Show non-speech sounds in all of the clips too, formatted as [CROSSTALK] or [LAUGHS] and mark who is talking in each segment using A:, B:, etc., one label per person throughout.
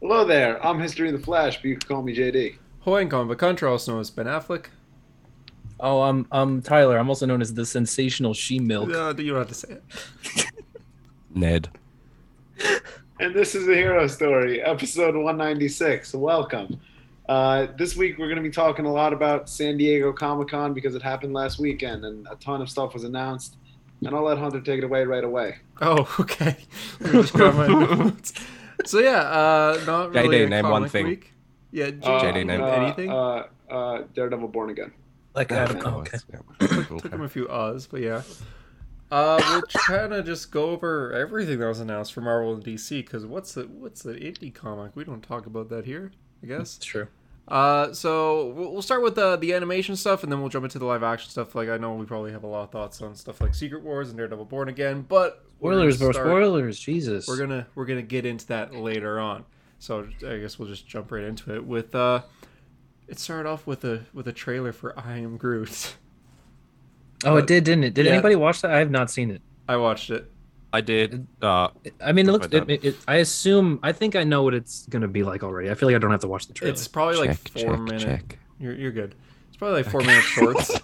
A: Hello there. I'm History of the Flash, but you can call me JD.
B: Hawaiian comic contra also known as Ben Affleck.
C: Oh, I'm I'm Tyler. I'm also known as the sensational she milk.
B: No, Uh, you don't have to say it.
D: Ned.
A: And this is the Hero Story, episode 196. Welcome. Uh, this week we're going to be talking a lot about San Diego Comic Con because it happened last weekend and a ton of stuff was announced. And I'll let Hunter take it away right away.
B: Oh, [LAUGHS]
D: [LAUGHS]
B: okay. Let me just grab my notes. So yeah, uh, not really.
D: JD,
B: a
D: name one
B: comic
D: thing.
B: Week. Yeah,
A: Uh,
D: JD, name.
A: uh,
B: anything.
A: Uh, uh, Daredevil Born Again.
C: Like
A: Yeah,
C: Adam. Oh, okay.
B: Took him a few Oz, but yeah. Uh, we'll kind of just go over everything that was announced for Marvel and DC because what's the what's the indie comic? We don't talk about that here, I guess.
C: It's true.
B: Uh, so we'll we'll start with the the animation stuff, and then we'll jump into the live action stuff. Like I know we probably have a lot of thoughts on stuff like Secret Wars and Daredevil Born Again, but we're gonna
C: Spoilers, bro.
B: start-
C: Spoilers. Jesus.
B: We're gonna we're gonna get into that later on. So I guess we'll just jump right into it with uh, it started off with a with a trailer for I Am Groot. [LAUGHS]
C: Oh, it did, didn't it? Did
B: Yeah.
C: anybody watch that? I have not seen it.
B: I watched it.
D: I did. Uh,
C: I mean, it
D: Look
C: looks.
D: at
C: It,
D: that.
C: it, I assume. I think I know what it's gonna be like already. I feel like I don't have to watch the trailer.
B: It's probably
D: check,
B: like four
D: check,
B: minutes.
D: check.
B: You're you're good. It's probably like four minutes
C: [LAUGHS]
B: shorts.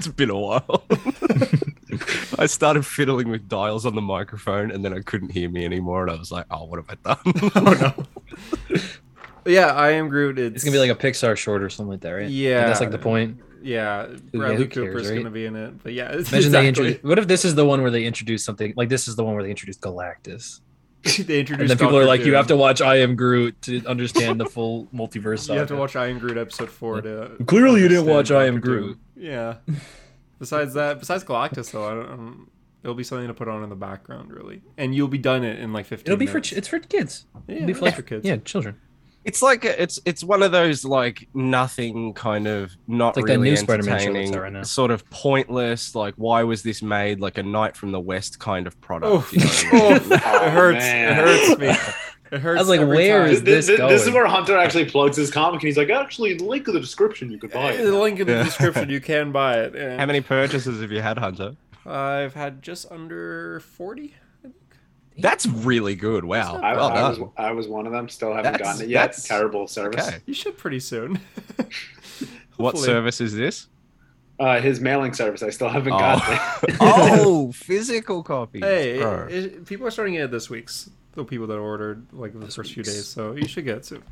D: It's been a while. I started fiddling with dials on the microphone, and then I couldn't hear me anymore, and I was like, "Oh, what have I
C: [LAUGHS]
D: done?"
B: oh no. yeah, I Am Groot. It's,
C: It's gonna be like a Pixar short or something like that, right?
B: Yeah.
C: that's like the point.
B: yeah.
C: who
B: Bradley
C: cares,
B: Cooper's
C: right?
B: gonna be in it, but yeah, [LAUGHS] it's
C: Imagine they
B: exactly.
C: introduce. What if this is the one where they introduce something like this is the one where they introduce Galactus,
B: they introduce.
C: and then people
B: Dr.
C: are like, you
B: Doom.
C: have to watch I Am Groot to understand the full
B: [LAUGHS]
C: multiverse.
B: You have to
C: saga."
B: watch I Am Groot episode four to.
C: Clearly you didn't
B: understand
C: watch I Am
B: Doctor Doom.
C: Groot.
B: Yeah. Besides that, besides Galactus though, I don't. um, it'll be something to put on in the background, really, and you'll be done it in like fifteen.
C: It'll be for
B: minutes.
C: ch- it's for kids.
B: Yeah,
C: It'll be for, like,
B: for kids.
C: Yeah, children.
D: [LAUGHS] It's like a- it's it's one of those like nothing kind of not
C: It's like that
D: really
C: new Spider-Man show that's out
D: entertaining,
C: right now.
D: sort of pointless. Like, why was this made? Like a night from the west kind of
C: [LAUGHS]
D: product.
B: Oh,
D: you know [LAUGHS] what I mean?
B: it hurts!
A: man.
B: It hurts me. It hurts.
C: Oh, I was like,
B: every
C: where
B: time.
C: is
A: This,
C: this
A: this, this is
C: going?
A: where Hunter actually plugs his comic, and he's like, "Actually, link in the description, you could buy
B: Uh, The
A: it."
B: link in the
C: [LAUGHS]
D: Yeah.
B: description. You can buy it. and
D: How many purchases have you had, Hunter?
B: I've had just under forty.
D: That's really good. Wow.
A: I,
D: well
A: I was,
D: done.
A: I was one of them. Still haven't
D: That's-
A: gotten it yet.
D: that's-
A: Terrible service.
D: Okay.
B: You should pretty soon. [LAUGHS]
D: What
B: Hopefully.
D: service is this?
A: Uh, his mailing service. I still haven't gotten it.
D: Oh. [LAUGHS] Oh, physical copies.
B: Hey,
D: bro.
B: it, it- people are starting to get it this week's. The people that ordered like the first few days, so you should get it soon.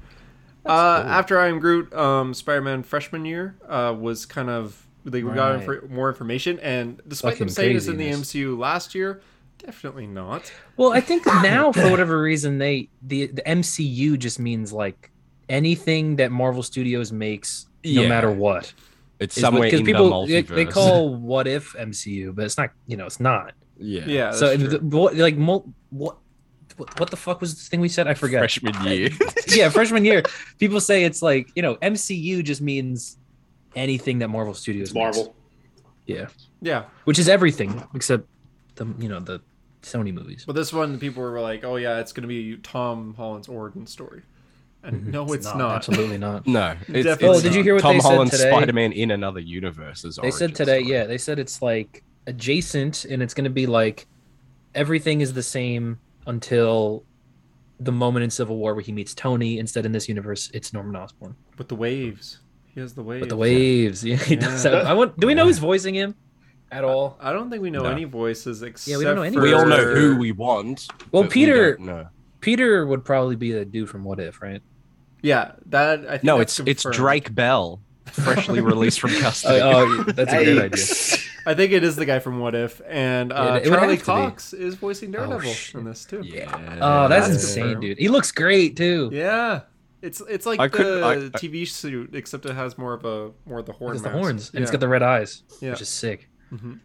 B: Uh, After I am Groot, um, Spider-Man freshman year uh, was kind of they got
C: Right.
B: infor- more information, and despite them
C: Fucking
B: saying it's in the
C: craziness.
B: MCU last year, definitely not.
C: Well, I
D: [COUGHS]
C: think now for whatever reason they the the MCU just means like anything that Marvel Studios makes,
D: Yeah.
C: no matter what.
D: it's
C: is
D: somewhere
C: what- 'cause
D: in
C: people
D: the
C: they-
D: multiverse.
C: they
D: [LAUGHS]
C: call what if MCU, but it's not. You know, it's not.
D: yeah.
B: Yeah, that's
C: so
B: true.
C: the, what, like mul- what what what the fuck was this thing we said? I forget.
D: Freshman year.
C: yeah, freshman year, people say it's like you know MCU just means anything that Marvel Studios
A: It's
C: makes.
A: Marvel.
C: yeah,
B: yeah.
C: which is everything except the you know the Sony movies.
B: But this one, people were like, "Oh yeah, it's gonna be Tom Holland's origin story," and
D: Mm-hmm.
B: no, it's, not.
C: absolutely Mm-hmm. not.
D: [LAUGHS] no. It's,
B: Definitely.
D: it's
B: Oh, did you
D: not.
C: hear what
D: Tom
C: they said
D: Holland's
C: today?
D: Spider-Man in another universe is
C: They said
D: origin
C: today,
D: story.
C: yeah, they said it's like adjacent, and it's going to be like everything is the same until the moment in Civil War where he meets Tony. Instead, in this universe, it's Norman Osborn.
B: With the waves, he has the waves.
C: But the waves, yeah, [LAUGHS] he does have- I want. Do we know who's voicing him at all?
B: I don't think we know
D: No.
B: any voices except
C: we don't know any
B: for-
D: We all know who we want.
C: Well,
D: but we
C: Peter,
D: don't know.
C: Peter would probably be the dude from What If, right?
B: Yeah, that I think
D: No,
B: that's
D: it's it's
B: confirmed.
D: Drake Bell,
C: [LAUGHS]
D: freshly released from custody.
C: oh, [LAUGHS] that's a great idea.
A: Yikes.
B: I think it is the guy from What If, and uh,
C: it would
B: Charlie
C: have to be.
B: Cox is voicing Daredevil
C: shit.
B: in this too.
D: [LAUGHS] Oh, yeah.
C: Oh, that's
B: That's
C: insane,
B: confirmed.
C: dude. He looks great too.
B: Yeah, it's it's like
D: I couldn't-
B: the
D: I- I-
B: TV suit except it has more of a more of the horn.
C: Because the
B: mask.
C: horns and
B: yeah.
C: it's got the red eyes,
B: Yeah.
C: which is sick.
B: Mhm.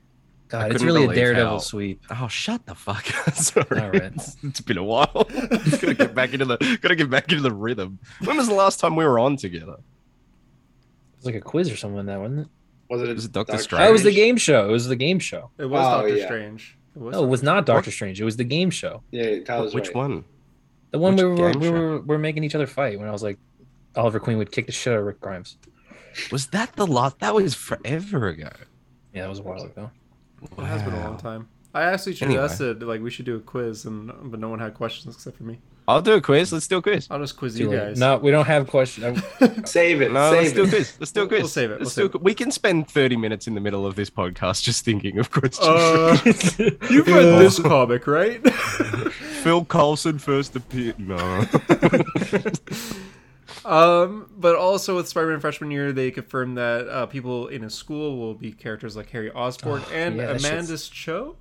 C: God, it's
D: couldn't
C: really a
D: believe
C: daredevil
D: how-
C: sweep.
D: Oh, shut the fuck up. [LAUGHS] Sorry.
C: All right.
D: it's been a while. [LAUGHS] gotta get back into the gotta get back into the rhythm. When was the last time we were on together?
C: It's like a quiz or something like that, wasn't it?
A: [LAUGHS] Was it,
D: It was Doctor Strange.
C: That was the game show. It was the game show.
B: It was
A: Oh,
B: Doctor
A: yeah.
B: Strange. It was
C: No, it was not
D: What?
C: Doctor Strange. It was the game show.
A: Yeah, Tyler's
D: Which
A: right.
D: one?
C: The one
D: Which
C: we were
D: game
C: we
D: show?
C: were, were making each other fight when I was like, Oliver Queen would kick the shit out of Rick Grimes.
D: Was that the last? That was forever ago.
C: Yeah, that was a while ago.
B: It has been a long time. I actually
D: Anyway.
B: suggested like we should do a quiz, and but no one had questions except for me.
D: I'll do a quiz. Let's do a quiz.
B: I'll just quiz
C: Too
B: you
C: late.
B: guys.
C: No, we don't have questions.
A: Save it.
D: No, let's
A: save
D: do a
A: it.
D: quiz. Let's do a
B: We'll- we'll
D: quiz.
B: save it,
D: Let's
B: we'll
D: do a, we can spend 30 minutes in the middle of this podcast just thinking of
B: [LAUGHS]
C: [LAUGHS]
D: questions.
B: Uh, you've read
C: Oh,
B: this comic, right? [LAUGHS]
D: [LAUGHS] Phil Coulson first appeared. No.
B: um, but also with Spider-Man freshman year, they confirmed that uh, people in his school will be characters like Harry Osborn and
C: Oh, yeah, that shit's-
B: Amanda's Cho.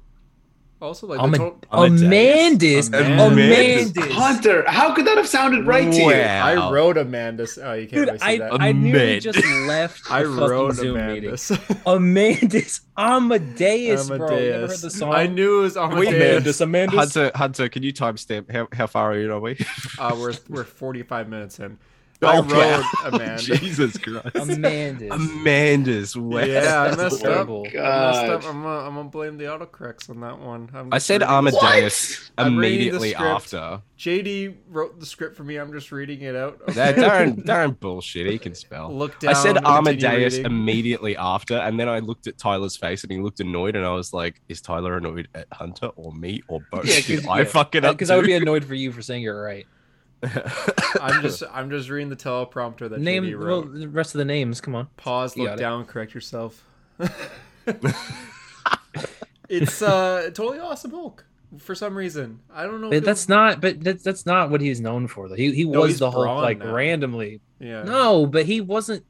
B: Also, like
C: Am-
B: the total-
C: Amandis.
B: Amandis.
C: Amandis.
A: Hunter, how could that have sounded right to you?
B: I wrote Amanda's. Oh, you can't
C: Dude,
B: really say
C: I,
B: that.
C: I nearly
D: Amandis.
C: just left the
B: I
C: fucking
B: wrote
C: Zoom meeting.
B: Amanda's.
C: [LAUGHS] Amandis. Amadeus, bro. You never heard
B: Amadeus.
C: the song?
B: I knew it was Amadeus.
C: Amandus. Amandus.
D: Hunter, Hunter, can you timestamp how, how far are you? Are we?
B: Uh, we're we're 45 minutes in.
C: Oh,
B: I
C: [LAUGHS]
D: Okay.
B: wrote Amanda's.
D: [LAUGHS] Jesus
B: [LAUGHS]
D: Christ.
C: Amandis.
D: Amanda's. Wow.
B: Yeah, I messed up.
C: horrible.
B: I
A: God.
B: messed up. I'm gonna, I'm gonna blame the autocorrects on that one. I'm
D: I
B: just
D: said
B: reading-
D: Amadeus
B: I'm reading the
D: immediately
B: script.
D: after.
B: JD wrote the script for me. I'm just reading it out.
D: That
B: okay?
D: Darren, Darren bullshit. He can
B: [LAUGHS]
D: spell.
B: Look down.
D: I said
B: continue
D: Amadeus
B: reading.
D: immediately after, and then I looked at Tyler's face, and he looked annoyed, and I was like, "Is Tyler annoyed at Hunter or me or both?
C: Yeah, 'cause-
D: Did I
C: yeah.
D: fuck it up?"
C: Because I would be annoyed for you for saying you're right.
B: I'm just I'm just reading the teleprompter that
C: Name
B: JD
C: well,
B: wrote.
C: the rest of the names. Come on.
B: Pause.
C: you
B: Look
C: got it.
B: down. Correct
D: [LAUGHS]
B: yourself. it's uh totally awesome Hulk for some reason. I don't know. if
C: But
B: it-
C: that's not. But that's that's not what he's known for. Though he he
B: No,
C: was
B: he's
C: the Hulk
B: Braun
C: like
B: now.
C: randomly.
B: yeah.
C: No, but he wasn't.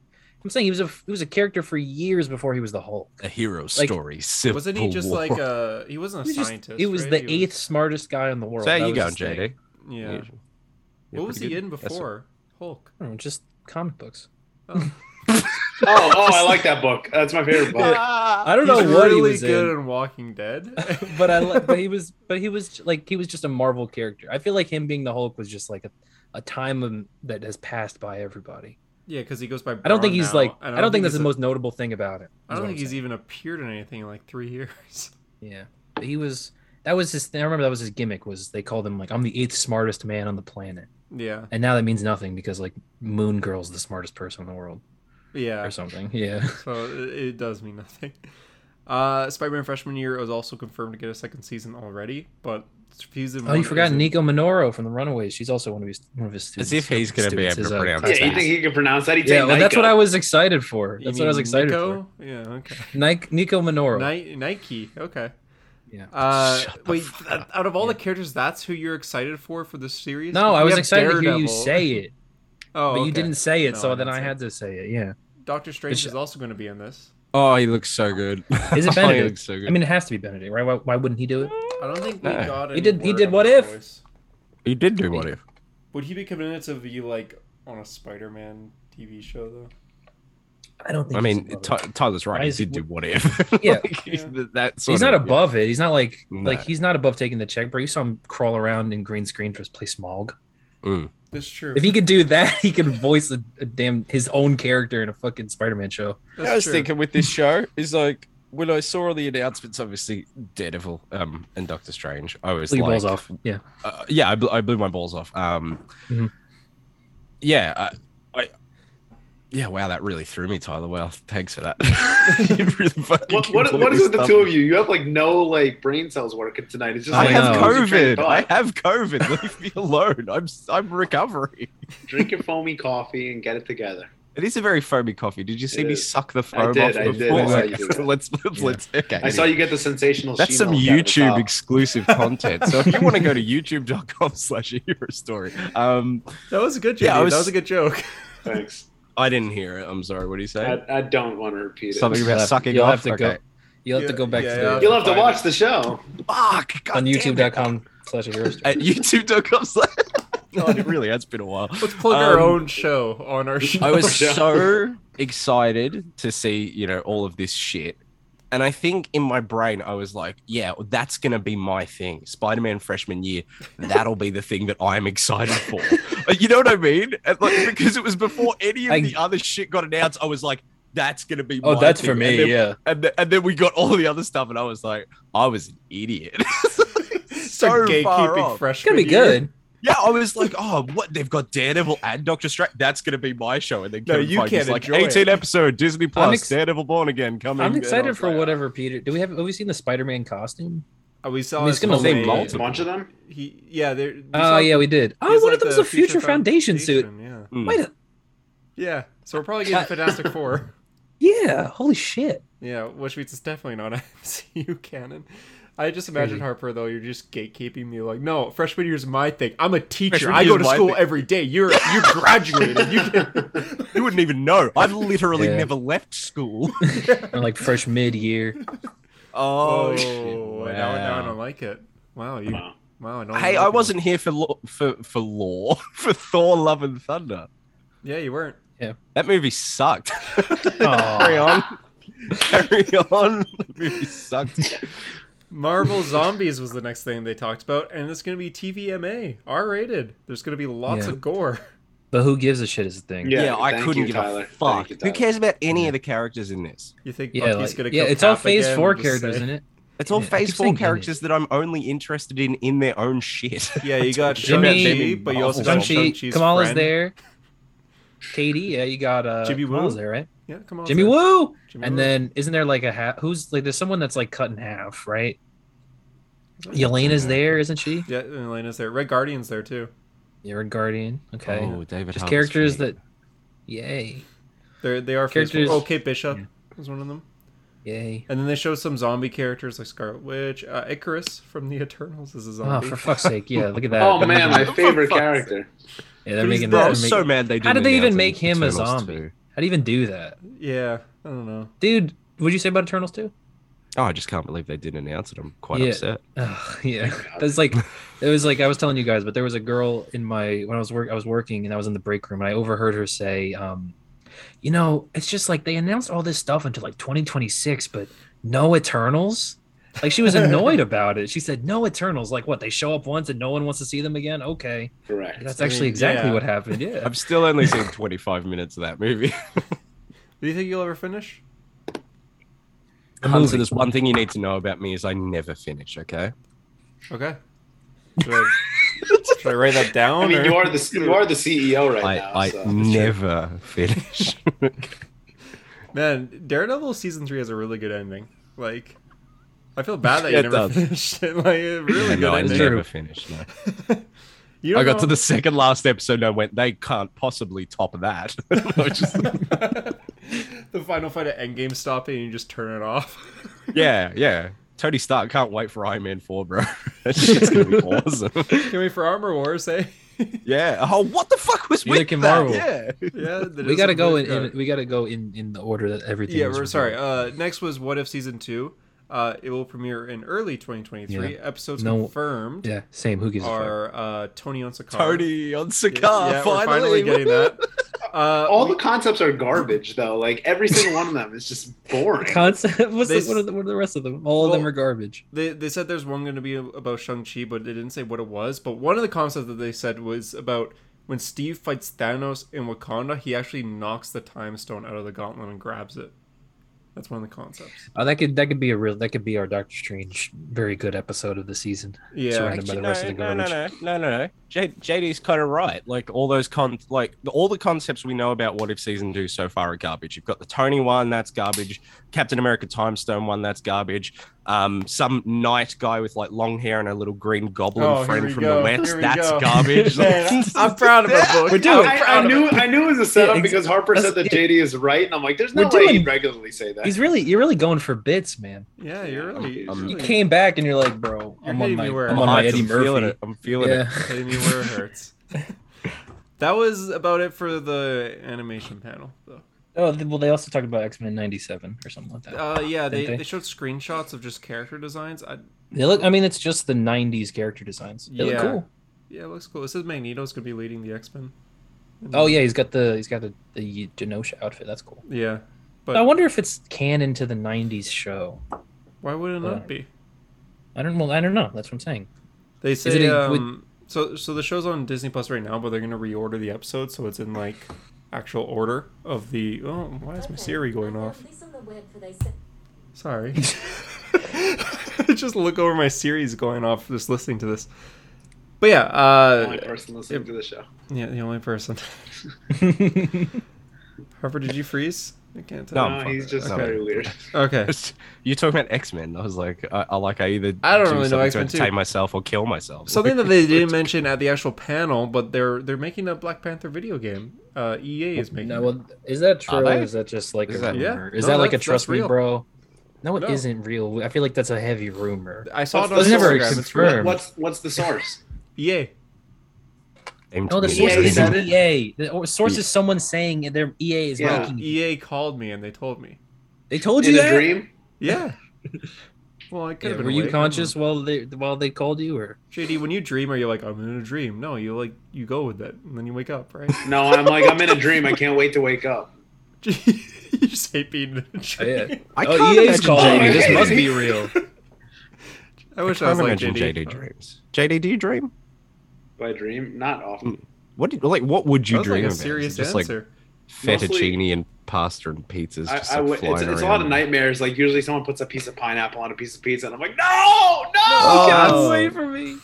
C: I'm saying he was a he was a character for years before he was the Hulk.
D: [LAUGHS] a hero
C: Like,
D: story. Civil
B: Wasn't he just
D: War.
B: like uh he wasn't a
C: He was, just-
B: scientist?
C: he was
B: right?
C: the
B: He
C: eighth smartest guy in the world.
D: So how
C: That
D: you
C: was his
D: going,
C: thing.
D: JD?
B: Yeah.
D: Yeah,
B: What was he
D: pretty good.
B: in
D: That's it.
B: before Hulk?
C: I don't know, just comic books. [LAUGHS]
A: Oh, oh, I like that book. That's my favorite
D: [LAUGHS]
A: book.
C: I don't
B: Uh, He's
C: know what
B: really
C: he was
B: good
C: in,
B: in Walking Dead.
C: [LAUGHS] but I li- but he was but he was like he was just a Marvel character. I feel like him being the Hulk was just like a, a time of, that has passed by everybody.
B: [LAUGHS] yeah, because he goes by.
C: I don't think
B: Braun
C: he's
B: now,
C: like I
B: and
C: don't, think that's
B: he's a-
C: the most notable thing about it.
B: I don't think he's even
C: even.
B: appeared in anything in like three [LAUGHS] years.
C: Yeah, But he was. That was his. I remember that was his gimmick. Was they called him like I'm the eighth smartest man on the planet,
B: Yeah,
C: and now that means nothing because like Moon Girl's the smartest person in the world
B: yeah.
C: or something. Yeah.
B: So it, it does mean nothing. [LAUGHS] Uh, Spider-Man freshman year was also confirmed to get a second season already, but season.
C: Oh,
B: one
C: you forgot
B: isn't.
C: Nico Minoru from the Runaways. She's also one of his one of his students.
D: As if he's gonna be
C: Students,
D: able to
C: his, uh,
D: pronounce
A: yeah,
D: That's
A: you
D: that.
A: think he could pronounce that? He
C: Yeah, well, that's what I was excited for.
B: You
C: That's what I was
B: mean
C: excited
B: Nico? Yeah. Okay.
C: for. Nike, Nico Minoru.
B: Ni- Nike. Okay.
C: Yeah.
B: Uh,
D: Shut the
B: wait.
D: fuck
B: th- Out of all the characters, that's who you're excited for for this series.
C: No, I
B: We
C: was
B: have
C: excited to hear you
B: Daredevil.
C: say it,
B: [LAUGHS] Oh,
C: but
B: okay.
C: you didn't say it,
B: No,
C: so
B: I
C: then
B: didn't
C: I
B: say
C: had to say it. Yeah.
B: Doctor Strange
C: It's-
B: is also going to be in this.
D: Oh, he looks so good.
C: Is it
D: oh, he
C: Benedict?
D: looks so good.
C: I mean, it has to be Benedict, right? Why, why wouldn't he do it?
B: I don't think we
D: No.
B: got.
C: He
B: any
C: did- he
B: word
C: did
B: on
C: what
B: his
C: if?
B: voice.
D: he did do what if.
B: Would he be committed to be like on a Spider-Man TV show though?
C: I don't think.
D: I
C: he's
D: mean,
C: above it.
D: Ty- Tyler's right.
C: Why
D: He
C: is-
D: did do what if. [LAUGHS]
C: Yeah.
D: Like,
B: Yeah.
D: that
C: he's
D: sort
C: not
D: of-
C: above it. He's not like
D: No.
C: like he's not above taking the check break. You saw him crawl around in green screen to play Smog.
D: Mm.
B: That's true.
C: If he could do that, [LAUGHS] he could voice a, a damn his own character in a fucking Spider-Man show.
B: That's
D: I was
B: true.
D: thinking with this show is like when I saw all the announcements, obviously Daredevil um, and Doctor Strange. I was
C: Blew your
D: like,
C: balls off. Yeah.
D: uh, yeah, I, blew, I blew my balls off. Um,
C: Mhm.
D: Yeah, I, I, yeah, wow, that really threw me, Tyler. Wow, thanks for that. [LAUGHS] It really fucking
A: What, what, what
D: completely
A: is with the
D: stumped
A: two
D: me.
A: of you? You have like no like brain cells working tonight. It's just
D: I
A: like,
D: have
C: know.
D: COVID. [LAUGHS] I
A: Drink,
D: have COVID. [LAUGHS] Leave me alone. I'm I'm recovering.
A: [LAUGHS] drink your foamy coffee and get it together.
D: It is a very foamy coffee. Did you see
A: It
D: me
A: is.
D: suck the
A: I
D: foam
A: did,
D: off
A: I
D: the
A: did. I saw
D: floor?
A: you do that.
D: let's [LAUGHS] let's,
C: Yeah.
D: let's okay.
A: I saw you get the sensational.
D: That's some
A: she-milk out of the
D: YouTube
A: top.
D: exclusive content. So if you want to go to youtube.com [LAUGHS] slash hero story. Um
B: that was a good joke.
D: Yeah, I was-
B: That was a good
D: [LAUGHS]
B: joke.
A: Thanks.
D: I didn't hear it. I'm sorry, what do you say?
A: I, I don't want to repeat it.
D: Something about
C: You'll have-
D: sucking
C: you'll
D: off.
C: have to go-
D: Okay.
C: You'll have to
B: Yeah,
C: go back
B: yeah,
C: to
B: yeah.
C: the,
A: You'll have to watch the show.
D: Fuck God
C: on
D: damn it.
C: YouTube.com slash a hero story.
D: At youtube.com slash [LAUGHS] God, it really has been a while.
B: Let's plug our
D: Um,
B: own show on our show.
D: I was
A: Yeah.
D: so excited to see, you know, all of this shit. And I think in my brain, I was like, yeah, well, that's going to be my thing. Spider Man freshman year, that'll be the thing that I'm excited for. Uh, you know what I mean? And, like, because it was before any of
C: I-
D: the other shit got announced, I was like, that's going to be
C: Oh,
D: my
C: that's
D: thing.
C: for me.
D: And then,
C: yeah.
D: and, th- and then we got all the other stuff, and I was like, I was an idiot. [LAUGHS] so far off.
C: It's
B: freshman
C: gonna be
B: year.
C: good.
D: Yeah, I was like, oh, what? They've got Daredevil and Doctor Strange. That's going to be my show. And then
B: No,
D: Kevin
B: you
D: Feige's
B: can't
D: like,
B: enjoy
D: 18 episode, Disney Plus,
C: ex-
D: Daredevil Born Again coming.
C: I'm
D: And I
C: excited
D: was
C: for
D: like,
C: whatever Peter. Do we have have we seen the Spider-Man costume?
B: Uh, we saw
C: I mean, it's
B: his
C: gonna
B: homemade-
D: say
A: A
D: multiple.
A: bunch of
D: [LAUGHS]
A: them.
B: He yeah. There, we
C: Oh
B: saw-
C: yeah, we did.
B: he
C: Oh,
B: has,
C: one
B: like,
C: of them's
B: the
C: a future foundation, suit.
B: Yeah.
D: Mm.
C: Wait, a-
B: Yeah. So we're probably getting
C: [LAUGHS]
B: Fantastic Four.
C: yeah. Holy shit.
B: Yeah, which means it's definitely not [LAUGHS] MCU canon. I just imagine
C: Crazy.
B: Harper though, you're just gatekeeping me like, no, freshman year's my thing. I'm a teacher.
D: Freshman
B: I go
D: year's
B: to
D: my
B: school
D: thing."
B: every day. You're
C: [LAUGHS]
B: you graduated. You can...
A: [LAUGHS]
D: You wouldn't even know. I've literally
C: Yeah.
D: never left school. [LAUGHS]
C: Or like fresh mid year.
D: Oh,
B: now, now I don't like it. Wow, you
A: Wow.
B: wow, I don't
D: Hey,
B: like
D: I
B: it.
D: wasn't here for law, for for law [LAUGHS] for Thor: Love and Thunder.
B: Yeah, you weren't.
D: That movie sucked. Carry
C: Aw.
D: on. [LAUGHS] Carry on. That movie sucked.
B: Marvel Zombies was the next thing they talked about, and it's gonna be TVMA, R rated. There's gonna be lots
C: Yeah.
B: of gore. [LAUGHS]
C: but who gives a shit is the thing.
A: Yeah,
D: Yeah, I
A: thank
D: couldn't
A: you,
D: give
A: Tyler.
D: a fuck.
A: Thank you,
D: Who
A: Tyler.
D: cares about any of the characters in this?
B: You think
C: Yeah,
B: Bucky's
C: like-
B: gonna
C: yeah,
B: kill
C: it's all
B: Cap
C: Phase
B: again
C: Four
B: and just say-
C: characters, isn't it?
D: It's all
C: Yeah, I
D: Phase
C: keep
D: Four
C: saying in it.
D: characters that I'm only interested in in their own shit.
B: [LAUGHS]
D: [LAUGHS]
B: Yeah, you got
C: Jimmy-
B: Shang-Chi, but you also got
D: Shang-Chi,
B: Shang-Chi's
C: Shang-Chi, Kamala's
B: friend.
C: there. Katie, yeah, you got uh,
B: Jimmy Woo?
C: Kamala's there, right?
B: Yeah, come on.
C: Jimmy Woo.
B: Jimmy
C: And
B: Woo.
C: then isn't there like a half? Who's like? There's someone that's like cut in half, right? Yelena's there, isn't she?
B: Yeah, and Elena's there. Red Guardian's there too.
C: Yeah, Red Guardian. Okay.
D: Oh, David.
C: Just
D: Harbour's
C: characters
D: great.
C: that. Yay.
B: They they are characters.
C: Characters-
B: Oh, Kate Bishop
C: Yeah.
B: was one of them.
C: Yay.
B: And then they show some zombie characters like Scarlet Witch, uh, Icarus from the Eternals is a
C: Oh,
B: zombie.
C: for fuck's sake. Yeah, look
B: [LAUGHS]
C: at that.
A: Oh
C: They're
A: man, my
C: making-
A: favorite
D: Uh, [LAUGHS] For fuck's
A: character.
C: yeah, they're
B: Who's that?
C: making
D: Bro,
C: that.
D: I
C: they're
D: was so
C: making-
D: mad they didn't.
C: How did they even
D: announce
C: make him a
D: Eternals
C: zombie?
D: 2.
C: How do you even do that?
B: Yeah, I don't know.
C: Dude, what'd you say about Eternals 2?
D: Oh, I just can't believe they didn't announce it. I'm quite
C: Yeah.
D: upset.
C: Oh, [LAUGHS] yeah. That's like it was like I was telling you guys, but there was a girl in my when I was work I was working and I was in the break room and I overheard her say, um, you know, it's just like they announced all this stuff until like 2026, but no Eternals. Like she was
B: [LAUGHS]
C: annoyed about it. She said, "No Eternals. Like what? They show up once and no one wants to see them again. Okay,
A: Correct.
C: that's
B: I mean,
C: actually exactly
B: yeah.
C: what
B: [LAUGHS]
C: happened. Yeah,
D: I've still only seen 25 minutes of that movie. [LAUGHS]
B: Do you think you'll ever finish?
D: Hunter,
C: movie.
D: there's one thing you need to know about me is I never finish. Okay.
B: Okay. Should I, should I write that down?
A: I mean,
B: or-
A: you are the you are the CEO right now.
D: I, I
A: so.
D: never
C: [LAUGHS]
D: finish. [LAUGHS]
B: Man, Daredevil season three has a really good ending. Like, I feel bad that
D: Yeah,
B: you
D: it
B: never
D: does.
B: finished it. [LAUGHS] Like, a really good
D: no, I
B: ending.
C: true.
D: never finish. No.
B: You
D: I
B: don't
D: got
B: know-
D: to the second last episode and I went, they can't possibly top that. [LAUGHS] I
B: [LAUGHS]
C: [LAUGHS]
D: was just like,
B: the final fight at Endgame stopping and you just turn it off. [LAUGHS]
D: yeah, yeah. Tony Stark can't wait for Iron Man 4, bro. [LAUGHS] That shit's
B: [LAUGHS]
D: gonna be awesome.
B: Can we for Armor Wars,
C: [LAUGHS]
B: eh?
D: yeah. Oh, what the fuck was
C: Neither
D: with
C: can
D: that?
C: Marvel.
D: Yeah.
B: yeah, that
C: we
B: is
C: gotta
B: a
C: go in,
B: good-
C: in. We gotta go in in the order that everything.
B: yeah,
C: was
B: we're
C: revealed.
B: sorry. Uh, next was What If season two. Uh, it will premiere in early 2023. Episodes
C: No-
B: confirmed
C: Yeah, same. Who gives a fuck?
B: are uh, Tony on Sakara.
D: Tony on
B: yeah,
D: Sakaar,
B: yeah,
D: finally.
B: we're finally getting that. [LAUGHS] Uh,
A: All
B: we-
A: the concepts are garbage, though. Like every single one of them is just boring.
C: [LAUGHS] Concept. What's
B: They
C: the, what, are the, what are the rest of them? All of them
B: Well-
C: are garbage.
B: They, they said there's one going to be about Shang-Chi, but they didn't say what it was. But one of the concepts that they said was about when Steve fights Thanos in Wakanda, he actually knocks the Time Stone out of the gauntlet and grabs it. That's one of the concepts.
C: Oh, that could that could be a real that could be our Doctor Strange very good episode of the season.
B: Yeah.
C: Surrounded by
D: Actually,
C: the
D: no,
C: rest of the
D: no, no,
C: garbage.
D: no, no, no, no. J- JD's kind of right. Like all those con, like the- all the concepts we know about what if season two so far are garbage. You've got the Tony one, that's garbage. Captain America Time Stone one, that's garbage. Um, some knight guy with like long hair and a little green goblin
B: Oh, here
D: friend
B: we
D: from
B: go.
D: the west,
B: Here we
D: that's
B: go. [LAUGHS]
D: garbage.
B: Man, I'm proud of my book.
C: We're doing-
B: I'm
A: I,
B: proud
A: I
B: of it.
A: knew I knew it was a setup
C: Yeah, ex-
A: because Harper said that
C: that's- yeah.
A: JD is right, and I'm like, there's no
C: We're
A: way
C: doing-
A: he'd regularly say that.
C: He's really you're really going for bits, man.
B: Yeah, you're really.
D: Um,
B: you're
C: You
B: really
C: came back and you're like, bro,
B: You're
C: I'm
B: hitting
C: on
B: me
C: my
B: where
C: I'm
B: it
C: on my
D: Hearts,
C: Eddie
D: I'm feeling
C: Murphy.
D: it. I'm feeling
C: Yeah. [LAUGHS]
D: it.
B: hitting me where it hurts. that was about it for the animation panel, though.
C: Oh, th- well, they also talked about X Men '97 or something like that.
B: Uh, yeah, they,
C: Didn't they?
B: they showed screenshots of just character designs. I,
C: They look. I mean, it's just the '90s character designs. They
B: Yeah.
C: look cool.
B: yeah, it looks cool. It says Magneto's going to be leading the X Men.
C: Oh yeah, he's got the he's got the, the Genosha outfit. That's cool.
B: Yeah.
C: I
B: But
C: wonder if it's canon to the '90s show.
B: why would it
C: Uh,
B: not be?
C: I don't. Well, I don't know. That's what I'm saying.
B: They
C: it
B: say
C: a- would-
B: um, so. So the show's on Disney Plus right now, but they're gonna reorder the episode so it's in like actual order of the. Oh, why is my Siri going off? Sorry. [LAUGHS] Just look over my Siri's going off just listening to this. But yeah,
A: the only
B: uh,
A: person listening to the show.
B: [LAUGHS] yeah, the only person. [LAUGHS] Harper, did you freeze? I can't
D: No,
B: tell.
D: I'm
A: no,
D: fine.
A: he's just
B: Okay.
A: very weird.
B: Okay.
D: You're talking about X Men. I was like, I, I like I either
B: I don't
D: do
B: really know
D: something to
B: X-Men too.
D: entertain myself or kill myself.
B: Something that they didn't mention at the actual panel, but they're they're making a Black Panther video game. Uh, EA is making.
C: No,
B: it.
C: well, is that true?
D: Are
C: Or
D: they?
C: is that just like
D: Is
C: a
D: that-
B: Yeah.
C: rumor? Is
B: No,
C: that like a
B: that's-
C: trust
B: that's
C: me,
B: real.
C: bro? No, it
B: No.
C: not real. I feel like that's a heavy rumor.
B: I saw it
A: What's
B: on
A: the
B: Instagram.
C: source?
B: It's E real.
C: Sure.
A: What's what's the source?
B: EA.
C: No, the
A: EA
C: source is
A: said it?
C: EA. The or- source is someone saying their EA is
A: Yeah.
C: making.
B: EA E called me and they told me.
C: They told you
A: In a
C: that.
A: dream? [LAUGHS]
B: Yeah. Well, I could
C: Yeah,
B: have been.
C: were you
B: awake. I don't
C: conscious while they while they called you, or
B: know. JD? When you dream, are you like I'm in a dream? No, you like you go with it, and then you wake up, right?
A: No, I'm like I'm in a dream. I can't wait to wake up.
B: [LAUGHS] you just hate being in a
C: Oh,
B: dream.
C: yeah.
D: I
C: oh,
B: E
D: can't
C: EA's
D: imagine
C: calling you.
A: JD.
C: This must [LAUGHS] be real.
B: I wish I,
D: can't
B: was like
D: imagine JD. dreams. JD, do you dream?
A: Do I dream? Not often.
D: What did, like what would
B: that
D: you
B: was like
D: dream
B: a
D: about? Is it
B: serious
D: just like
B: answer.
D: fettuccine
A: Mostly-
D: and pasta and pizzas.
A: I,
D: Just
A: I
D: like
A: would-
D: flying
A: it's, it's a
D: around.
A: lot of nightmares. Like usually someone puts a piece of pineapple on a piece of pizza, and I'm like, no, no.
B: Oh.
C: from me.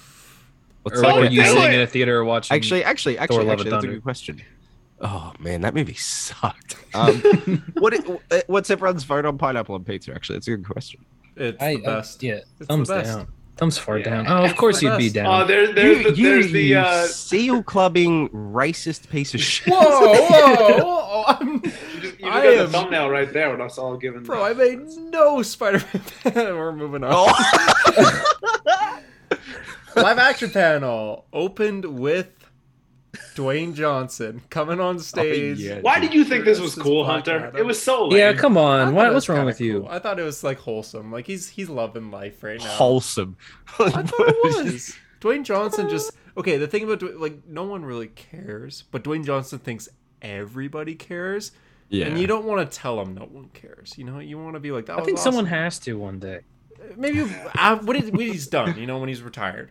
D: What's
C: Or
D: that?
A: like
C: were
A: a-
C: you
A: do
C: sitting
A: it.
C: in a theater watching?
D: Actually, actually, actually,
C: Love
D: actually
C: and
D: that's a
C: Thunder.
D: good question. Oh man, that movie sucked. Um, what it, what's everyone's vote on pineapple and pizza? Actually, that's a good question.
B: It's
C: I,
B: the best.
C: [LAUGHS] I, yeah,
B: It's the
C: thumbs
B: best.
C: down. Thumbs far
A: Yeah.
C: down. Oh, of course
B: the
C: you'd be
B: best.
C: down.
A: Oh, there, there's
D: you,
A: the, there's
D: you,
A: the
D: you
A: uh,
D: seal clubbing racist piece of shit.
B: Whoa, [LAUGHS] whoa, whoa! [LAUGHS] I'm,
A: you just, you got
B: I
A: the
B: am-
A: thumbnail right there when I saw it given.
B: [LAUGHS] bro, I made no Spider-Man. [LAUGHS] We're moving on.
A: Oh.
B: Live action panel opened with Dwayne Johnson coming on
A: Oh,
B: stage.
D: yeah.
A: Why did you think this
B: This
A: was
B: is
A: cool,
B: Black
A: Hunter?
B: Adam.
A: It was so lame.
C: yeah, come
B: I
C: on.
B: thought
C: What,
B: it
C: what's
B: was
C: wrong
B: kinda
C: with you?
B: cool. I thought it was like wholesome. Like he's he's loving life right now.
D: [LAUGHS] wholesome.
B: I
C: [LAUGHS]
D: [LAUGHS]
B: thought it was. Dwayne Johnson just okay. The thing about Dwayne, like no one really cares, but Dwayne Johnson thinks everybody cares,
D: Yeah.
B: and you don't want to tell him no one cares. You know, you want to be like that.
C: I
B: was
C: think
B: awesome.
C: someone has to one day. [SIGHS]
B: maybe uh, what, is, what he's done. You know, when he's retired.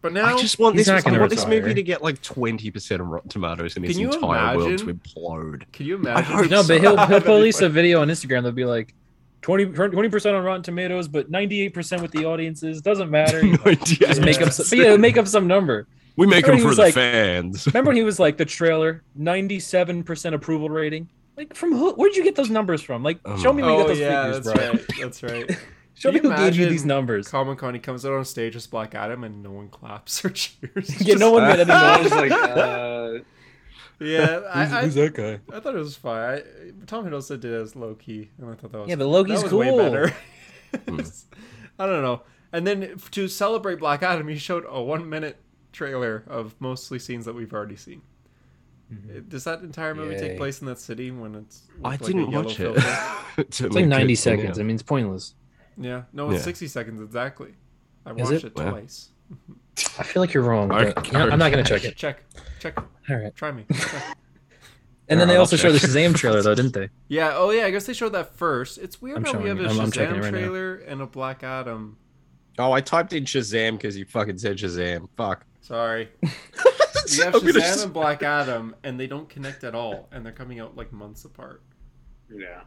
B: But now,
D: I just want
C: He's
D: this.
C: not
D: I
C: gonna
D: want this
C: retire.
D: movie to get like twenty percent of Rotten Tomatoes and
B: Can
D: its
B: you
D: entire world to
B: imagine?
D: implode.
B: can you
D: I
B: imagine?
D: hope
C: No,
B: [LAUGHS]
D: so.
C: but he'll he'll
B: That'd be
C: release
B: funny.
C: a video on Instagram that'll be like 20 percent on Rotten Tomatoes, but ninety eight percent with the audiences doesn't matter.
D: [LAUGHS]
B: [LAUGHS]
D: No idea.
C: Just
D: [LAUGHS]
C: make up, some, but yeah, make up some number.
D: We make them
C: He
D: for
C: was
D: the
C: like-
D: fans.
C: Remember, when he was like the trailer ninety seven percent approval rating. Like from who? Where'd you get those numbers from? Like,
D: Oh
C: show me
D: my
C: where you
B: Oh
C: got those
B: yeah,
C: figures,
B: that's
C: bro.
B: right. That's right.
C: [LAUGHS] Show
B: Can you
C: me who gave you
B: imagine-
C: these
B: [LAUGHS]
C: numbers. [LAUGHS]
B: Comic Con, he comes out on stage as Black Adam, and no one claps or [LAUGHS] cheers. It's
C: Yeah, no one made
A: [LAUGHS]
C: any
A: I was
B: [LAUGHS]
C: noise.
A: like, uh,
D: [LAUGHS]
B: Yeah, I, I,
C: that guy?
B: I thought it was fine. I, Tom Hiddleston did it as low key, and I thought that was
C: Yeah, but Loki's
B: that was
C: cool.
B: way better.
D: Hmm.
B: [LAUGHS] I don't know. And then f- to celebrate Black Adam, he showed a one minute trailer of mostly scenes that we've already seen. Uh, Does that entire movie
C: Yay.
B: take place in that city when it's? with,
D: Mm-hmm. I
B: like, a
D: didn't
B: yellow [LAUGHS]
D: watch it. [LAUGHS]
B: filter?
D: It's
C: It's like ninety seconds. I mean, it's pointless.
B: yeah, no, it's
D: Yeah.
B: sixty seconds exactly. I
C: Is
B: watched
C: it?
B: it,
D: Wow.
B: twice.
C: I feel like you're wrong. But
D: Okay.
C: I'm not gonna check it.
B: Check, check,
C: All right.
B: try
C: [LAUGHS]
B: me.
C: And then
D: Alright,
C: they
D: I'll
C: also showed the
D: check.
C: Shazam trailer, though, didn't
B: [LAUGHS]
C: they?
B: Yeah. Oh, yeah. I guess they showed that first. It's weird
C: I'm
B: how we
C: showing
B: have a
C: it. I'm- I'm checking
B: Shazam
C: it right now.
B: trailer and a Black Adam.
D: Oh, I typed in Shazam because you fucking said Shazam. Fuck. [LAUGHS]
B: Sorry, we have
D: I'm gonna
B: Shazam
D: s-
B: and Black Adam, and they don't connect at all, and they're coming out like months apart.
A: yeah.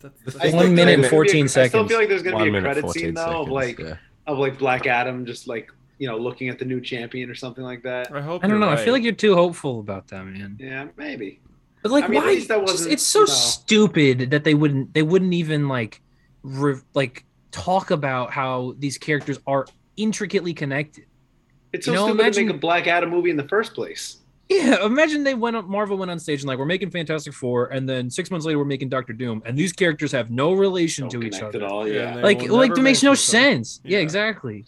B: That's, that's
A: I still
C: One
A: feel
C: minute
A: like
C: and
A: there's gonna be a-
C: 14
A: I still
C: seconds.
A: feel like there's gonna
D: One
A: be a
D: minute,
A: credit
D: 14
A: scene though, of
D: seconds,
A: like
D: yeah.
A: of like Black Adam just like you know looking at the new champion or something like that.
B: I hope.
C: I don't
B: you're
C: know. I
B: right.
C: feel like you're too hopeful about that, man.
A: Yeah, maybe.
C: But like,
A: I mean, at
C: why?
A: least that
C: just-
A: wasn't,
C: it's so
A: you know-
C: stupid that they wouldn't. They wouldn't even like, re, like talk about how these characters are intricately connected. [LAUGHS]
A: It's so
C: You know,
A: stupid
C: imagine-
A: to make a Black Adam movie in the first place.
C: Yeah, imagine they went on Marvel went on stage and like we're making Fantastic Four, and then six months later we're making Doctor Doom, and these characters have no relation
A: Don't
C: to each
A: connect
C: other.
A: at all.
B: Yeah,
A: Yeah.
B: and they
C: Like,
B: will
C: like
B: never
C: it makes no
B: mention something.
C: sense. Yeah,
B: Yeah.
C: exactly.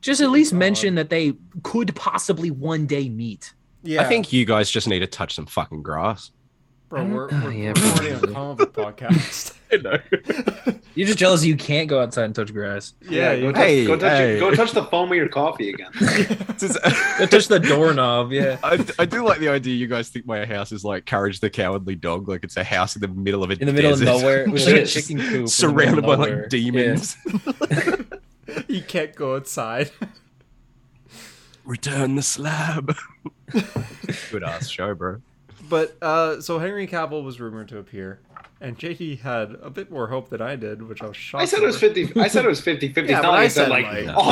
C: Just at least
B: odd.
C: mention that they could possibly one day meet.
B: Yeah,
D: I think you guys just need to touch some fucking grass.
B: bro,
C: I don't-
B: we're,
C: oh,
B: we're
C: yeah,
B: recording a
C: probably.
B: comic book podcast. [LAUGHS]
D: [LAUGHS] I know.
C: You're just jealous you can't go outside and touch grass.
B: yeah,
A: go,
B: you
A: touch,
D: Hey,
A: go, touch
D: hey.
A: go touch the foam of your coffee
B: [LAUGHS]
A: again.
C: Go touch the doorknob. Yeah.
D: I, I do like the idea you guys think my house is like Courage the Cowardly Dog, like it's a house in the middle of a
C: in the middle of
D: desert.
C: nowhere with like a
D: Just
C: chicken coop in the middle of
D: surrounded by
C: nowhere.
D: like demons.
B: [LAUGHS] you can't go outside.
D: [LAUGHS]
B: [LAUGHS]
D: Return
C: [LAUGHS]
D: the slab. Good ass show, bro.
B: But uh, so Henry Cavill was rumored to appear, and JD had a bit more hope than I did, which I was shocked.
A: I said it was
B: over.
A: 50 I said it was 50 50.
B: Yeah,
A: it's
B: but
A: not like
B: I
A: I said
B: said,
A: like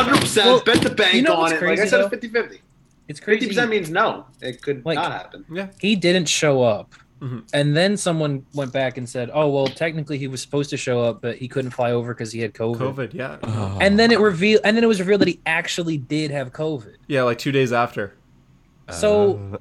B: like-
A: 100%
C: Well,
A: bet the bank
C: you know
A: on
C: what's
A: it. Like I
C: crazy,
A: said
C: though?
A: it's 50 50.
C: It's
A: 50%
C: crazy.
A: means no. It could
C: Like-
A: not happen.
B: Yeah,
C: He didn't show up.
D: Mm-hmm.
C: And then someone went back and said, "Oh well, technically he was supposed to show up, but he couldn't fly over because he had COVID."
B: COVID, yeah.
C: Oh, And
D: Oh.
C: then it revealed, and then it was revealed that he actually did have COVID.
B: Yeah, like two days after.
D: Uh.
C: So,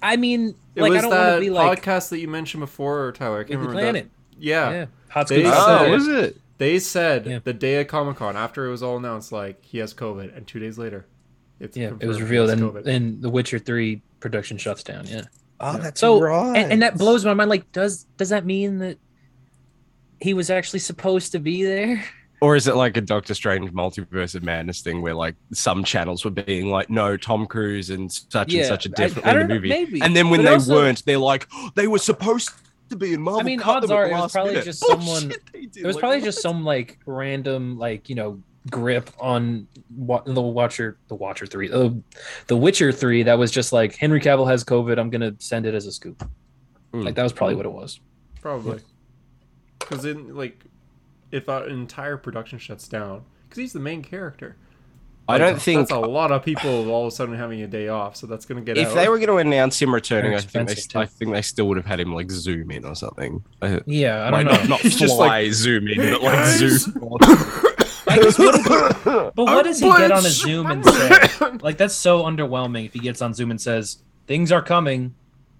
C: I mean,
B: It
C: like I
B: was
C: don't want
B: that
C: to be like
B: podcast that you mentioned before, Tyler. I can't
C: Weekly
B: remember
C: Planet.
B: that. Yeah.
C: yeah, hot
B: They
C: scoop.
B: said-
D: oh,
B: it.
D: was it?
B: They said
C: Yeah.
B: the day of Comic Con, after it was all announced, like he has COVID, and two days later, it's
C: yeah, it
B: confirmed
C: was
B: he
C: revealed,
B: has
C: and
B: COVID.
C: and The Witcher Three production shuts down. Yeah.
D: Oh,
B: Yeah.
D: that's
C: So,
D: right.
C: and, and that blows my mind. Like, does does that mean that he was actually supposed to be there?
D: Or is it like a Doctor Strange multiverse of madness thing where like some channels were being like, no, Tom Cruise and such and such are definitely in the movie.
C: maybe.
D: And then when
C: But
D: they
C: also-
D: weren't, they're like, [GASPS] "Oh, they were supposed to be in Marvel.
C: I mean,
D: cut
C: odds
D: them at
C: are
D: the
C: it was
D: last
C: probably
D: minute." [LAUGHS]
C: just
D: Bullshit,
C: someone-
D: they did.
C: it was
D: Like,
C: probably
D: [LAUGHS] what?
C: just some like random like you know grip on wa- the Watcher, the Watcher Three, oh, the Witcher Three. That was just like Henry Cavill has COVID. I'm gonna send it as a scoop.
D: Mm.
C: Like that was probably what it was.
B: Probably. Because in like, if an entire production shuts down, because he's the main character.
D: I
B: Like,
D: don't think
B: that's a lot of people all of a sudden having a day off. So that's gonna get
D: if
B: out.
D: they
B: [LAUGHS]
D: were going to announce him returning,
C: They're
D: I think
C: expensive,
D: they,
C: too.
D: I think they still would have had him like zoom in or something. I,
C: Yeah, I
D: like,
C: don't know.
D: [LAUGHS] Not, not
B: He's
D: fly
B: just
D: zoom in, but like
B: "Guys."
D: zoom. [LAUGHS]
C: I guess what- but what does he get on
B: Ambulance!
C: a Zoom
D: [LAUGHS]
C: and say? Like that's so underwhelming if he gets on Zoom and says things are coming,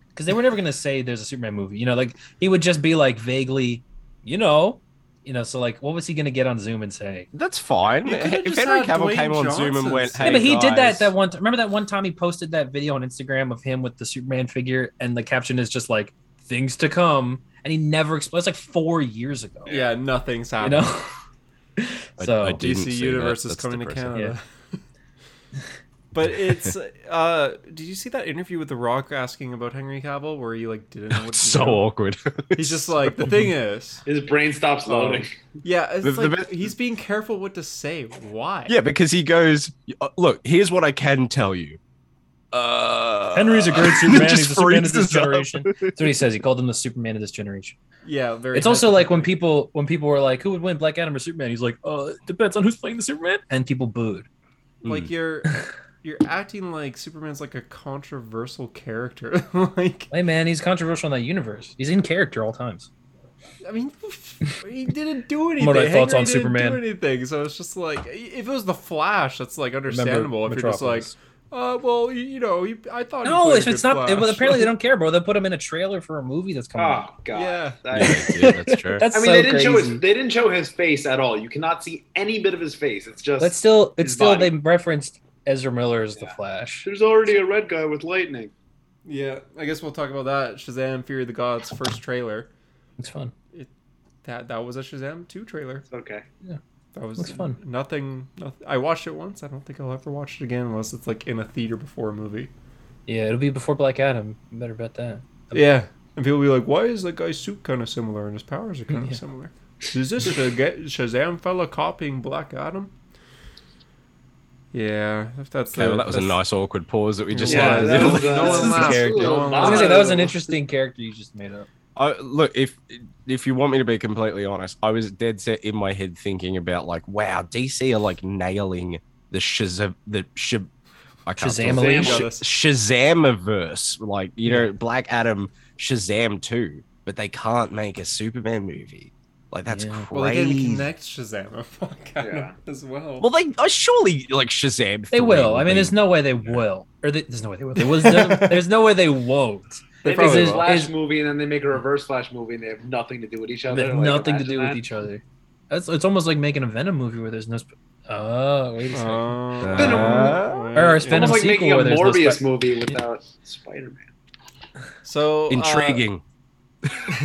C: because they were never gonna say there's a Superman movie. You know, like he would just be like vaguely, you know, you know. So like, what was he gonna get on Zoom and say?
D: That's fine.
B: You could've
D: If
B: just
D: Henry
B: had
D: Cavill
B: Dwayne
D: came on Zoom and
B: Johnson
D: went,
B: say
D: "Hey,
B: it.
C: yeah, but he did that
D: guys,"
C: that one. T- remember that one time he posted that video on Instagram of him with the Superman figure, and the caption is just like "things to come," and he never explained. It's like four years ago.
B: yeah, nothing's
C: you
B: happening.
C: know. [LAUGHS] so
D: I did- Didn't
B: DC
D: see
B: Universe
D: that.
B: is
D: That's
B: coming
D: depressing.
B: to Canada. [LAUGHS] but it's uh did you see that interview with The Rock asking about Henry Cavill where he like didn't know what to
D: [LAUGHS] so
B: do?
D: awkward.
B: He's just like the thing is
A: His brain stops
B: Oh.
A: loading.
B: yeah it's
D: The- the
B: like,
D: best-
B: he's being careful what to say why
D: Yeah, because he goes, "Uh, look, here's what I can tell you. Uh,
C: Henry's
D: [LAUGHS]
C: a great Superman.
D: Just
C: He's the Superman of this
D: freezes up.
C: generation. That's what he says. He called him the Superman of this generation.
B: yeah very
C: It's also
B: hesitant.
C: like when people when people were like, "Who would win, Black Adam or Superman?" He's like, "Uh, it depends on who's playing the Superman." And people booed.
B: like
C: [LAUGHS]
B: you're you're acting like Superman's like a controversial character [LAUGHS] like
C: Hey, man, he's controversial in that universe. He's in character all times.
B: I mean, [LAUGHS] he didn't do anything.
C: [LAUGHS] What are my thoughts
B: Henry
C: on
B: didn't
C: Superman?
B: Do anything? So it's just like if it was the Flash, that's like
C: Remember
B: understandable. if you're
C: Metropolis.
B: just like, uh, well, you, you know, he, I thought. he
C: No,
B: played a
C: if it's
B: good
C: not. It, well,
B: Flash.
C: apparently
B: [LAUGHS]
C: they don't care, bro. They put him in a trailer for a movie that's coming. [LAUGHS] out.
A: Oh god.
B: Yeah.
A: That-
D: yeah, yeah, that's true.
C: That's
A: I mean,
C: so
A: they didn't show
C: crazy.
A: his, they didn't show his face at all. You cannot see any bit of his face. It's just
C: But still, it's
A: His
C: still
A: body.
C: they referenced Ezra Miller as the
A: Yeah.
C: Flash.
A: there's already a red guy with lightning.
B: Yeah, I guess we'll talk about that. Shazam: Fury of the Gods first trailer.
C: It's fun.
B: That that was a Shazam two trailer.
A: It's okay.
B: That was
C: Looks fun.
B: Nothing, nothing. I watched it once. I don't think I'll ever watch it again unless it's like in a theater before a movie.
C: Yeah, it'll be before Black Adam. You better bet that.
B: Yeah, and people be like, "Why is that guy's suit kind of similar and his powers are
D: [LAUGHS]
B: kind of
C: Yeah.
B: similar?" Is this the ga- Shazam fella copying Black Adam? Yeah, if that's
D: Okay,
B: the-
D: well, that was a
B: that's-
D: nice awkward pause that we just
B: Yeah,
C: [LAUGHS]
D: had.
B: that
D: [LAUGHS]
B: was, uh,
D: No one
B: that's
D: laughed.
B: scary.
A: absolute
B: No one
C: I was
B: laughed.
C: gonna say that was an
A: lie.
C: interesting character you just made up.
D: I, look, if if you want me to be completely honest, I was dead set in my head thinking about like, wow, DC are like nailing the Shazam, the Shab, I can't talk.
C: Shazam-a-lation.
D: Sh- Shazamiverse. Like you know, Black Adam, Shazam two, but they can't make a Superman movie. Like that's
C: Yeah.
D: crazy.
B: Well, they didn't connect Shazam and Black Adam
A: Yeah.
B: as well.
D: Well, they uh, surely like Shazam.
C: They will. I mean, there's
D: it's
C: no way they will, or they, there's no way they will. There was [LAUGHS] no, there's no way they won't.
A: They,
B: They
A: make
B: probably
A: a
C: is-
B: will.
A: Flash
C: is-
A: movie and then they make a Reverse Flash movie and they have nothing to do with each
C: They
A: other.
C: have
A: Like,
C: nothing to
A: imagine
C: do with
A: that.
C: each other. That's it's almost like making a Venom movie where there's no. Sp- oh wait a second.
B: Uh,
A: Venom.
C: Or
A: It's
C: Venom
A: almost like
C: sequel
A: making a
C: where there's no
A: Morbius
C: Spi-
A: movie without Spider-Man.
B: So uh, [LAUGHS]
D: intriguing. [LAUGHS]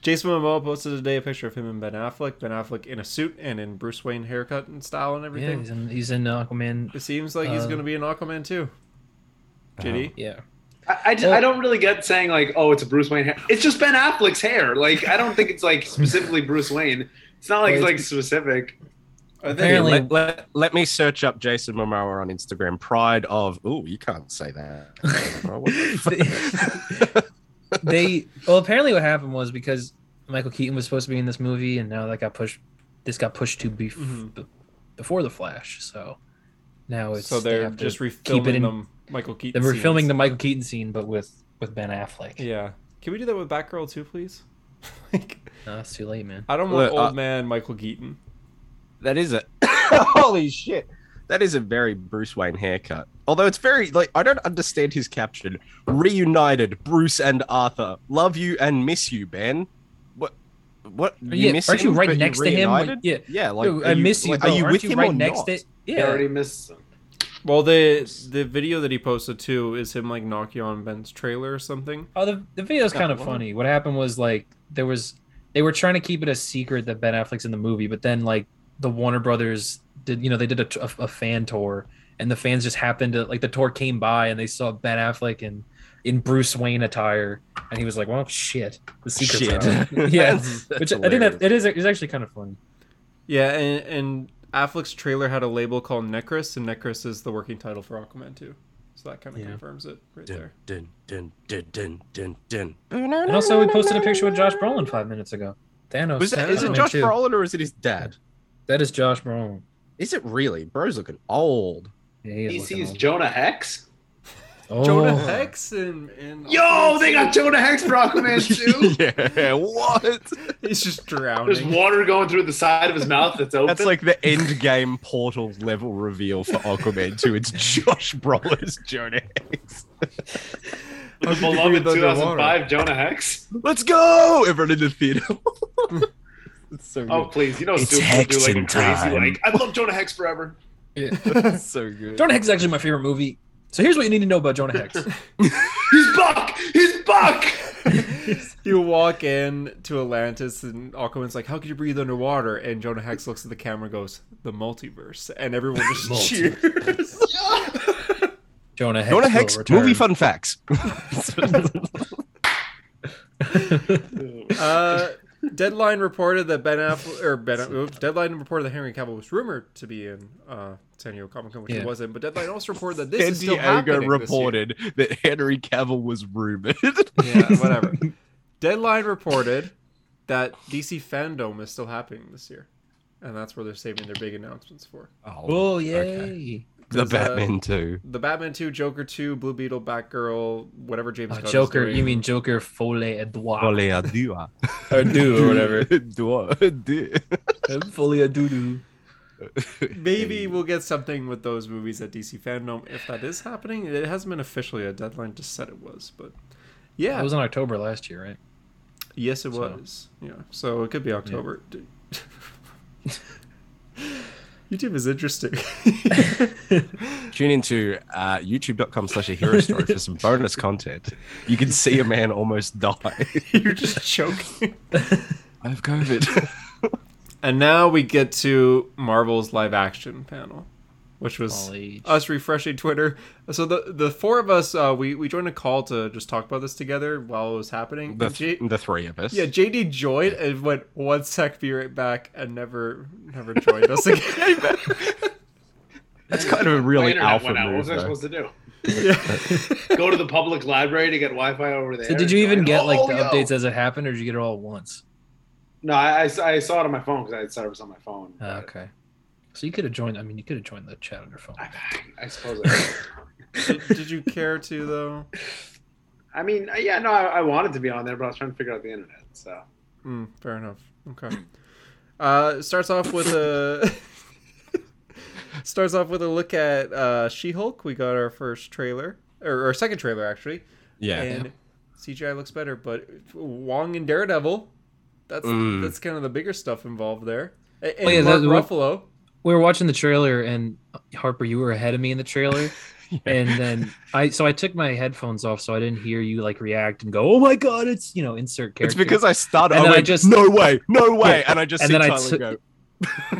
B: Jason Momoa posted today a picture of him and Ben Affleck. Ben Affleck in a suit and in Bruce Wayne haircut and style and
C: yeah,
B: everything.
C: he's in, he's in Aquaman.
B: it seems like he's
C: Uh,
B: gonna be an Aquaman too. JD.
C: Yeah, [LAUGHS]
A: I, I, just,
C: Well-
A: I don't really get saying like, oh, it's a Bruce Wayne hair. It's just Ben Affleck's hair. Like, I don't think it's
C: [LAUGHS]
A: like specifically Bruce Wayne. It's not like it's
C: Well,
A: like specific.
D: uh,
B: I think-
C: Apparently-
D: let, let, let me search up Jason Momoa on Instagram. Pride of. Oh, you can't say that.
C: [LAUGHS]
D: Oh, what the fuck? [LAUGHS]
C: they. Well, apparently what happened was because Michael Keaton was supposed to be in this movie, and now that got pushed. This got pushed to be
B: Mhm.
C: before the Flash, so now it's
B: so
C: they
B: they're
C: have to
B: just
C: keep it
B: refilming
C: in-
B: them. Michael Keaton.
C: They were filming the
B: scenes.
C: Michael Keaton scene, but with with Ben Affleck.
B: Yeah. Can we do that with Batgirl too, please? [LAUGHS] like,
C: No, it's Oh, too late, man.
B: I don't want
D: Look,
B: old
D: uh,
B: man Michael Keaton.
D: That
C: [LAUGHS]
D: is a holy shit. That is a very Bruce Wayne haircut. Although it's very like I don't understand his caption. Reunited, Bruce and Arthur. Love you and miss you, Ben. What? What?
C: Are you,
D: miss
C: aren't you
D: him,
C: right
D: but you're
C: next to him? Like,
D: reunited?
C: yeah.
D: yeah, like
C: Dude,
D: are
C: I miss you.
D: like,
C: bro.
D: are you
C: aren't
D: with
C: you
D: him
C: right
D: or
C: next
D: not?
C: to?
A: He
C: Yeah.
A: already missed him.
B: Well, the the video that he posted too is him like knocking on Ben's trailer or something.
C: Oh, the the video's
D: Yeah,
C: kind of
D: wow.
C: funny. What happened was like there was they were trying to keep it a secret that Ben Affleck's in the movie, but then like the Warner Brothers did you know they did a, a, a fan tour and the fans just happened to like the tour came by and they saw Ben Affleck in in Bruce Wayne attire and he was like, well, shit, the secret's
D: Shit. [LAUGHS]
C: out. [LAUGHS] yeah,
D: That's-
C: which
D: that's
C: I think that
D: hilarious.
C: it is it's actually kind of funny.
B: Yeah, and and Affleck's trailer had a label called Necris, and Necris is the working title for Aquaman too. So that kind of
C: Yeah.
B: confirms it right
D: Dun,
B: there.
D: dun, dun, dun, dun, dun, dun.
C: And also, we posted a picture with Josh Brolin five minutes ago. Thanos.
D: Was that,
B: Thanos
D: is it
C: Aquaman
D: Josh
C: too.
D: Brolin or is it his dad?
C: That is Josh Brolin.
D: Is it really? Bro's looking
B: [LAUGHS]
D: old.
C: Yeah, he is
A: He
C: looking
A: sees
C: old.
A: Jonah Hex.
C: Oh.
B: Jonah Hex and, and
A: Yo, they got Jonah Hex for
C: [LAUGHS]
D: [LAUGHS]
A: Aquaman too.
D: yeah. What?
B: He's just
A: There's
B: [LAUGHS] drowning.
A: water going through the side of his mouth
C: [LAUGHS]
A: that's open.
D: That's like the end game portal level reveal for Aquaman 2. It's Josh Brolin's Jonah Hex.
A: the beloved 2005 Jonah Hex.
D: Let's go! Everyone in the theater. it's so
A: Oh please, you know
D: It's
A: Stu will do like a
D: Hexen
A: crazy
D: time.
A: like I love Jonah Hex forever.
D: good. It's so good.
C: Jonah Hex is actually my favorite movie. So here's what you need to know about Jonah Hex.
A: He's Buck. He's Buck.
B: [LAUGHS] you walk in to Atlantis, and Aquaman's like, "How could you breathe underwater?" And Jonah Hex looks at the camera, and goes, "The multiverse," and everyone
D: [LAUGHS]
B: just cheers.
C: Jonah Hex.
D: Jonah
C: will
D: Hex,
C: return. [LAUGHS]
D: movie fun facts.
B: [LAUGHS] Uh, Deadline reported that Ben Affleck or Ben oops, Deadline reported that Henry Cavill was rumored to be in uh, San Diego Comic Con, which
C: Yeah.
B: he wasn't. But Deadline also reported that this
D: San
B: is still
D: Diego
B: happening this year.
D: reported that Henry Cavill was rumored.
B: Yeah, whatever.
D: [LAUGHS]
B: Deadline reported that DC fandom is still happening this year, and that's where they're saving their big announcements for.
C: Oh yay!
D: okay. The
B: There's, uh,
D: Batman 2.
B: The Batman 2, Joker 2, Blue Beetle, Batgirl, whatever James
C: Oh,
B: Gunn is
C: Joker,
B: doing.
C: you mean Joker Fole Edouard
D: Ole [LAUGHS] adua.
C: or do or whatever?
D: [LAUGHS] Dua. Du.
C: [LAUGHS] Fole Adudu.
B: Maybe we'll get something with those movies at DC fandom if that is happening. It hasn't been officially a deadline just said it was, but yeah,
C: That was in October last year, right?
B: yes, it
C: so-
B: was. Yeah, so it could be October. [LAUGHS] Dude. YouTube is interesting.
D: [LAUGHS]
B: [LAUGHS]
D: Tune into uh, youtube.com slash a hero story for some bonus content. You can see a man almost [LAUGHS] die.
B: You're just
C: [LAUGHS]
B: choking.
D: I have COVID.
B: And now we get to Marvel's live action panel, which was
C: Golly.
B: us refreshing Twitter. So the the four of us uh, we we joined a call to just talk about this together while it was happening.
D: [LAUGHS] the,
B: And J-
D: the three of us.
B: yeah, JD joined and went one sec, be right back, and never never joined us again.
D: That's kind of a really
A: internet
D: alpha
A: went out. What
D: move.
A: was I
D: though.
A: supposed to do?
B: yeah.
A: Go to the public library to get Wi-Fi over there.
C: So did you
A: and
C: even
A: go,
C: get like
A: "Oh,
C: the
A: yo."
C: updates as it happened, or did you get it all at once?
A: No, I, I s- I saw it on my phone because I had service on my phone.
C: Ah, okay. So you could have joined. I mean, you could have joined the chat on your phone.
A: I, I suppose.
C: [LAUGHS]
A: I,
B: [LAUGHS] Did, did you care to though?
A: I mean, yeah, no, I, I wanted to be on there, but I was trying to figure out the internet. So
B: Mm, fair enough. Okay. Uh, it starts off with a [LAUGHS] starts off with a look at uh, She-Hulk. We got our first trailer or, or second trailer actually,
D: Yeah.
B: and CGI looks better. But Wong and Daredevil, that's
D: Mm.
B: that's kind of the bigger stuff involved there. A- And,
C: Oh, yeah,
B: Mark
C: that- what-
B: Ruffalo.
C: we were watching the trailer and uh, Harper, you were ahead of me in the [LAUGHS] trailer. And then I so I took my headphones off so I didn't hear you like react and go, Oh my god, it's you know, insert
D: It's
C: character.
D: because I started.
C: And
D: I
C: then I
D: went,
C: just-
D: no way, no way,
C: Yeah.
D: and I just
C: And
D: see
C: then I
D: Tyler
C: took-
D: go.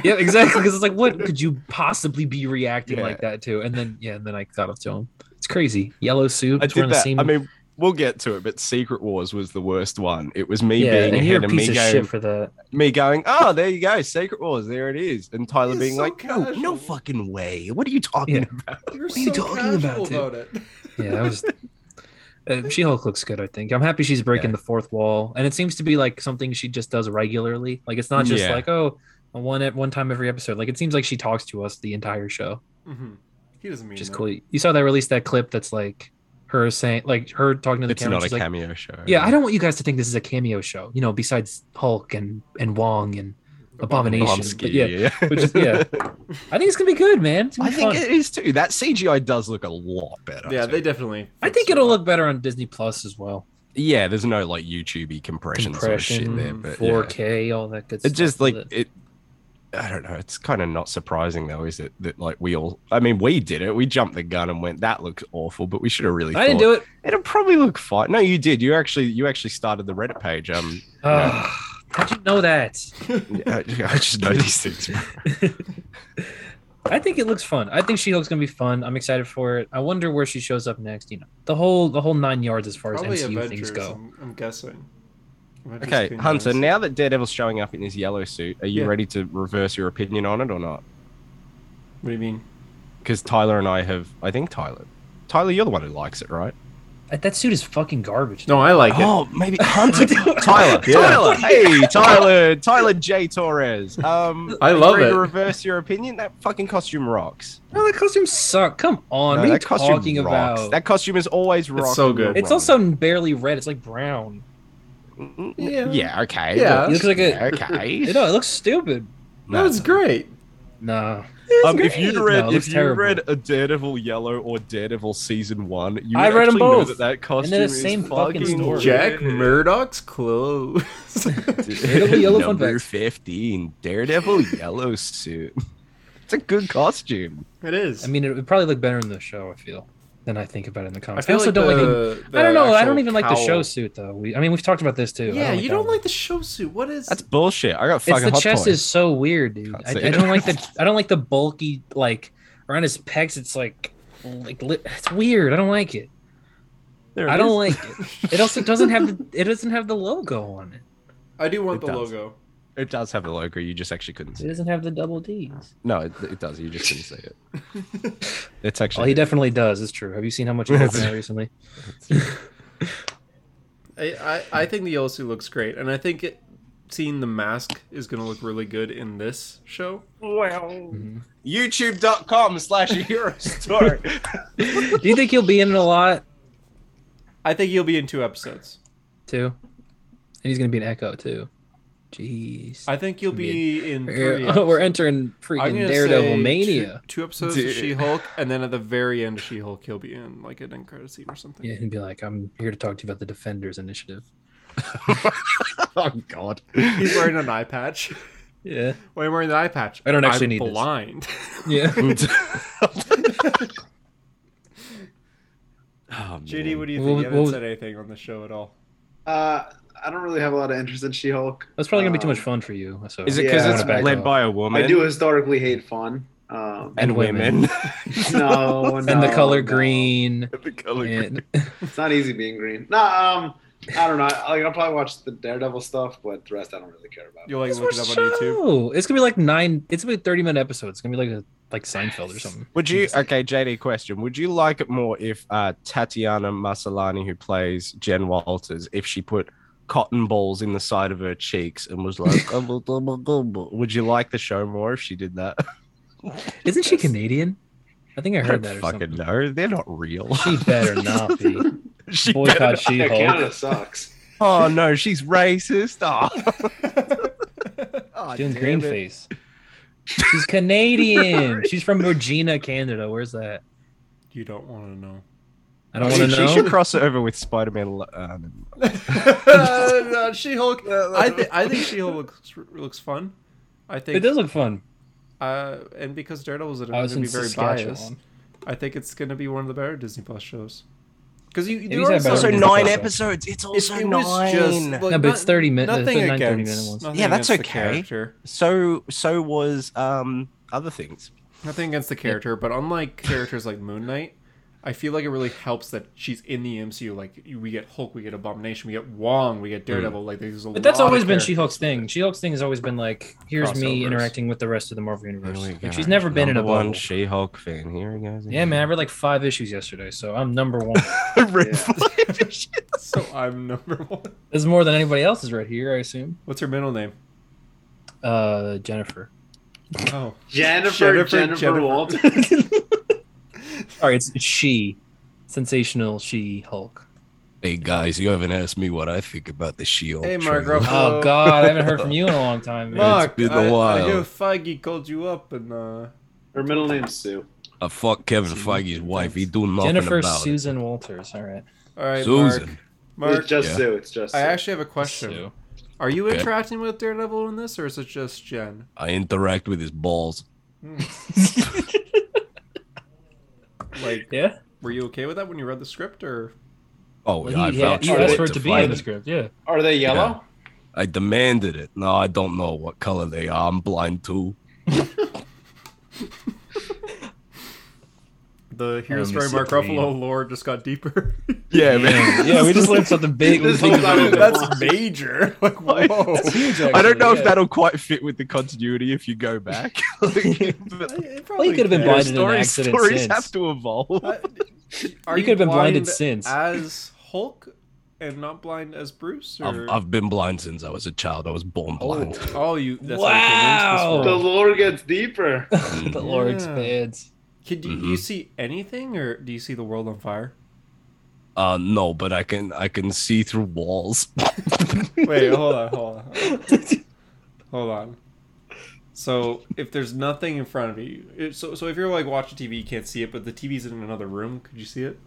C: Yeah, exactly. Because it's like, what could you possibly be reacting
D: Yeah.
C: like that to? And then yeah, and then I caught up to him. It's crazy. Yellow suit. we're
D: I
C: in
D: did
C: the
D: that.
C: same
D: I mean, we'll get to it, but Secret Wars was the worst one. It was me
C: yeah,
D: being
C: and you're
D: ahead
C: a
D: and
C: piece
D: me
C: of
D: going,
C: shit for that.
D: me going, oh, there you go, Secret Wars, there it is, and Tyler
B: He's
D: being
B: so
D: like, no,
B: casual.
D: no fucking way. What are you talking
C: Yeah.
D: about?
B: You're
C: are you
B: so
C: talking
B: casual
C: about, dude?
B: it.
C: Yeah, that was. Uh, she Hulk looks good, I think. I'm happy she's breaking
D: Yeah.
C: the fourth wall, and it seems to be like something she just does regularly. Like it's not just
D: Yeah.
C: like oh, one at one time every episode. Like it seems like she talks to us the entire show,
B: Mhm. He doesn't mean
C: which is
B: that.
C: cool. You saw they released that clip that's like her saying like her talking to the
D: it's
C: camera.
D: not a
C: she's like,
D: cameo show.
C: yeah, I don't want you guys to think this is a cameo show. You know, besides Hulk and and Wong and Abomination.
D: Blonsky,
C: But yeah, which is-
D: [LAUGHS]
C: yeah. I think it's gonna be good, man. It's gonna
D: I
C: be
D: think
C: fun.
D: it is too. That CGI does look a lot better.
B: Yeah,
D: too.
B: they definitely.
C: I think
B: fixed
C: it'll
B: it.
C: look better on Disney Plus as well.
D: yeah. There's no like YouTube compression, sort of shit
C: Compression,
D: there, but yeah.
C: 4K, all that good stuff.
D: It's just like
C: with it.
D: it. I don't know. It's kind of not surprising though, is it? That like we all. I mean, we did it. We jumped the gun and went. That looks awful, but we should have really.
C: I didn't do it.
D: It'll probably look fine. No, you did. You actually. You actually started the Reddit page. Um,
C: Ugh, how'd you know that? [LAUGHS]
D: [LAUGHS] I, I just know these things.
B: [LAUGHS]
C: I think it looks fun. I think She Hulk's gonna be fun. I'm excited for it. I wonder where she shows up next. You know, the whole the whole nine yards as far as
B: Probably
C: MCU
B: Avengers.
C: things go.
B: I'm, I'm guessing. Avengers
D: Okay,
B: Kingdom
D: Hunter.
B: is-
D: Now that Daredevil's showing up in his yellow suit, are you
B: Yeah.
D: ready to reverse your opinion on it or not?
B: What do you mean?
D: Because Tyler and I have. I think Tyler. Tyler, you're the one who likes it, right?
C: That, that suit is fucking garbage.
B: No, I like
C: [LAUGHS]
B: it.
D: Oh, maybe Hunter [LAUGHS] Tyler.
B: [LAUGHS] Yeah.
D: Tyler. Hey, Tyler. Tyler J. Torres. Um,
B: I love
D: ready to
B: it.
D: reverse your opinion. That fucking costume rocks.
C: No, that costume sucked. Come on,
D: No,
C: what are you
D: that costume
C: talking
D: rocks.
C: about?
D: That costume is always rocked.
B: so
D: and
B: good.
C: it's
D: well.
C: also barely red. It's like brown.
D: Mm,
B: Yeah.
D: Yeah. Okay.
B: Yeah.
C: It looks like a-
D: yeah, okay.
C: [LAUGHS] You know, it looks stupid.
B: That was great.
C: Nah,
D: Um, if you'd
C: great.
D: read,
C: No, it looks
D: if you
C: terrible.
D: read a Daredevil Yellow or Daredevil season one, you would
C: I read 'em
D: actually know
C: both.
D: that that
C: they're
D: costume
C: the
D: is
C: same fucking
D: fucking
C: story.
B: Jack
D: weird.
B: Murdoch's
C: [LAUGHS]
B: clothes. [LAUGHS]
D: [LAUGHS]
C: Daredevil Yellow fun
D: Number
C: fact.
D: fifteen, Daredevil Yellow suit. [LAUGHS] It's a good costume.
B: it is.
C: I mean, it would probably look better in the show. I feel than I think about it in the
B: I
C: comics. I,
B: feel
C: also
B: like
C: don't like. it-
B: the, the
C: I don't know. I
B: actual
C: don't even like the show
B: cowl-
C: suit though. We, I mean, we've talked about this too. I
B: Yeah, you
C: that
B: don't
C: one.
B: like the show suit. What is?
D: That's bullshit. I got fucking
C: It's the
D: hot
C: chest
D: toys.
C: is so weird, dude.
D: Can't
C: I,
D: see
C: I
D: it.
C: don't like the. I don't like the bulky like around his pecs. It's like like li- it's weird. I don't like it.
D: There
C: I
D: it
C: don't
D: is.
C: like [LAUGHS] it. It also doesn't have the. It doesn't have the logo on it.
B: I do want the
D: It does.
B: logo.
D: It does have the logo. You just actually couldn't see.
C: It
D: It.
C: doesn't have the double D's.
D: No, it, it does. You just couldn't see it.
C: [LAUGHS]
D: It's
C: Oh,
D: actually.
C: he definitely does. It's true. Have you seen how much he's
D: That's-
C: now recently?
B: I, I, I think the yellow suit looks great, and I think it, seeing the mask is going to look really good in this show.
D: Wow.
C: Mm-hmm.
D: YouTube.com slash hero story.
C: Do you think he'll be in it a lot
B: I think he'll be in two episodes.
C: too? And he's gonna be an Echo too. Jeez.
B: I think he'll be
C: [LAUGHS]
B: in
C: We're,
B: three.
C: we're
B: episodes.
C: entering
B: I'm
C: freaking
B: gonna
C: Daredevil
B: say
C: mania.
B: Two, two episodes
D: Dude.
B: of She Hulk, and then at the very end of She Hulk, he'll be in like an end credit scene or something.
C: Yeah, he'd be like, "I'm here to talk to you about the Defenders Initiative."
D: [LAUGHS] oh God.
B: He's wearing an eye
C: [LAUGHS]
B: patch.
C: Yeah.
B: Why am I wearing the eye patch?
C: I don't actually
B: I'm
C: need this.
B: blind. [LAUGHS]
C: Yeah. [LAUGHS]
D: Oh,
B: JD,
D: man.
B: what do you
C: Well,
B: think? you haven't
C: well-
B: said anything on the show at all.
A: Uh, I don't really have a lot of interest in She-Hulk.
C: That's probably gonna be too
A: Um,
C: much fun for you. So
D: Is it because
A: Yeah.
D: it's
C: Back
D: led
C: off.
D: by a woman?
A: I do historically hate fun. Um,
D: And women.
A: [LAUGHS] no, no,
C: [LAUGHS] and the color
A: no.
D: [LAUGHS]
C: green?
D: the color
C: And
A: It's not easy being green. Nah, um, I don't know. I, like, I'll probably watch the Daredevil stuff, but the rest I don't really care about.
B: You'll like
C: It's
B: look it
C: a
B: up on YouTube.
C: show. It's gonna be like nine. It's gonna be a thirty-minute episode. It's gonna be like a like Seinfeld or something.
D: Would you okay, JD? Question: Would you like it more if uh, Tatiana Maslany, who plays Jen Walters, if she put cotton balls in the side of her cheeks and was like, "Um, um, um, um, um," would you like the show more if she did that?
C: Isn't she Canadian? I think I heard that. Or
D: [LAUGHS] fucking
C: something.
D: know. They're not real. [LAUGHS]
C: She better not be.
D: She better-
C: Boycott
A: Yeah,
C: She-Hulk.
A: Canada
C: [LAUGHS]
A: sucks.
D: oh no, she's racist. Oh, oh
C: Doing
D: damn
C: green
D: it.
C: face. She's Canadian. She's from Regina, Canada. Where's that?
B: [LAUGHS] you don't want to know.
C: I don't
D: She-
C: want to
D: She should
C: know.
D: cross it over with Spider-Man. Uh,
B: [LAUGHS] she Hulk. uh, I, th- I think She Hulk looks looks fun. I
C: It
B: think,
C: does look fun.
B: uh, and because Daredevil's in it,
C: I
B: I'm
C: was
B: going to be
C: in
B: very
C: Saskatchewan.
B: biased. I think it's going to be one of the better Disney Plus shows. Because you,
C: you
B: you
C: said
B: already
C: better
B: saw-
C: Also
D: um,
C: than nine episodes.
B: It's-
D: It's
B: it was just like,
C: No, but it's 30 minute-
B: Nothing
C: it's a nine 30 minute
B: against.
C: ones.
B: nothing
D: Yeah, that's
B: against the
D: okay.
B: character.
D: So so was um other things.
B: Nothing against the character, but unlike characters like Moon Knight, I feel like it really helps that she's in the MCU. Like we get Hulk, we get Abomination, we get Wong, we get Daredevil. Like there's a
C: Hmm. But that's
B: lot of
C: always been
B: characters.
C: She Hulk's thing. She Hulk's thing has always been like, here's me
B: Crossovers.
C: interacting with the rest of the Marvel universe. Like, she's never been in a
D: one
C: bubble.
D: She-Hulk fan. Here he goes.
C: Yeah,
D: [LAUGHS]
C: man, I read like five issues yesterday, so I'm number one.
B: [LAUGHS] So I'm number one.
C: There's more than anybody else's right here, I assume.
B: What's her middle
D: [LAUGHS]
B: name?
C: Uh, Jennifer.
B: Oh,
A: Jennifer,
B: Jennifer,
C: [LAUGHS]
A: Jennifer,
B: Jennifer.
A: Walters.
C: All right, it's, it's she. sensational She Hulk.
D: Hey guys, you haven't asked me what I think about the Shield.
B: Hey, Mark Ruffalo.
C: Oh
B: Oh.
C: God, I haven't heard
B: [LAUGHS]
C: from you in a long time. man.
B: Mark,
D: been a
B: I, I
D: while.
B: hear Feige called you up and uh,
A: Her middle name's Sue.
D: I fuck Kevin Feige's wife. He do nothing
C: Jennifer
D: about
C: Susan Walters. All right.
B: all right,
D: Susan.
B: Mark.
A: it's just
D: yeah.
A: Sue. It's just Sue.
B: I actually have a question.
C: So-
B: Are you
D: Okay.
B: interacting with Daredevil in this, or is it just Jen?
D: it. I interact with his balls.
C: [LAUGHS]
B: Like,
C: yeah.
B: were you okay with that when you read the script, or
D: Oh,
C: Well,
D: I
C: he, yeah,
D: vouch
C: he
A: for
C: asked
A: it
C: for it
D: to
C: to be
D: fight
C: in the
D: it.
C: script. Yeah.
A: Are they yellow?
D: Yeah. I demanded it. No, I don't know what color they are. I'm blind too.
B: the
C: Um,
B: hero story
C: it's
B: Mark
C: okay.
B: Ruffalo lore just got deeper? [LAUGHS]
D: Yeah,
C: Yeah. [LAUGHS] yeah, we just learned something big.
A: This
C: We think
A: whole time
C: about it.
A: that's-
B: major. [LAUGHS] Like, whoa.
C: It's huge,
D: I don't know
C: actually,
D: if
C: yeah.
D: that'll quite fit with the continuity if you go [LAUGHS] back. [LAUGHS] but
B: [LAUGHS] It probably
C: Well, he could have been
B: can.
C: blinded in an
D: stories,
C: accident
D: stories
C: since.
D: have to evolve.
B: Uh, Are
C: He
B: you
C: could have been blinded
B: blind
C: since.
B: as Hulk and not blind as Bruce? Or...
D: [LAUGHS] I've, I've been blind since I was a child. I was born blind.
B: Oh, oh, you. That's
C: Wow.
B: How you came into this
A: The
B: world.
A: lore gets deeper.
C: the lore
B: Yeah.
C: expands.
B: Can, do, do you see anything, or do you see the world on [LAUGHS] fire?
D: Uh, no, but I can I can see through walls. [LAUGHS]
B: Wait, hold on, hold on, hold on. So if there's nothing in front of you, it- so so if you're like watching TV, you can't see it, but the TV's in another room. Could you see it?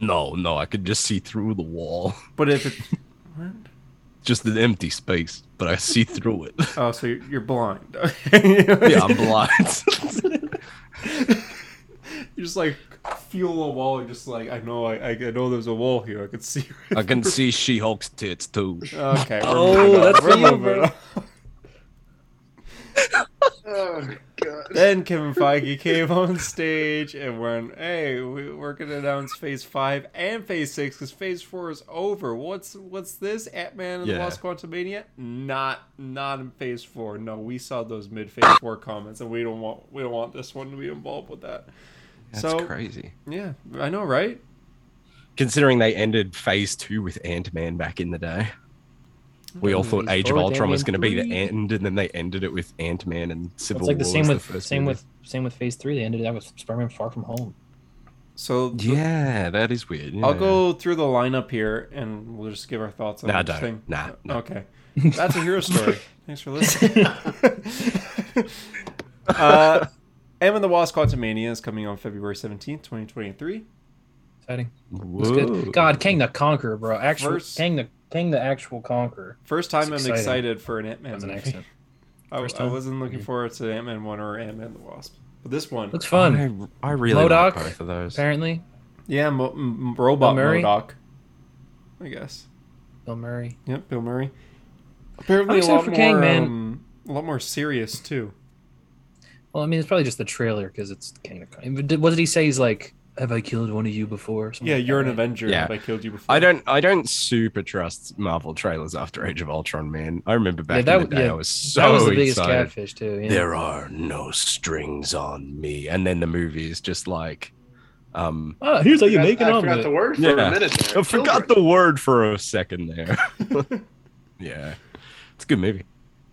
D: No, no, I could just see through the wall. [LAUGHS]
B: But if [LAUGHS] it, what?
D: Just an empty space, but I see through it. [LAUGHS]
B: oh, so you're, you're blind. [LAUGHS]
D: yeah, I'm blind. [LAUGHS]
B: You just like feel a wall. You're just like I know, I, I know there's a wall here. I could see.
D: I can see She Hulk's tits too.
B: [LAUGHS] Okay. We're
C: Oh,
B: moving on.
C: that's
B: we're
C: for you,
B: moving
C: bro.
B: on.
A: oh god.
B: Then Kevin Feige came on stage and went, "Hey, we, we're gonna announce Phase Five and Phase Six because Phase Four is over. What's what's this? Ant Man and the
D: Yeah.
B: Lost Quantumania? Not not in Phase Four. No, we saw those mid Phase Four comments, and we don't want we don't want this one to be involved with that. so
D: crazy.
B: yeah, I know, right?
D: Considering they ended Phase Two with Ant Man back in the day, we all thought
C: Phase
D: Age of
C: four,
D: Ultron was going to
C: Ant-Man
D: be the
C: three.
D: end, and then they ended it with Ant Man and Civil
C: It's like the
D: War.
C: same
D: was
C: with
D: first
C: same
D: movie.
C: with same with Phase Three. They ended that with Spider-Man Far From Home.
B: So th-
D: Yeah, that is weird.
B: I'll
D: yeah.
B: go through the lineup here, and we'll just give our thoughts on
D: Nah,
B: each
D: don't.
B: thing.
D: Nah, nah.
B: Okay. That's
C: [LAUGHS]
B: a hero story. Thanks for listening. [LAUGHS] uh, M and the Wasp Quantumania is coming on February 17th, 2023.
C: Exciting. It's
D: Whoa.
C: good. God, King the Conqueror, bro. Actual
B: First-
C: King the King the actual Conqueror.
B: First time
C: That's
B: I'm
C: exciting.
B: excited for an Ant Man
C: That's an
B: movie.
C: accent.
B: I,
C: First
B: I
C: time? Mm-hmm.
B: wasn't looking forward to Ant Man 1 or Ant Man the Wasp. But this one,
C: Looks fun.
D: I, I really
C: Modok,
D: like both of those.
C: Apparently,
B: yeah, Mo- M- Robot
C: Bill Murray?
B: Modok. I guess.
C: Bill Murray.
B: Yep, Bill Murray. Apparently, a
C: excited
B: lot,
C: for
B: more,
C: Kang, man.
B: Um, a lot more serious, too.
C: Well, I mean, it's probably just the trailer because it's King the Conqueror. But did- What did he say? He's like, "Have I killed one of you before?" or something
B: Yeah,
C: like
B: you're
C: that,
B: an
C: right?
B: Avenger.
D: Yeah.
B: but I killed you before.
D: I don't I don't super trust Marvel trailers after Age of Ultron, man. I remember back
C: that
D: in the
C: w-
D: day
C: yeah,
D: I was so
C: that was the biggest
D: excited.
C: catfish too. Yeah.
D: There are no strings on me. And then the movie is just like um
C: Oh, here's how you make an
A: I forgot the
C: omelet.
A: word for
D: Yeah.
A: a minute there.
D: I forgot the word for a
A: [LAUGHS]
D: second there. yeah. It's a good movie.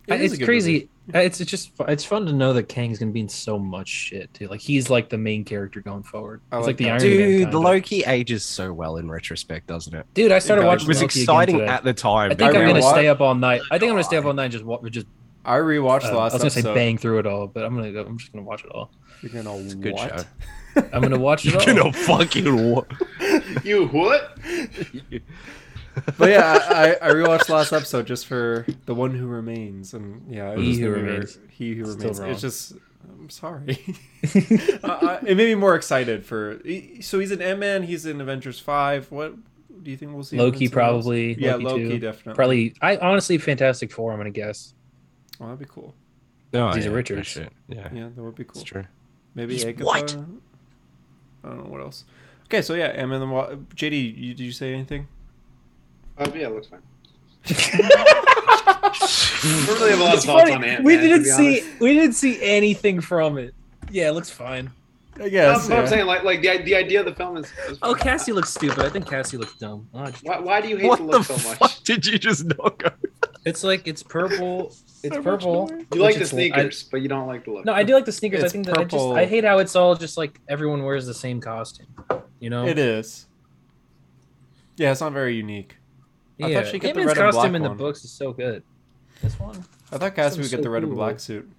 B: It is a
C: It's
B: good
C: crazy. Uh, It's it's just fu- it's fun to know that Kang's gonna be in so much shit too. Like he's like the main character going forward.
B: I
C: It's
B: like
C: like the
B: that.
C: Iron Man.
D: Dude,
C: kinda.
D: Loki ages so well in retrospect, doesn't it?
C: Dude, I started
B: It
D: It
C: watching.
D: was
C: Loki again
D: exciting
C: today.
D: at the time.
C: I think
B: I
C: I am gonna
B: rewatched-
C: stay up all night. I think I'm gonna stay up all night and just wa- just.
B: I rewatched the
C: uh, I
B: last
C: was gonna say
B: episode.
C: bang through it all, but I'm gonna go. I'm just gonna watch it all.
B: You're gonna
D: a good
B: what?
D: show.
C: I'm
B: [LAUGHS]
C: gonna watch it all.
D: you know, [LAUGHS] fucking wa-
A: word. You what?
B: But yeah, I, I I rewatched the last episode just for the one who remains, and yeah, it
C: He
B: was
C: Who
B: gonna be very-
C: Remains.
B: He who
C: Still
B: remains.
C: wrong.
B: It's just I'm
C: [LAUGHS]
B: sorry. uh, uh, it made me more excited for. he- So he's an M Man. He's in Avengers Five. What do you think we'll see? him in
C: Loki
B: something else?
C: probably,
B: Yeah,
C: Loki
B: Loki
C: too.
B: definitely.
C: Probably, I honestly, Fantastic Four. I'm gonna [LAUGHS] guess.
B: Well, that'd be cool.
D: Oh,
C: These are
D: yeah,
C: Richards.
D: for sure. Yeah,
B: Yeah, that would be cool.
D: it's true.
B: Maybe
D: He's
B: Agatha.
D: white.
B: I don't know what else. Okay, so yeah, M and the Wa- JD. You, did you say anything?
A: Oh yeah, it looks fine. We really have a lot of thoughts on Ant-Man.
C: we
A: to
C: didn't
A: be
C: see.
A: honest.
C: We didn't see anything from it. Yeah, it looks fine.
B: I
A: No,
B: guess.
A: but I'm
B: yeah.
A: saying like like the, the idea of the film is. is
C: Oh, Cassie looks stupid. I think Cassie looks dumb. Oh, it's-
A: Why, why do you hate
D: What
A: the
D: the
A: look so
D: [LAUGHS] fuck
A: much?
D: did you just knock over?
C: It's like it's purple. It's
D: So much
C: purple.
D: noise.
A: You like
C: which
A: the
C: it's- I-
A: sneakers, but you don't like the look.
C: no, I do like the sneakers. I
B: It's
C: think that I just
B: purple.
C: I hate how it's all just like everyone wears the same costume. you know?
B: It is. Yeah, it's not very unique.
C: yeah.
B: I thought she got the
C: Ant-Man's
B: red and
C: costume
B: black
C: in the
B: one.
C: books is so good. This one?
B: I thought Cassie would
C: Sounds
B: get
C: so
B: the red and
C: cool.
B: black suit.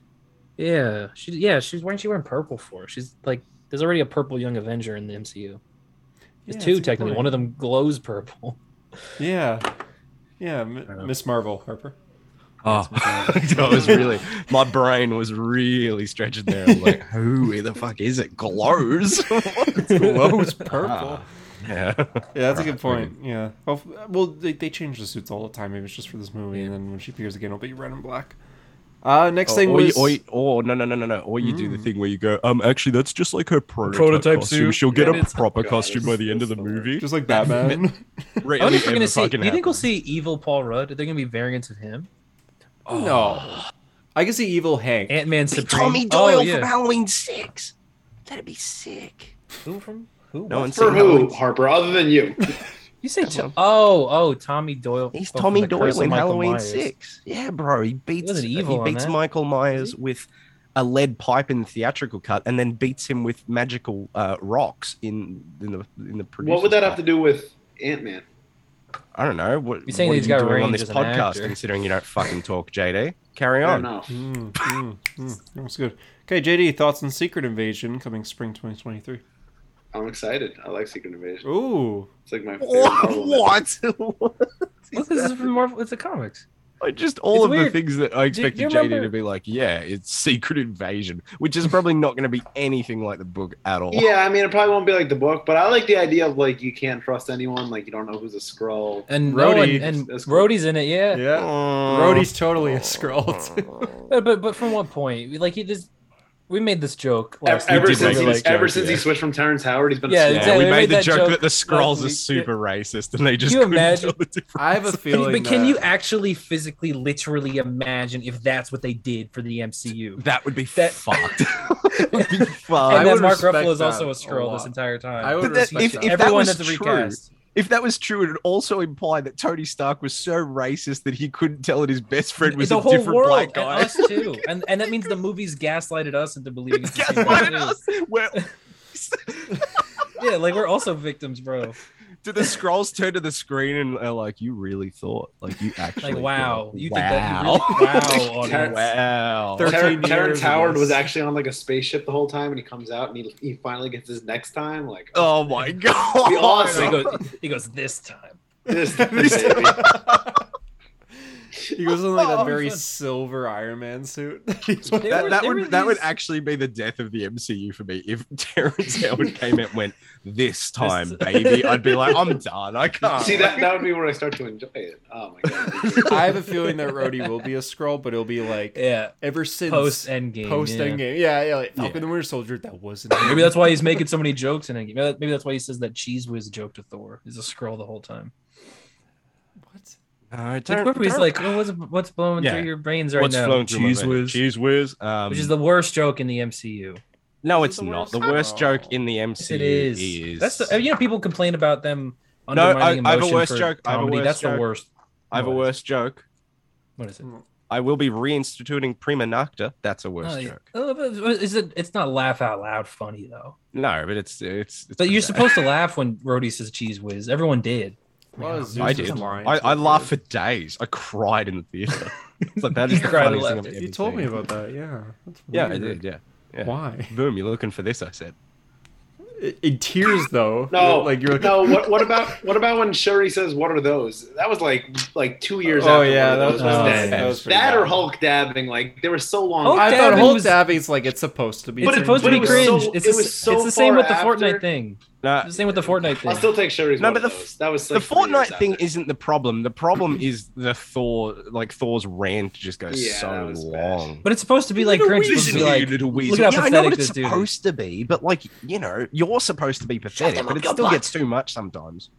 C: Yeah. She yeah, she's why isn't she wearing purple for? She's like there's already a purple young Avenger in the MCU. There's
B: Yeah,
C: two
B: that's a good
C: technically.
B: point.
C: One of them glows purple.
B: Yeah, yeah,
C: know.
B: M- Miss Marvel
C: [LAUGHS]
B: Harper.
D: [LAUGHS] Oh, [LAUGHS] that was really my brain was really stretching there. I'm like, who the fuck is it? Glows. [LAUGHS]
C: Oh,
B: Glows [LAUGHS] purple.
D: Ah, yeah.
B: Yeah, that's a
D: Right,
B: good point. Yeah. Well, well they, they change the suits all the time. Maybe it's just for this movie, and then when she appears again, it'll be red and black. Uh, next
D: Or,
B: thing
D: Oh, or, you-
B: was
D: or, you- or no no no no no. Or you do the thing where you go, um, actually that's just like her prototype,
C: Prototype
D: costume.
C: suit,
D: She'll get
C: and
D: a
C: it's-
D: proper
A: God,
D: costume by
A: this-
D: the end of
A: this
D: the
A: is the worst.
D: movie.
B: just like Batman. [LAUGHS]
D: Rarely
C: I wonder if we're
D: ever
C: gonna see.
D: fucking
C: Do you think we'll
D: happens.
C: see evil Paul Rudd? Are there gonna be variants of him?
B: No, I can see evil Hank.
C: Ant Man
D: Be
C: Supreme.
D: Tommy Doyle
C: oh,
D: from
C: yeah.
D: Halloween Six? That'd be sick.
C: Who from who?
D: No
C: What?
D: one's
A: For
D: seen
A: who,
D: Halloween.
A: Harper, other than you?
C: You say
D: Come
C: to-
D: on.
C: oh oh Tommy Doyle.
D: He's
C: oh, from
D: Tommy
C: The Curse
D: Doyle
C: of
D: in
C: Michael
D: Halloween
C: Myers.
D: Six. Yeah, bro, he beats
C: wasn't
D: he,
C: evil on
D: beats
C: that.
D: Michael Myers with a lead pipe in the theatrical cut, and then beats him with magical uh, rocks in in the in the.
A: What would that have to do with Ant Man?
D: I don't know. What,
C: You're saying
D: what
C: he's
D: are you
C: got
D: doing on
C: range
D: this
C: as an
D: podcast?
C: actor.
D: Considering you don't fucking talk,
C: [LAUGHS]
D: JD. Carry
A: I don't know.
D: on. [LAUGHS]
B: Mm, mm, mm. That's good. Okay, JD, thoughts on Secret Invasion coming spring 2023?
A: I'm excited. I like Secret Invasion.
B: Ooh,
A: It's like
D: [LAUGHS]
A: my favorite Marvel movie.
D: What? [LAUGHS] what?
C: Well, this
D: is that?
C: is from Marvel. It's a comics.
D: I just all
C: It's
D: of
C: weird.
D: the things that I
C: Do you
D: expected JD
C: remember-
D: to be like, yeah, it's Secret Invasion, which is probably not going to be anything like the book at all.
A: Yeah, I mean, it probably won't be like the book, but I like the idea of like you can't trust anyone. Like you don't know who's a scroll.
C: And
B: Rhodey.
C: Rhodey, and,
A: That's cool.
C: Rhodey's in it. Yeah.
B: yeah,
D: Oh.
B: Rhodey's totally a Skrull.
C: But, but but from what point? Like he just we made this joke
A: Ever,
C: last
A: E-, ever
D: did
C: week.
A: since
D: make
A: he,
D: this
C: like,
D: joke,
A: ever since he
D: yeah.
A: switched from Terrence Howard, he's been
C: Yeah,
A: a scroll.
D: Yeah,
C: exactly.
D: we
C: We
D: made,
C: made
D: the
C: that
D: joke,
C: joke
D: that the Skrulls
C: last
D: are
C: week.
D: super racist, and they just
C: you
D: couldn't
C: imagine-
D: tell the difference.
B: [LAUGHS] I have a
C: Can you-
B: feeling.
C: but can
B: that-
C: you actually physically, literally imagine if that's what they did for
B: [LAUGHS]
C: the MCU?
D: That would be
C: That- [LAUGHS]
D: fucked. That would be fucked.
B: I
C: And then
B: would
C: Mark Ruffalo
B: respect
C: is also a
B: that a
C: scroll
B: lot.
C: this entire time.
B: I would
D: But that-
B: respect
D: if-
B: that.
D: if that
C: Everyone
D: was
C: that's
D: true-
C: recast.
D: If that was true, it would also imply that Tony Stark was so racist that he couldn't tell that his best friend was
C: the
D: a
C: whole
D: different
C: world,
D: black
C: and
D: guy.
C: us
D: [LAUGHS]
C: too, and and that means the movies gaslighted us into believing it's the same
D: Gaslighted
C: thing, too.
D: us. [LAUGHS]
C: [LAUGHS]
D: Well,
C: Yeah, like we're also victims, bro.
D: do the scrolls turn to the screen and are like, "You really thought? Like you actually?
C: Like wow,
D: thought,
C: you
D: wow.
C: think that? You
D: [LAUGHS]
B: [LAUGHS]
C: really, wow, audience.
D: wow.
B: They're- 13
A: Terrence, Terrence
B: years of
A: Howard
B: this.
A: was actually on like a spaceship the whole time, and he comes out and he, he finally gets his next time. Like
D: Oh [LAUGHS] my
B: [LAUGHS]
D: god!
A: We all
C: So he goes, he goes this time.
A: this, baby.
B: he goes in like that
D: Oh,
B: very
C: fun.
B: silver Iron Man suit. [LAUGHS]
C: There
D: that,
C: were-
D: that
C: there
D: would
C: were
D: that would
C: these-
D: actually be the death of the MCU for me. If [LAUGHS] Terrence Howard came out and went this time, [LAUGHS] baby, I'd be like, I'm done. I can't.
A: See that that would be where I start to enjoy it. Oh my god.
B: [LAUGHS] I have a feeling that Rhodey will be a scroll, but it'll be like
C: Yeah,
B: ever since
C: post Endgame.
B: post
C: yeah.
B: Endgame. Yeah, yeah, like Falcon
D: Yeah.
B: and Winter Soldier. That wasn't.
C: Maybe that's why he's making so many jokes in Endgame. Maybe that- Maybe that's why he says that cheese whiz joke to Thor. He's a scroll the whole time.
B: what.
D: No,
C: Like,
D: don't-
C: where he's
D: don't-
C: like, oh, what's what's blowing
D: Yeah.
C: through your brains right
D: what's
C: now?
D: flowing through my
C: cheese
D: veins?
C: whiz,
D: Cheese whiz. Um,
C: which is the worst joke in the MCU.
D: no,
B: This
D: it's
B: is the
D: not.
B: worst
D: The worst
B: joke.
D: joke in the MCU
C: Yes, it is.
D: is.
C: That's the, you know people complain about them.
D: No, I-
C: undermining
D: I have a
C: emotion
D: worse
C: for
D: joke. I have a
C: comedy.
D: worse
C: That's the
D: joke.
C: worst.
D: I have a
C: What?
D: worse joke.
C: What is it?
D: I will be reinstituting prima nocta. That's a worse
C: Oh, yeah.
D: joke.
C: Oh, but- but Is it? It's not laugh out loud funny though.
D: No, but it's it's. it's
C: But you're
D: pretty bad.
C: supposed to laugh when Rhodey says cheese whiz. Everyone did.
B: Well, Zeus
D: I
B: was
D: did.
B: lying
D: I,
B: to
D: I
B: the
D: laughed for
B: kid.
D: days. I cried in the
C: [LAUGHS]
D: theater. It's like that
C: You
D: is the
C: cried and
D: funniest thing
C: left.
D: I've ever
B: You told me
D: seen.
B: about that. Yeah. That's
D: Yeah, I
B: weird.
D: did. Yeah. yeah.
B: Why?
D: Boom! You're looking for this. I said.
B: I- In tears though.
A: No,
B: Like you're like,
A: no. What, what about what about when Sherry says, "What are those?" That was like like two years.
B: Oh
A: after
B: yeah,
A: one
B: that
A: of those
B: was,
C: oh,
A: was
B: that,
A: dead.
C: yeah.
B: was pretty
A: That
B: bad.
A: or Hulk dabbing, like they were so long.
C: Hulk
B: I thought
C: Dabbing
B: Hulk
C: was-
B: dabbing's like it's supposed to be.
A: But
C: It's
A: it-
C: supposed
A: but
C: to be
A: it was so-
C: cringe. it's
A: it
C: the,
A: was
C: s-
A: so
C: it's the same
A: far
C: with the
A: after-
C: Fortnite thing.
D: Nah,
C: It's the same with the Fortnite thing.
A: I'll still take Sherry's.
D: No,
A: one
D: but
A: of
D: the-
A: those. that was
D: the
A: like three years
D: Fortnite thing
A: after.
D: isn't the problem. The problem is the Thor, like Thor's rant, just goes
A: Yeah, that
D: so
A: was bad.
D: long.
C: But it's supposed to be like cringe. It's supposed to be like,
D: little
C: look at how
D: yeah, I know
C: pathetic
D: what it's
C: this dude is.
D: supposed to be, but like you know, you're supposed to be pathetic,
E: them
D: but
E: up,
D: it
E: your
D: still
E: butt.
D: gets too much sometimes.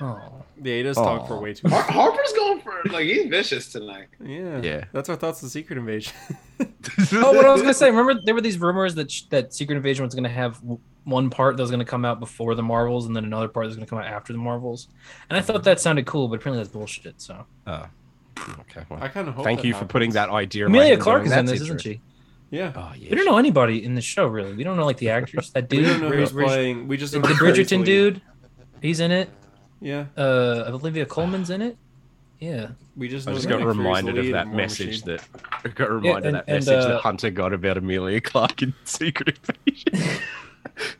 C: oh.
B: the Ada's talked for
D: Aw.
B: way too
A: Har-
B: long.
A: Harper's going for like he's vicious [LAUGHS] tonight.
B: Yeah.
D: Yeah.
B: That's our thoughts on Secret Invasion.
C: oh,
D: [LAUGHS]
C: what I was gonna say. Remember, there were these rumors that sh- that Secret Invasion was gonna have w- one part that was gonna come out before the Marvels, and then another part that was gonna come out after the Marvels. And I thought that sounded cool, but apparently that's bullshit. So
D: Oh. Okay. well,
B: I kind of hope.
D: Thank
B: that
D: you for putting
B: happens.
D: that idea. in my
C: Amelia
D: head and
C: Clark is
D: going,
C: in
D: "That's
C: this, isn't
D: interesting."
C: she?
B: Yeah.
D: Oh yeah.
C: We don't know anybody in the show really. We don't know like the actors. That
B: We
C: dude,
B: don't know
C: Rich-
B: who's
C: Rich-
B: playing. We just
C: the,
B: know
C: the
B: who's
C: Bridgerton
B: playing.
C: dude, he's in it.
B: Yeah.
C: Uh, Olivia Coleman's in it. Yeah,
B: We just.
D: I
B: know
D: just
B: Nick
D: got
B: Fury's the
D: reminded of
B: lead
D: that
B: in War
D: message
B: Machine.
D: that I got reminded
C: and-
D: of that
C: and,
D: message
C: uh,
D: that Hunter got about Amelia Clark in [LAUGHS] Secret
C: [LAUGHS]
D: Invasion.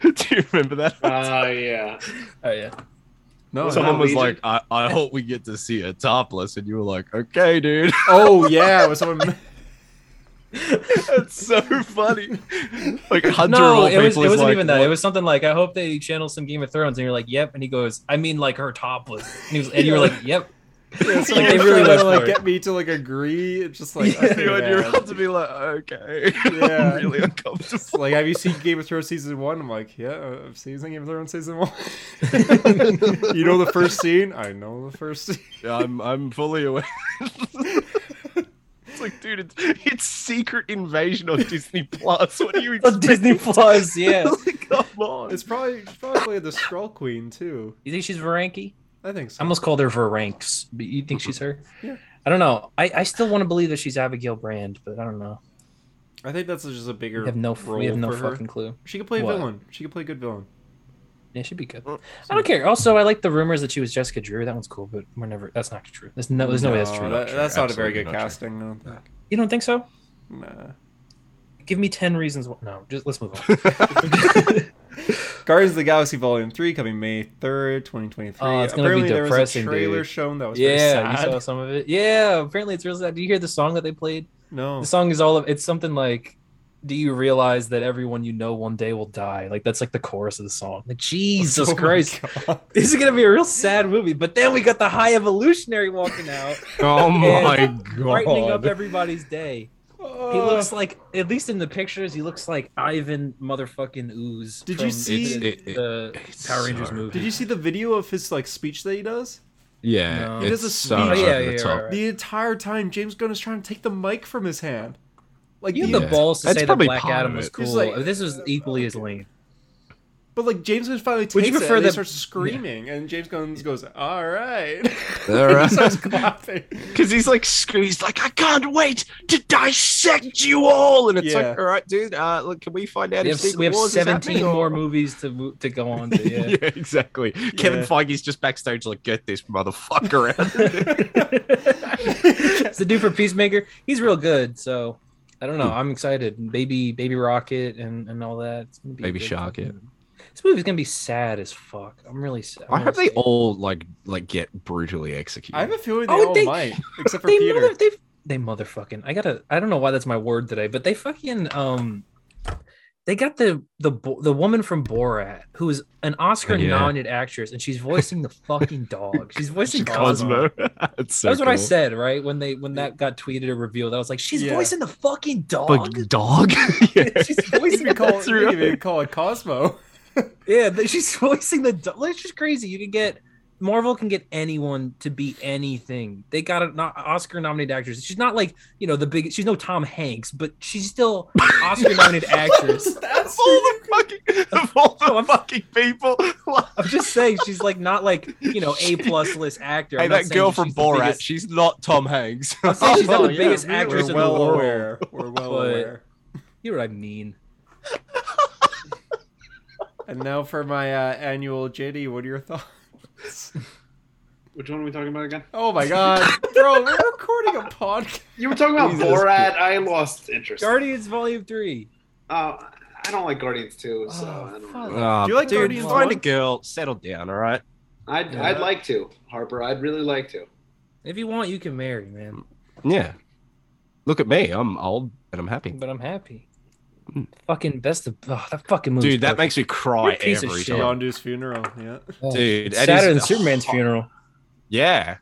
D: Do you remember that?
C: Uh,
D: [LAUGHS]
A: Ah, yeah.
C: oh yeah.
A: Someone
B: No. no.
D: Someone was
A: Legion?
D: like, I, "I hope we get to see her topless," and you were like, "Okay, dude." [LAUGHS]
B: Oh yeah. Was [LAUGHS] someone.
D: That's so funny. Like Hunter, of
C: No,
D: all
C: it was it
D: people is
C: wasn't
D: like,
C: even that.
D: "What?"
C: It was something like, I hope they channel some Game of Thrones, and you're like, yep. And he goes, I mean, like her topless. And, he was, and you
D: [LAUGHS]
C: were like, yep.
B: Yeah,
D: Like,
B: someone
C: they
B: was
C: really
B: trying to
C: went
B: like
C: for it.
B: get me to like agree. It's just like.
C: [LAUGHS] Yeah.
B: okay,
D: you and you're
B: man.
D: about to be like, "Okay, [LAUGHS]
B: Yeah.
D: I'm really uncomfortable."
B: It's [LAUGHS] like, have you seen Game of Thrones season one? I'm like, yeah, I've seen Game of Thrones season one. [LAUGHS] you know the first scene? I know the first scene.
D: Yeah, I'm I'm fully aware. [LAUGHS] it's like, dude, it's, it's Secret Invasion on Disney Plus. What do
C: [LAUGHS]
D: you [LAUGHS]
C: On
D: expect?
C: Disney Plus, yeah.
D: [LAUGHS] Like, come on. [LAUGHS]
B: It's probably it's probably the Skrull Queen too.
C: You think she's Varanki?
B: I think so.
C: I almost called her Varanks, but you think she's her?
B: Yeah.
C: I don't know. I, I still want to believe that she's Abigail Brand, but I don't know.
B: I think that's just a bigger
C: We have no
B: role
C: we have no
B: for her.
C: fucking clue.
B: She could play a
C: What?
B: villain. She could play a good villain.
C: Yeah, she'd be good.
D: Mm.
C: I don't care. Also, I like the rumors that she was Jessica Drew. That one's cool, but we're never. That's not true. There's no. There's no, way that's true.
B: that-
D: true.
B: that's not a very
D: Absolutely
B: good
D: not true.
B: casting. I don't think.
C: You don't think so?
B: Nah.
C: Give me ten reasons. Why. No, just let's move
B: [LAUGHS]
C: on. [LAUGHS]
B: Guardians of the Galaxy Volume Three coming May third, twenty twenty three.
C: Oh, it's gonna be
B: Apparently there was a
C: depressing,
B: trailer
C: dude.
B: shown that was very
C: yeah, you
B: sad.
C: saw some of it. Yeah, apparently it's real sad. Do you hear the song that they played?
B: [LAUGHS] No.
C: The song is all of. It's something like. Do you realize that everyone you know one day will die? Like that's like the chorus of the song. Like Jesus
B: [LAUGHS] Oh my
C: Christ,
B: God.
C: this is gonna be a real sad movie. But then we got the High Evolutionary
B: [LAUGHS]
C: walking out,
D: oh
C: my brightening up
D: god.
C: everybody's day. [LAUGHS] He
B: Uh.
C: looks like, at least in the pictures, he looks like Ivan motherfucking Ooze.
B: Did you
C: from
B: see-
C: the,
D: It- it-
C: the
D: it's
C: Power Rangers
D: so-
C: movie?
B: Did you see the video of his like speech that he does?
D: Yeah,
C: No. He
D: it's
B: does a
D: so
B: speech.
C: Oh,
D: over
C: yeah,
D: the
C: yeah,
D: top.
C: right, right.
B: The entire time, James Gunn is trying to take the mic from his hand. Like,
C: You
B: the-
C: have the
D: Yeah.
C: balls to
D: That's
C: say that
D: probably
C: Black
D: part
C: Adam
D: of
C: was
D: it.
C: cool.
B: It's like-
C: this was equally as lame.
B: but like James Gunn finally takes
C: Would you
B: it
C: prefer
B: and he
C: that-
B: starts screaming, and James Gunn goes, "All
C: [LAUGHS]
B: right," [LAUGHS]
D: All [LAUGHS] right.
B: He starts clapping.
D: Because he's like squeezed, like I can't wait to dissect you all, and it's
B: Yeah.
D: like, all right, dude. Uh, look, can we find out
C: We
D: if
C: have,
D: Secret
C: we have
D: Wars is
C: 17
D: [LAUGHS] happening,
C: more
D: or-
C: movies to mo- to go on to.
D: Yeah. [LAUGHS]
C: Yeah. [LAUGHS]
D: exactly. Kevin
B: Yeah.
D: Feige's just backstage, like, get this motherfucker [LAUGHS] out.
C: it's the dude for Peacemaker. He's real good. So I don't know. I'm excited. Baby, Baby Rocket, and and all that. It's gonna be a
D: Baby
C: good
D: Shark, yeah.
C: fucking- This movie's gonna be sad as fuck. I'm really sad.
D: I
C: I'm
D: hope
C: really
D: they
C: sad.
D: all like like get brutally executed.
B: I have a feeling they
C: Oh,
B: all
C: they- [LAUGHS]
B: might, except for
C: they
B: Peter.
C: mother they they motherfucking I gotta I don't know why that's my word today, but they fucking um they got the the bo- the woman from Borat who is an Oscar nominated actress and she's voicing the fucking dog. She's voicing Cosmo.
D: Cosmo. [LAUGHS] That's so
C: That's what I
D: cool.
C: said, right? When they when that got tweeted or revealed, I was like, she's
B: Yeah.
C: voicing the fucking dog.
D: But dog. [LAUGHS] yeah.
C: [LAUGHS] she's
B: We
C: voicing
B: could call
D: That's
B: it, we could
D: right.
B: even call it Cosmo.
C: Yeah, th- she's [LAUGHS] voicing the. du- Like, it's just crazy. You can get Marvel can get anyone to be anything. They got an Oscar nominated actress. She's not like you know the big. She's no Tom Hanks, but she's
D: [LAUGHS]
C: still Oscar nominated actress.
D: Of all the fucking, [LAUGHS] of all the
C: No, I'm-
D: fucking people. what-
C: I'm just saying she's like not like you know a
D: She-
C: plus list actor.
D: Hey,
C: I'm not
D: that
C: saying
D: girl
C: she's
D: from
C: the
D: Borat,
C: biggest-
D: she's not Tom Hanks.
C: I'm saying
D: [LAUGHS]
C: she's not
B: Oh,
C: the
B: yeah,
C: biggest
B: we-
C: actress
B: we're
C: in
B: well
C: the world.
B: aware. We're well
C: But-
B: aware.
C: You know what I mean?
B: And now for my uh, annual JD. What are your thoughts?
A: Which one are we talking about again?
B: Oh my god, bro! We're recording a podcast.
A: You were talking about
D: Jesus.
A: Borat. I lost interest.
C: Guardians Volume Three.
A: uh, I don't like Guardians 2, so
C: Oh,
A: I don't
C: fuck.
A: know.
D: Ah,
B: Do you like
D: dude,
B: Guardians
D: find a
B: one?
D: girl, settle down, all right?
A: I'd,
C: Yeah.
A: I'd like to, Harper. I'd really like to.
C: If you want, you can marry, man.
D: Yeah. Look at me. I'm old and I'm happy.
C: But I'm happy. Fucking best of oh, that fucking movie.
D: Dude, that makes me
C: You're
D: cry
C: a piece of
D: every
C: shit.
D: time.
B: Yondu's funeral. Yeah.
D: Dude, that
C: sadder
D: is-
C: than Oh. Superman's funeral.
D: Yeah.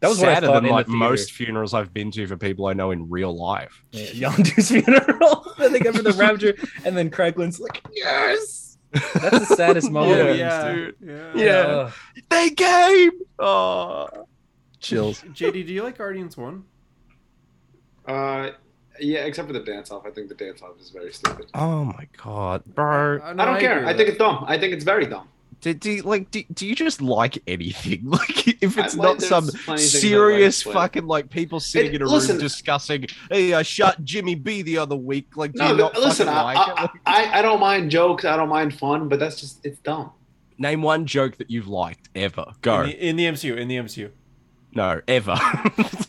C: That was what I
D: sadder
C: thought
D: than
C: in the
D: like
C: theater.
D: most funerals I've been to for people I know in real life.
C: Yeah, Yondu's funeral. [LAUGHS] then they go for the rapture, and then Craglin's like, "Yes." That's the saddest
B: Oh
C: moment.
B: yeah.
D: dude.
B: yeah.
D: Yeah.
C: Ugh.
D: They came. Oh, chills.
B: JD, do you like Guardians One?
A: Uh, yeah, except for the dance off. I think the dance off is very stupid.
D: Oh my god, bro.
B: Uh,
A: I don't care. I think it's dumb. I think it's very dumb.
D: Do, do like do, do you just like anything? [LAUGHS] Like if it's
A: I like-
D: not some
A: there's plenty of things I like,
D: serious
A: but-
D: fucking like people sitting
A: It-
D: in a
A: listen-
D: room discussing, hey, I shot Jimmy B the other week. Like, do
A: No,
D: you not
A: but listen,
D: fucking
A: I,
D: like it?
A: I, I, I don't mind jokes. I don't mind fun, but that's just, it's dumb.
D: Name one joke that you've liked ever. Go.
B: In the, in the MCU, in the MCU.
D: no,
A: [LAUGHS]
D: ever.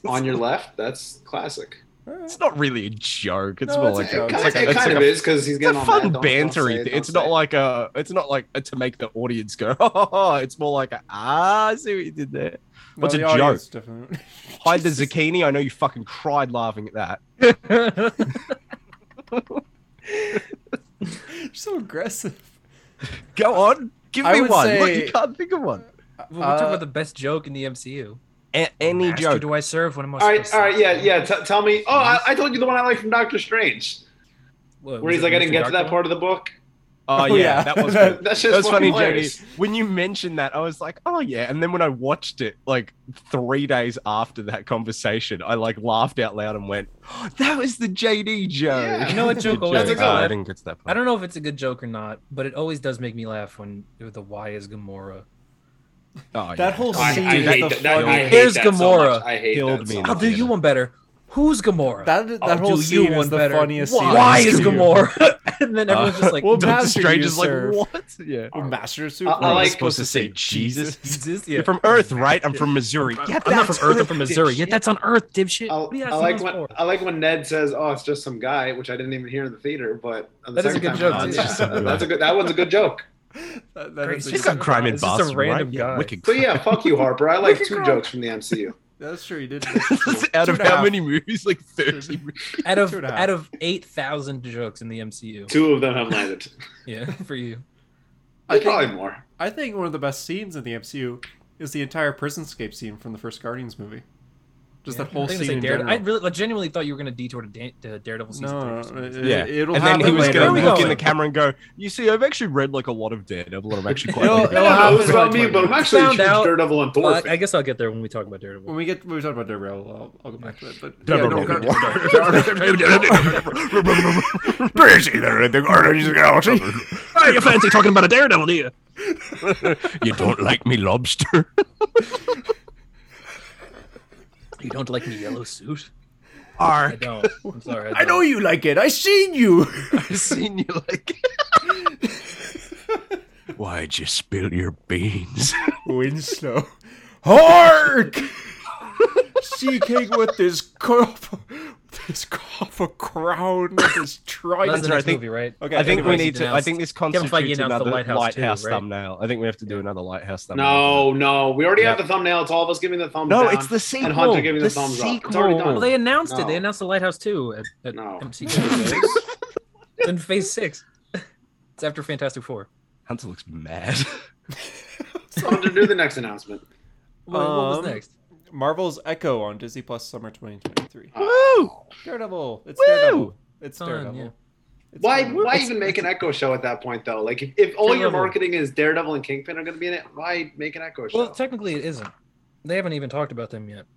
A: On your left, that's classic.
D: [LAUGHS] it's not really a joke. It's
B: No,
D: more
B: it's-
D: like
A: It
B: no,
D: a,
A: kind, of-
D: it's like a,
A: it
D: it's
A: kind
D: like
A: of
D: a-
A: is because he's
D: it's
A: getting
D: a
A: on
D: fun
A: that. Don't- don't say
D: bantery.
A: it,
D: thing.
A: don't
D: It's not
A: say it.
D: like a. It's not like a, to make the audience go. [LAUGHS] Oh, it's more like a, ah. I see what you did there. What's
B: the
D: a joke?
B: audience Definitely.
D: Hide the zucchini. I know you fucking cried laughing at that.
B: [LAUGHS]
C: [LAUGHS]
B: You're so aggressive.
D: Go on, give
B: I
D: me
B: would
D: one. Look,
B: say-
D: you can't think of one.
C: Well, we're talking about the best joke in the MCU.
D: A- any
C: Master
D: joke.
C: do I serve when I'm
A: All right, all right, yeah, yeah. T- tell me. Oh, I, I told you the one I like from Doctor Strange, where he's like, I didn't get to that part of the book.
D: Oh,
B: Oh,
D: yeah,
B: yeah.
D: that was [LAUGHS] good.
A: That's just
D: That was funny, Jamie.
A: hilarious.
D: When you mentioned that, I was like, "Oh yeah," and then when I watched it, like three days after that conversation, I like laughed out loud and went, "Oh, "That was the JD joke."
A: Yeah.
C: You know what
D: [LAUGHS]
C: joke always
A: That's a
C: makes
A: good
D: Oh, I
A: one.
C: me laugh?
D: didn't get to that
C: I
D: part.
C: don't know if it's a good joke or not, but it always does make me laugh when the why is Gamora.
D: Oh,
B: That
D: yeah.
B: whole
A: I, I
B: scene is
A: hate
B: the
A: that. that I hate
B: funniest.
C: Here's
A: that so
C: Gamora.
A: much. I hate
D: Killed
A: that
D: me.
A: so
C: I'll
A: much.
C: do you one better. Who's Gamora?
B: That, that
C: I'll
B: whole
C: Oh, do
B: scene
C: you
B: is
C: one
B: the
C: better.
B: funniest scene.
C: Why
B: in
C: is
B: the MCU.
C: Gamora? [LAUGHS] and then
D: Uh,
C: everyone's just
D: [LAUGHS]
C: like,
B: well,
D: Doctor
B: Master
D: Strange is
B: you,
D: like,
B: sir.
D: "What?" Yeah.
B: Or Master Suit.
A: I- I
B: We're all
A: like-
B: supposed to say Jesus.
C: Jesus, yeah.
D: You're from Earth, right? I'm from Missouri.
C: I'm
D: Yeah,
C: not
D: that's
C: from Earth. I'm from Missouri.
D: dipshit.
C: Yeah, that's on Earth, dipshit.
A: I'll-
C: What do you
A: I
C: asking
A: like
C: us
A: when
C: for?
A: I like when Ned says, "Oh, it's just some guy," which I didn't even hear in the theater. But on the
C: That is a
A: second time
C: good joke,
A: around,
C: too.
A: it's just- that's a good. That one's a good joke.
B: That- that
C: Great.
B: is
D: He's
B: a-
D: got crime in
C: It's just a
D: Boston,
C: random
D: right?
C: guy.
D: wicked
A: So yeah, fuck
D: [LAUGHS]
A: you, Harper. I like
C: Look at
A: two
C: Grok.
A: jokes from the MCU.
B: That's true. You did.
D: out
B: Two
D: of
B: and a
D: how
B: half.
D: many movies? Like 30 movies.
C: [LAUGHS] out of
B: Two and a half.
C: out of eight thousand jokes in the MCU.
A: Two of them have landed.
C: Yeah, [LAUGHS] for you.
B: I think-
A: Probably more.
B: I think one of the best scenes in the MCU is the entire prisonscape scene from the first Guardians movie. Just
C: Yeah.
B: that whole
C: I think
B: scene.
C: it's like
B: in
C: Darede-
B: general.
C: I really, I genuinely thought you were gonna detour to, Dan- to Daredevil season three.
B: no,
C: for some
B: no,
C: reason.
B: it,
D: Yeah.
B: it'll
D: and then
B: happen
D: he was
B: later.
D: going to
C: Where are we
D: look in
C: going?
D: the camera and go, You see, I've actually read like a lot of Daredevil and I'm actually quite.
B: It'll-
D: like it."
B: it'll
A: I don't know. It was
B: happen.
A: about me, but I'm actually a
C: Found
A: huge
C: out-
A: Daredevil and Thor.
C: Well, I,
A: fan.
C: I guess I'll get there when we talk about Daredevil.
B: When we get when we talk about Daredevil, I'll, I'll go back to it. But yeah,
D: Daredevil.
B: no, Guardians-
D: Busy [LAUGHS] there in the Guardians of the Galaxy.
C: you fancy talking about a Daredevil, do you?
D: You don't like me, lobster?
C: You don't like me yellow suit? I
D: Ark.
C: don't. I'm sorry.
B: [LAUGHS]
C: I,
B: I know you like it. I seen
D: [LAUGHS]
B: you.
D: I've seen you like.
B: [LAUGHS]
D: Why'd you spill your beans?
B: Winslow. Hark! [LAUGHS] Seeking with this cop, this copper crown, with this
C: That's,
B: trident.
C: the
D: right, I
C: next
D: think-
C: movie, right?
B: Okay,
D: I think we
C: Everybody's
D: need to. I
C: denounced-
D: think this
C: Kevin Feige
D: constitutes
C: announced
D: another
C: the Lighthouse
D: lighthouse,
C: too, right?
D: thumbnail. I think we have to do another lighthouse thumbnail.
A: No, no. We already
D: Yeah.
A: have the thumbnail. It's all of us giving the thumbs
D: no,
A: down. [LAUGHS]
D: it's the sequel.
A: And Hunter giving the,
D: the
A: thumbs up. It's
D: sequel.
A: already done.
C: Well, they announced it. They
A: No.
C: announced the Lighthouse too at, at
A: No.
C: [LAUGHS] MCU. in Phase Six. [LAUGHS] It's after Fantastic Four.
D: Hunter looks mad.
A: Hunter, do the next announcement.
C: What, what
B: Um,
C: was next?
B: Marvel's Echo on Disney Plus summer 2023.
D: [LAUGHS] Woo!
B: Daredevil. It's
D: Woo!
B: Daredevil. It's
C: Fun,
B: Daredevil.
C: yeah.
B: It's
A: Why?
B: fun.
A: Why even make an Echo show at that point, though? Like, if, if all your
C: Daredevil.
A: marketing is Daredevil and Kingpin are going to be in it, why make an Echo show?
C: Well, technically, it isn't. They haven't even talked about them yet.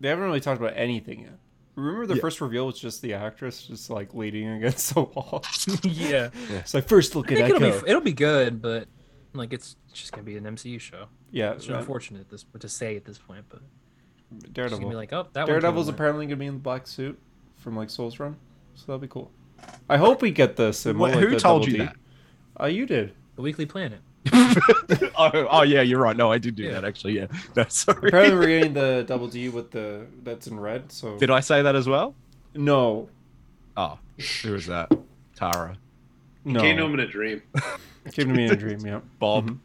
B: They haven't really talked about anything yet. Remember the
D: Yeah.
B: first reveal was just the actress just like leaning against the
D: [LAUGHS]
B: wall.
C: [LAUGHS]
B: [LAUGHS]
C: yeah,
B: It's like first look
C: I
B: at
C: think it'll
B: Echo.
C: be it'll be good, but like it's just gonna be an MCU show.
B: yeah,
C: It's
B: uh,
C: unfortunate at this to say at this point, but it's gonna
B: Daredevil.
C: be like, oh, that
B: Daredevil's
C: Daredevil's a
B: apparently gonna be in the black suit from like Souls Run, so that'll be cool. I hope we get the symbol.
D: Wh-
B: like,
D: who
B: the
D: told
B: double
D: you
B: D. Uh, you
D: [LAUGHS]
B: did.
C: the Weekly Planet.
D: oh, oh, yeah, you're right. No, I did do
C: Yeah.
D: that actually. Yeah, no, [LAUGHS] sorry.
B: Apparently, we're getting the double D with the that's in red. So
D: Did I say that as well?
B: no,
D: Oh, who was that? Tara,
B: no.
A: Came to him in a dream.
B: Came to me in a dream. Yeah.
D: Bob.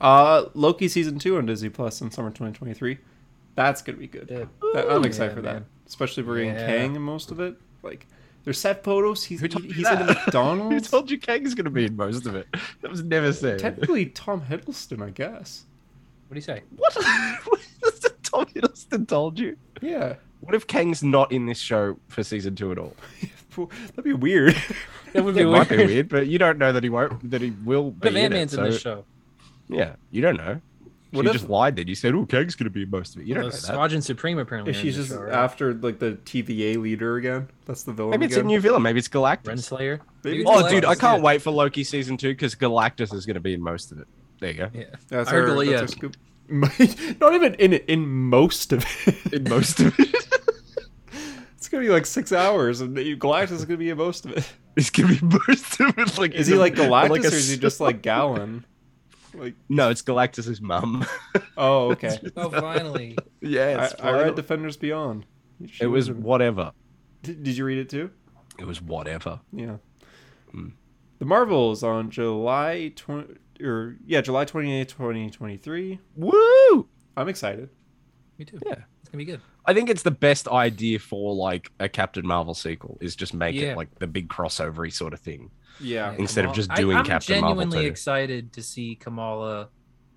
B: Uh, Loki season two on Disney Plus in summer 2023. That's gonna be good.
C: Yeah.
B: That- I'm excited
C: Yeah,
B: for
C: man.
B: that, especially if we're getting
C: Yeah.
B: Kang in most of it. Like there's set photos. He's
D: Who told you
B: he's in a
D: that? [LAUGHS] Who
B: McDonald's.
D: told you Kang's gonna be in most of it? That was never said.
B: Technically, Tom Hiddleston, I guess.
C: What do you say?
D: [LAUGHS] What? [LAUGHS] what? Tom Hiddleston told you.
B: Yeah,
D: What if Kang's not in this show for season two at all? [LAUGHS]
B: that'd be weird.
C: [LAUGHS] That would be
D: It might
C: [LAUGHS]
D: be
C: weird.
D: weird, but you don't know that he won't. That he will be
C: But
D: in
C: Ant Man's
D: it.
C: in this show.
D: so- Yeah, you don't know. She
B: What if-
D: just lied then. You said, oh, Kang's going to be in most of it. You don't
C: Well,
D: know that.
C: Squadron Supreme
B: [LAUGHS]
C: apparently.
B: If
C: are in
B: she's
C: the
B: just
C: show, right?
B: after like the TVA leader again, that's the villain.
D: Maybe it's a
B: again.
D: new villain. Maybe it's Galactus.
C: Renslayer.
B: Maybe
C: Maybe
B: it's
D: Oh,
C: Galactus,
D: dude, I can't
C: yeah.
D: wait for Loki season two because Galactus is going to be in most of it. There you go.
C: Yeah.
B: That's
C: I
B: her,
C: heard the-
B: that's
C: yeah.
B: her scoop. [LAUGHS] Not even in it. In most of it,
D: [LAUGHS] In most of it.
B: [LAUGHS]
D: [LAUGHS]
B: it's gonna be like six hours, and Galactus is gonna be in most of it.
D: it's going to be most of it. Like,
B: Is
D: [LAUGHS] in
B: he
D: a-
B: like Galactus,
D: like a
B: or is he just like Gallon? Like,
D: No, it's Galactus's mum. [LAUGHS]
B: oh, okay.
C: Oh, finally.
D: yeah,
B: I,
D: it's
B: I read
D: final.
B: Defenders Beyond. She
D: It was
B: in-
D: whatever.
B: Did, did you read it too?
D: It was whatever.
B: Yeah. The Marvels on July twenty or yeah, July twenty eighth, twenty twenty three.
D: Woo!
B: I'm excited.
C: Me too.
D: Yeah.
C: It's gonna be good.
D: I think it's the best idea for like a Captain Marvel sequel is just make
C: Yeah.
D: it like the big crossovery sort of thing
B: Yeah.
C: Yeah.
D: instead of
C: Kamala-
D: just
C: I-
D: doing
C: I'm
D: Captain Marvel
C: genuinely
D: 2.
C: excited to see Kamala,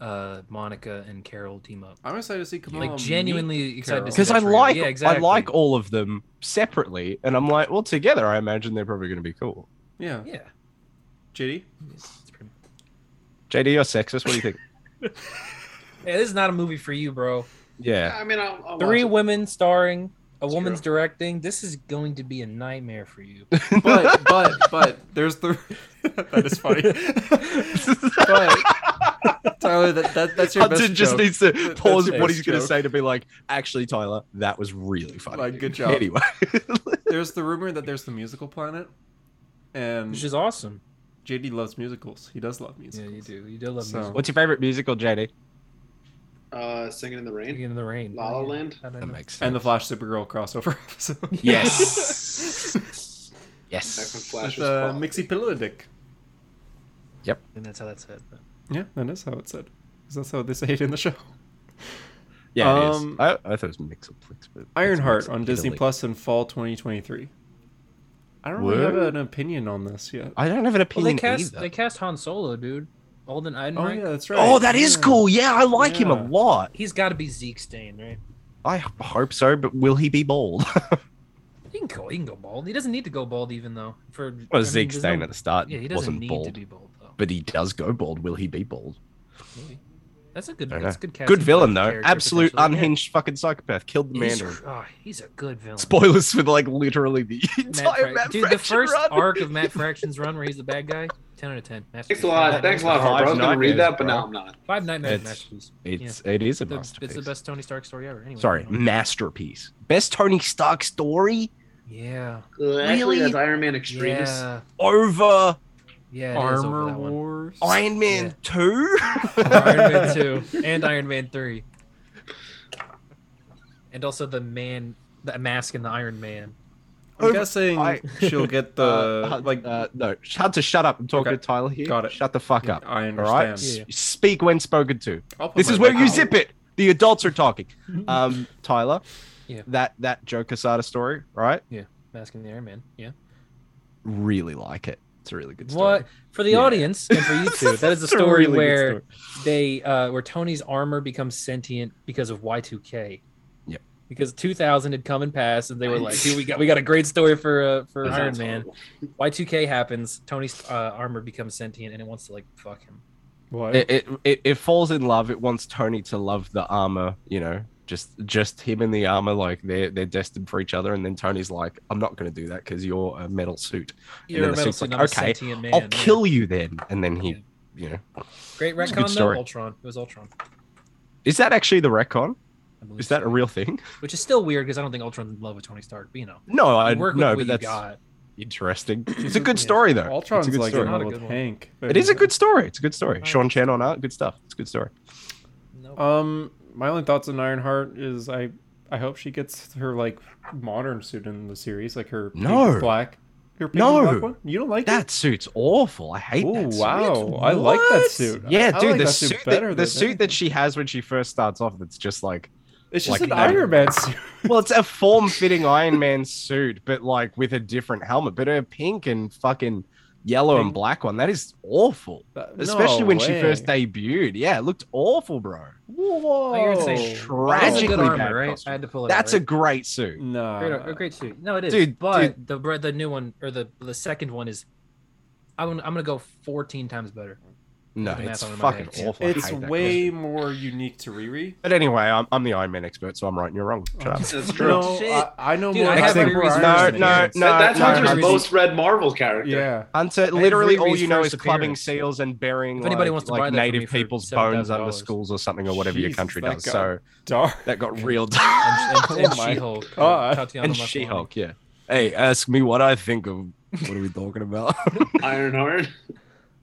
C: uh, Monica, and Carol team up.
B: I'm excited to see Kamala.
C: like genuinely excited to see
D: because I
C: that trio.
D: like
C: Yeah, exactly.
D: I like all of them separately, and I'm like, well, together, I imagine they're probably going to be cool.
B: meet- Yeah.
C: Yeah.
B: JD.
C: It's pretty-
D: JD, you're sexist. What do
B: [LAUGHS]
D: you think?
C: Hey, this is not a movie for you, bro.
D: yeah,
A: I mean, I'll, I'll
C: Three
A: watch
C: women starring, a
A: It's
C: woman's
A: true.
C: directing. This is going to be a nightmare for you.
B: But but but there's the [LAUGHS] that is funny. [LAUGHS] but Tyler, that, that that's your
D: Hudson
B: best
D: just
B: joke.
D: needs to
B: That- that's
D: pause
B: your
D: what
B: best
D: he's going to
B: joke.
D: say to be like, actually, Tyler, that was really funny.
B: Like, good job.
D: Anyway,
B: There's the rumor that there's the musical planet, and
C: Which is awesome.
B: JD loves musicals. He does love
C: Yeah,
B: musicals.
C: you do. You do love
B: So-
C: music.
D: [LAUGHS] what's your favorite musical, JD?
A: it. Uh, Singing in the Rain.
C: Beginning of the rain.
A: La La
C: Oh, yeah.
A: Land?
C: How'd I
D: That
C: know?
D: makes sense.
B: And the Flash Supergirl crossover episode.
D: [LAUGHS]
B: [LAUGHS]
D: Yes.
A: Back when
D: yes.
A: Flash
B: With
A: was
B: uh,
A: quality.
B: Mixie Pillow Dick.
C: And that's how that's said. but-
B: Yeah, that is how it said. 'Cause that's how they say it in the show.
D: Yeah, it is.
B: Um,
D: I, I thought it was Mixoplex, but it's
B: [LAUGHS] Ironheart on
D: Mixoplex
B: Disney
D: Italy.
B: Plus in fall 2023. I don't really have
D: Word?
B: an opinion on this yet.
D: I don't have an
C: Well, they
D: opinion
C: cast
D: either.
C: they cast Han Solo, dude. Alden
B: Oh
C: Ehrenreich.
B: yeah, that's right.
D: Oh, that is
B: Yeah.
D: cool. Yeah, I like him
B: Yeah.
D: a lot.
C: He's got to be Zeke Stain, right?
D: I h- hope so, but will he be bald? [LAUGHS]
C: He can go. He can go bald. He doesn't need to go bald, even though. For I
D: well,
C: mean,
D: Zeke
C: there's
D: Stein
C: no-
D: at the start
C: Yeah, he doesn't
D: wasn't
C: need
D: bald,
C: to be bald though.
D: but he does go bald. Will he be bald?
C: Maybe. That's a good.
D: I don't
C: That's
D: know.
C: good. casting
D: Good
C: for
D: villain
C: that
D: though.
C: character,
D: Absolute
C: potentially. Yeah.
D: unhinged fucking psychopath. Killed the
C: He's,
D: Mandarin.
C: oh, he's a good villain.
D: [LAUGHS] Spoilers for like literally the
C: Matt
D: entire
C: Frac-
D: Matt
C: dude, the
D: Fraction
C: first
D: run.
C: arc of Matt Fraction's run where he's the bad guy, ten out of ten.
A: Thanks a lot.
C: Five
A: Thanks a lot,
C: nightmares-
A: Harper. I was going to read
D: Nightmares,
A: that, but
D: bro.
A: now I'm not.
C: Five nightmares.
D: It's-
C: masterpiece.
D: It's it is a
C: The-
D: masterpiece.
C: it's the best Tony Stark story ever. Anyway,
D: Sorry,
C: you know.
D: masterpiece. Best Tony Stark story
C: Yeah.
A: Actually,
D: Really?
A: that's Iron Man Extremis.
C: Yeah.
D: over
C: Yeah. it is over
B: Armor
C: that one.
B: Wars.
D: Iron Man
C: Yeah. [LAUGHS]
D: 2.
C: Iron
D: [LAUGHS]
C: Man 2 and Iron Man 3. And also the man, the mask and the Iron Man.
B: I'm guessing
D: I- Uh,
B: she'll get
D: [LAUGHS]
B: the
C: Uh,
B: like.
D: no, had to shut up. I'm talking
B: Okay.
D: to Tyler here.
B: Got it.
D: Shut the fuck up.
B: I
D: All right.
B: understand.
D: S-
C: Yeah.
D: Speak when spoken to.
B: I'll put
D: This
B: my
D: is where
B: mic
D: you
B: on.
D: zip it. The adults
C: [LAUGHS]
D: are talking. Um, Tyler.
C: Yeah.
D: That that Joe Casada story, right?
C: Mask and the Iron Man. Yeah.
D: Really like it. It's a really good story.
C: What for the
D: Yeah.
C: audience and for you
D: [LAUGHS]
C: two? That is a
D: It's a
C: story
D: really good
C: where
D: story.
C: they, uh, where Tony's armor becomes sentient because of Y2K.
D: Yep.
C: Because 2000 had come and passed, and they were like, "Dude, we got we got a great story for uh, for
A: That
C: Iron
A: sounds
C: Man."
A: horrible.
C: Y2K happens. Tony's uh, armor becomes sentient, and it wants to like fuck him.
B: What?
D: It, it it it falls in love. It wants Tony to love the armor. You know, just just him and the armor. Like they're they're destined for each other. And then Tony's like, I'm not going to do that because you're a metal suit.
C: You're
D: then
C: a
D: the
C: metal
D: suit's
C: suit,
D: like,
C: I'm a
D: "Okay,
C: sentient man."
D: I'll
C: yeah.
D: kill you then. And then he,
C: Yeah.
D: you know,
C: Great
D: It's a good
C: retcon though.
D: story.
C: Ultron. It was Ultron.
D: is that actually the retcon?
C: I believe
D: Is that
C: so.
D: a real thing?
C: Which is still weird because I don't think Ultron's in love with Tony Stark, but you know,
D: No, I
C: you work with
D: Uh, no,
C: what
D: but
C: you
D: that's
C: got. [LAUGHS]
D: interesting. It's a good
C: Yeah.
D: story though.
B: Ultron's
D: it's a good
B: like
D: story.
B: an
C: Not a
B: old
C: good one.
B: tank.
D: It is a good story. It's a good story.
C: Alright.
D: Sean Chan on art, good stuff. It's good story.
C: No,
B: Um, my only thoughts on Ironheart is I I hope she gets her like modern suit in the series, like her pink
D: No.
B: and black. Her pink
D: No.
B: and black one. You don't like it?
D: That suit's awful. I hate
B: Oh
D: that. Suit.
B: wow! I like that
C: What?
B: suit.
D: Yeah,
B: I
D: dude,
B: like
D: the
B: that
D: suit,
B: better than
D: that, the suit
B: anything.
D: that she has when she first starts off, that's just like,
B: it's just
D: like
B: an
D: that-
B: Iron Man suit.
D: well, it's a
C: [LAUGHS]
D: form-fitting Iron Man suit, but like with a different helmet. But her pink and fucking yellow and
B: Pink?
D: black one, that is awful.
B: That-
D: Especially
B: no
D: when she
B: way.
D: first debuted. Yeah, it looked awful, bro.
B: Whoa!
C: I would say
D: tragically
C: That's a good armor,
D: bad
C: right?
D: costume.
C: I had to pull it.
D: That's a
C: out,
D: great suit.
B: no.
C: right? great, a great suit. No, it is.
D: Dude,
C: but the bre-
D: [LAUGHS]
C: the new one or the the second one is, I'm I'm gonna go 14 times better.
D: No,
C: the math
D: it's
C: on my
D: fucking
C: head.
D: awful. I
B: It's
D: hate that
B: way
D: question.
B: more unique to Riri.
D: But anyway, I'm, I'm the Iron Man expert, so I'm right and you're wrong.
C: Oh,
D: Shut
C: [LAUGHS]
B: [LAUGHS]
D: up.
A: That's true.
B: No,
D: Shit.
B: I, I know
C: Dude,
B: more.
C: I
B: about
D: have
B: Iron Man
D: Riri's no,
B: than you.
D: no, no,
A: That- that's
D: no.
A: Hunter's
C: Riri-
A: most read Marvel character.
B: Yeah.
D: Hunter, literally all
C: Riri's
D: you know
C: first
D: is clubbing
C: appearance.
D: seals and burying
C: If anybody
D: like,
C: wants to
D: like
C: buy that from me
D: native
C: for
D: people's bones under
C: $7,000.
D: schools or something or whatever your
B: Jesus,
D: country
B: that
D: does.
B: got
D: So
B: Dark.
D: that got real
C: And,
D: [LAUGHS] dark.
C: and, and
B: Oh my
C: She-Hulk.
B: God.
C: Tatiana
D: and
C: Maslany.
D: She Hulk, yeah. Hey, ask me what I think of. What are we talking about? [LAUGHS]
A: Ironheart.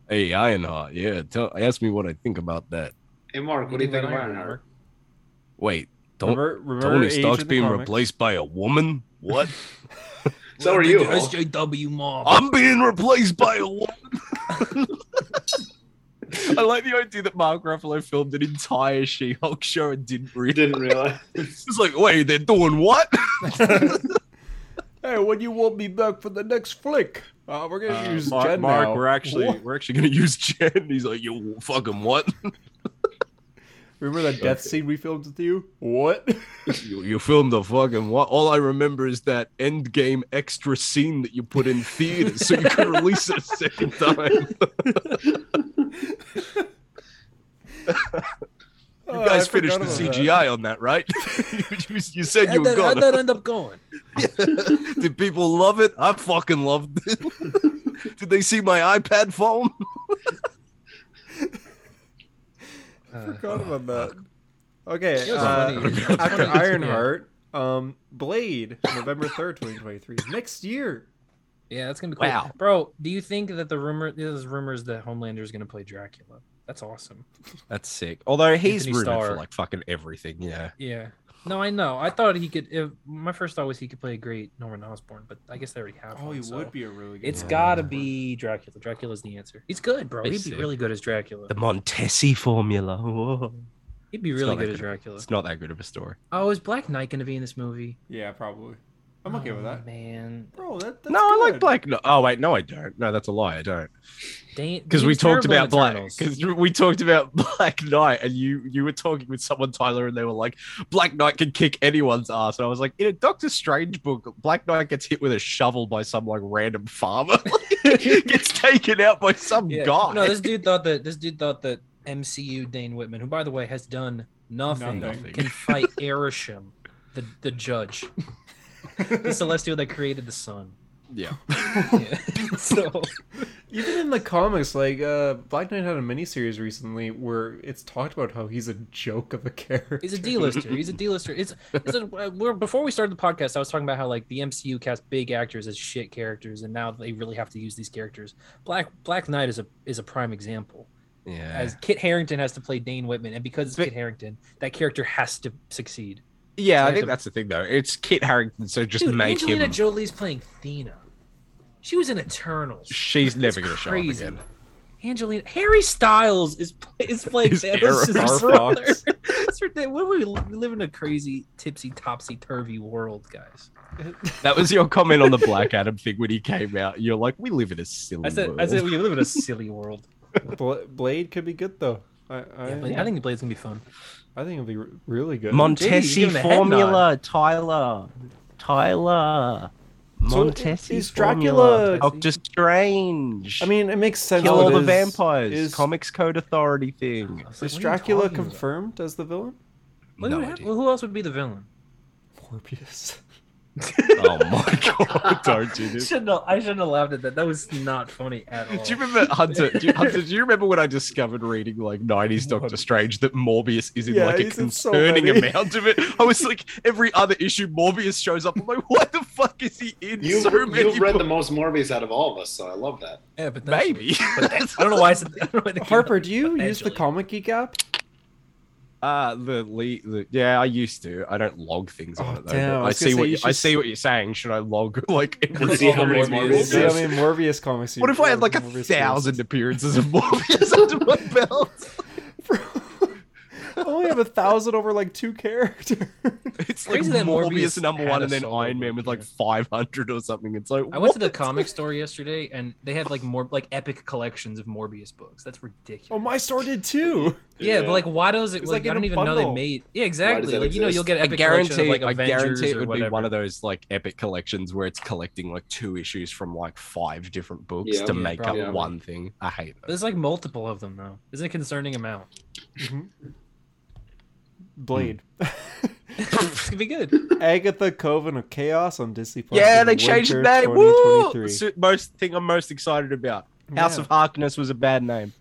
D: hey, Ironheart, yeah. Tell, ask me what I think about that.
A: Hey, Mark, what do you think of Ironheart?
D: Wait, don't
B: Remember, remember
D: Tony
B: age
D: Stark's
B: in the
D: being
B: comic?
D: replaced by a woman? What? [LAUGHS]
A: So are you. Hall.
C: SJW mob.
D: I'm being replaced by a woman. [LAUGHS] I like the idea that Mark Ruffalo filmed an entire She-Hulk show and didn't
A: You
D: read it.
A: didn't realize.
D: [LAUGHS] It's like, wait, they're doing [LAUGHS] what?
B: Hey, when you want me back for the next flick, uh, we're gonna use
D: Mark,
B: Jen
D: Mark,
B: now.
D: we're actually
B: What?
D: we're actually gonna use Jen. And he's like, you fucking what?
B: Remember that death scene we filmed with you? What?
D: you, you filmed a fucking what? All I remember is that Endgame extra scene that you put in theaters so you could release it a second time. [LAUGHS]
B: Oh,
D: You guys finished the CGI on that, right? [LAUGHS] you, you said
C: How'd
D: you were
C: that, how'd
D: gonna.
C: that end up
D: [LAUGHS]
C: going?
D: Did people love it? I fucking loved it. [LAUGHS] Did they see my iPad phone?
C: Uh,
B: I forgot about that. Okay,
C: It was
B: uh, [LAUGHS]
C: funny.
B: after
C: Yeah.
B: Ironheart, um, Blade, November third, twenty twenty three, next year.
C: Yeah, that's gonna be cool.
D: Wow.
C: Bro, do you think that the rumor there's rumors that Homelander is gonna play Dracula? That's awesome.
D: [LAUGHS] That's sick. Although he's
C: Anthony
D: rumored
C: Starr.
D: for like fucking everything. Yeah.
C: Yeah. No, I know. I thought he could if, my first thought was he could play a great Norman Osborn, but I guess they already have.
B: Oh,
C: one,
B: he
C: so.
B: would be a really good.
C: It's
B: one.
C: gotta be Dracula. Dracula's the answer. He's good, bro. He'd
D: He's
C: be
D: sick.
C: really good as Dracula.
D: The
B: [LAUGHS]
D: Montesi formula. Whoa.
C: He'd be
D: It's
C: really
D: not that
C: good as
D: good.
C: Dracula.
D: It's not that good of a story.
C: Oh, is Black Knight gonna be in this movie?
B: Yeah, probably. I'm okay
C: Oh,
B: with that,
C: Man,
B: bro. That, that's
D: no, I like
B: good.
D: Black. No- oh wait, no, I don't. No, that's a lie. I don't. Because
C: because
D: we talked about Black. Because we talked about [LAUGHS] Black Knight, and you you were talking with someone, Tyler, and they were like, Black Knight can kick anyone's ass, and I was like, in a Doctor Strange book, Black Knight gets hit with a shovel by some like
C: [LAUGHS]
D: random farmer, [LAUGHS] gets taken out by some
C: Yeah.
D: guy.
C: No, this dude thought that this dude thought that MCU Dane Whitman, who by the way has done nothing,
B: Nothing.
C: can fight Erisham, the the judge, the celestial that created the sun.
D: yeah,
C: Yeah. [LAUGHS] so
B: Even in the comics, like uh, Black Knight had a miniseries recently where it's talked about how he's a joke of a character.
C: he's a D-lister. He's a D-lister. It's, it's a, we're, before we started the podcast, I was talking about how like the MCU cast big actors as shit characters, and now they really have to use these characters. Black Black Knight is a is a prime example.
D: yeah.
C: As Kit Harrington has to play Dane Whitman, and because it's
D: But-
C: Kit Harrington, that character has to succeed.
D: Yeah,
C: So I
D: I think
C: have to-
D: that's the thing though. It's Kit Harrington, so just
C: Dude,
D: make
C: Angelina
D: him.
C: Jolie's playing Thena. She was in Eternals.
D: She's
C: That's
D: never gonna show up
C: crazy.
D: again.
C: Angelina Harry Styles is is playing
D: Is
C: Thanos'
D: Arrow.
C: brother. [LAUGHS] It's ridiculous. What are we, we live in a crazy tipsy topsy turvy world, guys.
D: That was your comment on the Black Adam thing when he came out. You're like, we live in a silly
C: I said
D: world.
C: I said we
D: [LAUGHS]
C: live in a silly world.
B: Bla- Blade could be good though. I I,
C: Yeah, but I think Blade's gonna be fun.
B: I think it'd be re- really good.
C: Montesi Gee, give him a head formula,
D: Tyler. Tyler.
B: So Montesi is Dracula- formula,
C: Doctor
D: Strange.
B: I mean, it makes sense.
D: kill
B: what
D: all the
B: is-
D: vampires.
B: Is,
D: Comics Code Authority thing.
C: I was like,
B: is
C: what are you
B: Dracula
C: talking about?
B: confirmed as the villain?
C: What would hap- who else would be the villain?
B: Morbius.
D: oh my [LAUGHS] god! Don't do this.
C: Shouldn't have, I shouldn't have laughed at that. That was not funny
D: [LAUGHS]
C: at all.
D: Do you remember Hunter? Do you, Hunter, do you remember when I discovered reading like '90s Doctor
B: Morbius.
D: Strange that Morbius is in
B: Yeah,
D: like a
B: he's in so
D: concerning
B: many.
D: amount of it? I was like, every other issue, Morbius shows up. I'm like, what the fuck is he in?
A: You,
D: so many
A: you've read the
D: books?
A: most Morbius out of all of us, so I love that.
C: Yeah, but that's-
D: maybe. [LAUGHS]
C: but that's- I don't know why I said. [LAUGHS] I don't know why they came
B: Harper,
C: up
B: do you
C: with
B: use the
C: Angela.
B: comic geek app?
D: Uh the, le- the yeah, I used to. I don't log things on
B: Oh,
D: it though.
B: damn, I
D: but
B: was
D: I
B: gonna
D: see
B: say
D: what
B: you
D: you, I
B: should s-
D: see what you're saying. Should I log [LAUGHS] like
A: To
D: every
A: see how
D: single
A: many
D: review?
A: Morbius
B: See how
A: is.
B: many Morbius comics? you-
D: What if I had
B: or
D: like a
B: Morbius [LAUGHS]
D: [LAUGHS] thousand appearances of Morbius under my belt?
B: appearances? Bro, I only him a thousand over like two characters. [LAUGHS]
D: It's like
C: Crazy that
D: Morbius
C: Morbius
D: number
C: had
D: one,
C: a
D: and then
C: solo
D: Iron Man with
C: version.
D: like 500 or something. It's like
C: I went to the
D: what?
C: comic store yesterday and they had like more like epic collections of Morbius books. That's ridiculous.
B: oh, my store did too.
C: yeah, but like, why does it?
B: It's
C: Like,
B: like
C: I
B: in
C: don't
B: a
C: even know they
B: bundle.
C: made. Yeah, exactly.
A: that
C: Like you know,
A: exist?
C: you'll get
D: I
C: epic
D: guarantee,
C: collection of,
D: I
C: like Avengers
D: guarantee it
C: or
D: would
C: whatever.
D: be one of those like epic collections where it's collecting like two issues from like five different books
A: Yeah.
D: to
C: Yeah,
D: make
C: probably.
D: up one thing. I hate that.
C: There's like multiple of them though. It's a concerning amount.
D: [LAUGHS]
B: Blade.
A: Hmm.
C: it's gonna be
D: [LAUGHS]
C: good.
B: [LAUGHS] Agatha Coven of Chaos on Disney Plus.
D: Yeah,
B: in
D: they changed the
B: winter
D: name. Woo!
B: 2023.
D: It's the Most thing I'm most excited about. House
B: Yeah.
D: of Harkness was a
C: [LAUGHS]
D: bad name.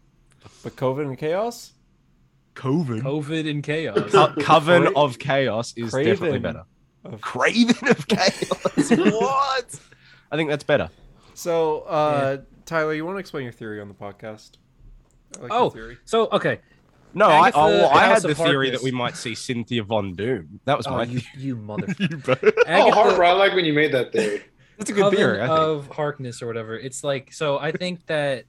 B: But Coven and Chaos?
D: Coven.
C: COVID and chaos.
D: Uh, Coven
B: Cra-
D: of Chaos is definitely
B: Craven
D: better.
B: of-
C: [LAUGHS]
D: Craven of Chaos. what? I think that's better.
B: So, uh, Tyler, you want to explain your theory on the podcast? I like your
C: Oh.
B: theory.
C: So okay.
D: No, I,
C: Agatha,
D: oh, well, I had
C: House
D: the
C: of
D: theory that
C: Harkness.
D: we might see Cynthia Von Doom. That was
C: Oh,
D: my
C: you, you
D: [LAUGHS]
C: mother.
D: theory.
A: Oh,
C: Agatha-
A: Harper, I like when you made that theory.
D: that's a
C: Coven
D: good theory. I think.
C: of Harkness or whatever. It's like so. I think that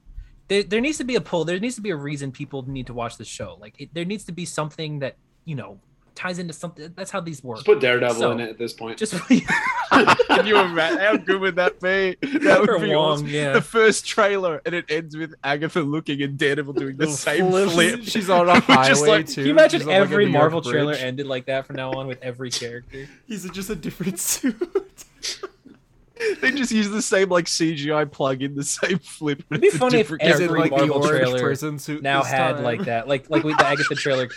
C: there, there needs to be a pull. There needs to be a reason people need to watch the show. Like it, there needs to be something that you know ties into something. That's how these
B: [LAUGHS]
C: work.
A: Just put Daredevil
C: So-
A: in it at this point.
C: Just [LAUGHS]
D: Can you imagine how good would that be? That
C: For
D: would be
C: Wong,
D: awesome.
C: yeah.
D: The first trailer, and it ends with Agatha looking and Daredevil
B: [LAUGHS]
D: doing the same
B: Flips-
D: flip.
B: She's on a highway
D: [LAUGHS] Just like-
B: too.
C: Can you
B: She's
C: imagine
B: on, like, a
C: every
B: New York
C: Marvel
B: bridge.
C: trailer ended like that from now on with
B: [LAUGHS]
C: every character?
B: He's just a different [LAUGHS] suit.
D: They just use the same like CGI plug in, the same [LAUGHS] flip. It'd
C: be funny if
B: Is it
C: Every
B: like the
C: Marvel
B: orange
C: trailer
B: prison suit
C: Now
B: this
C: had
B: time?
C: like that, like like with the
B: [LAUGHS]
C: Agatha trailer,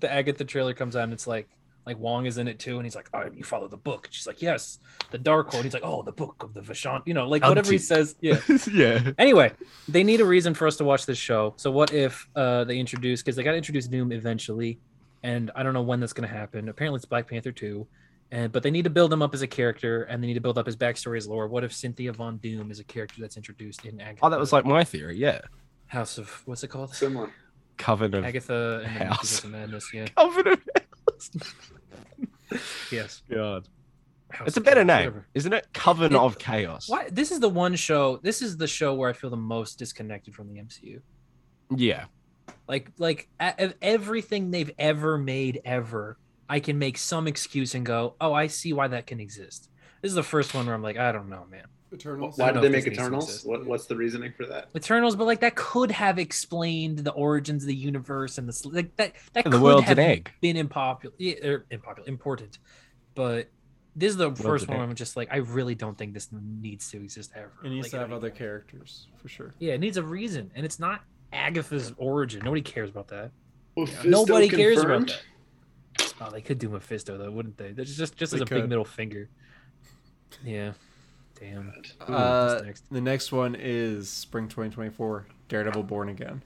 C: the Agatha trailer comes out and it's like like Wong is in it too, and he's like, "All right, you follow the book." And she's like, "Yes, the Dark Hold." He's like, "Oh, the book of the Vashant," you know, like whatever he
D: Auntie.
C: says. Yeah.
D: [LAUGHS] yeah.
C: Anyway, they need a reason for us to watch this show. So what if uh they introduce because they got to introduce Doom eventually, and I don't know when that's gonna happen. Apparently, it's Black Panther two. And, but they need to build him up as a character, and they need to build up his backstory, his lore. What if Cynthia Von Doom is a character that's introduced in Agatha?
D: Oh, that was like my theory. Yeah,
C: House of what's it called?
A: Similar.
D: Coven of
C: Agatha and the
D: House.
C: Multiverse of Madness. Yeah.
D: [LAUGHS] Coven of
C: Yes.
D: God.
C: House
D: It's a
C: of
D: better
C: Chaos,
D: name,
C: whatever.
D: isn't it? Coven
C: Yeah.
D: [LAUGHS] of Chaos.
C: Why? This is the one show. This is the show where I feel the most disconnected from the MCU.
D: Yeah.
C: Like, like a- of everything they've ever made ever, I can make some excuse and go, "Oh, I see why that can exist." This is the first one where I'm like, I don't know, man.
B: Eternals.
A: Why did
C: know
A: they
C: if
A: make
C: this needs to
A: Eternals?
C: exist.
A: What, what's the reasoning for that?
C: Eternals, but like that could have explained the origins of the universe and the sl- like that that
D: The
C: could
D: world's
C: have
D: an egg.
C: been impopular, yeah, or impopular, important. But this is the first
D: an
C: one.
D: egg.
C: where I'm just like, I really don't think this needs to exist ever.
B: It needs
C: Like,
B: to
C: I
B: have
C: don't
B: other
C: even-
B: characters for sure.
C: Yeah, it needs a reason, and it's not Agatha's origin. Nobody cares about that.
A: Well, Fisto
C: Nobody cares
A: confirmed?
C: about that. Oh, they could do Mephisto though, wouldn't they? That's just just as
B: They
C: a big
B: could.
C: middle finger. Yeah. Damn. Ooh,
B: Uh,
C: what's next?
B: the next one is spring 2024. Daredevil Born Again.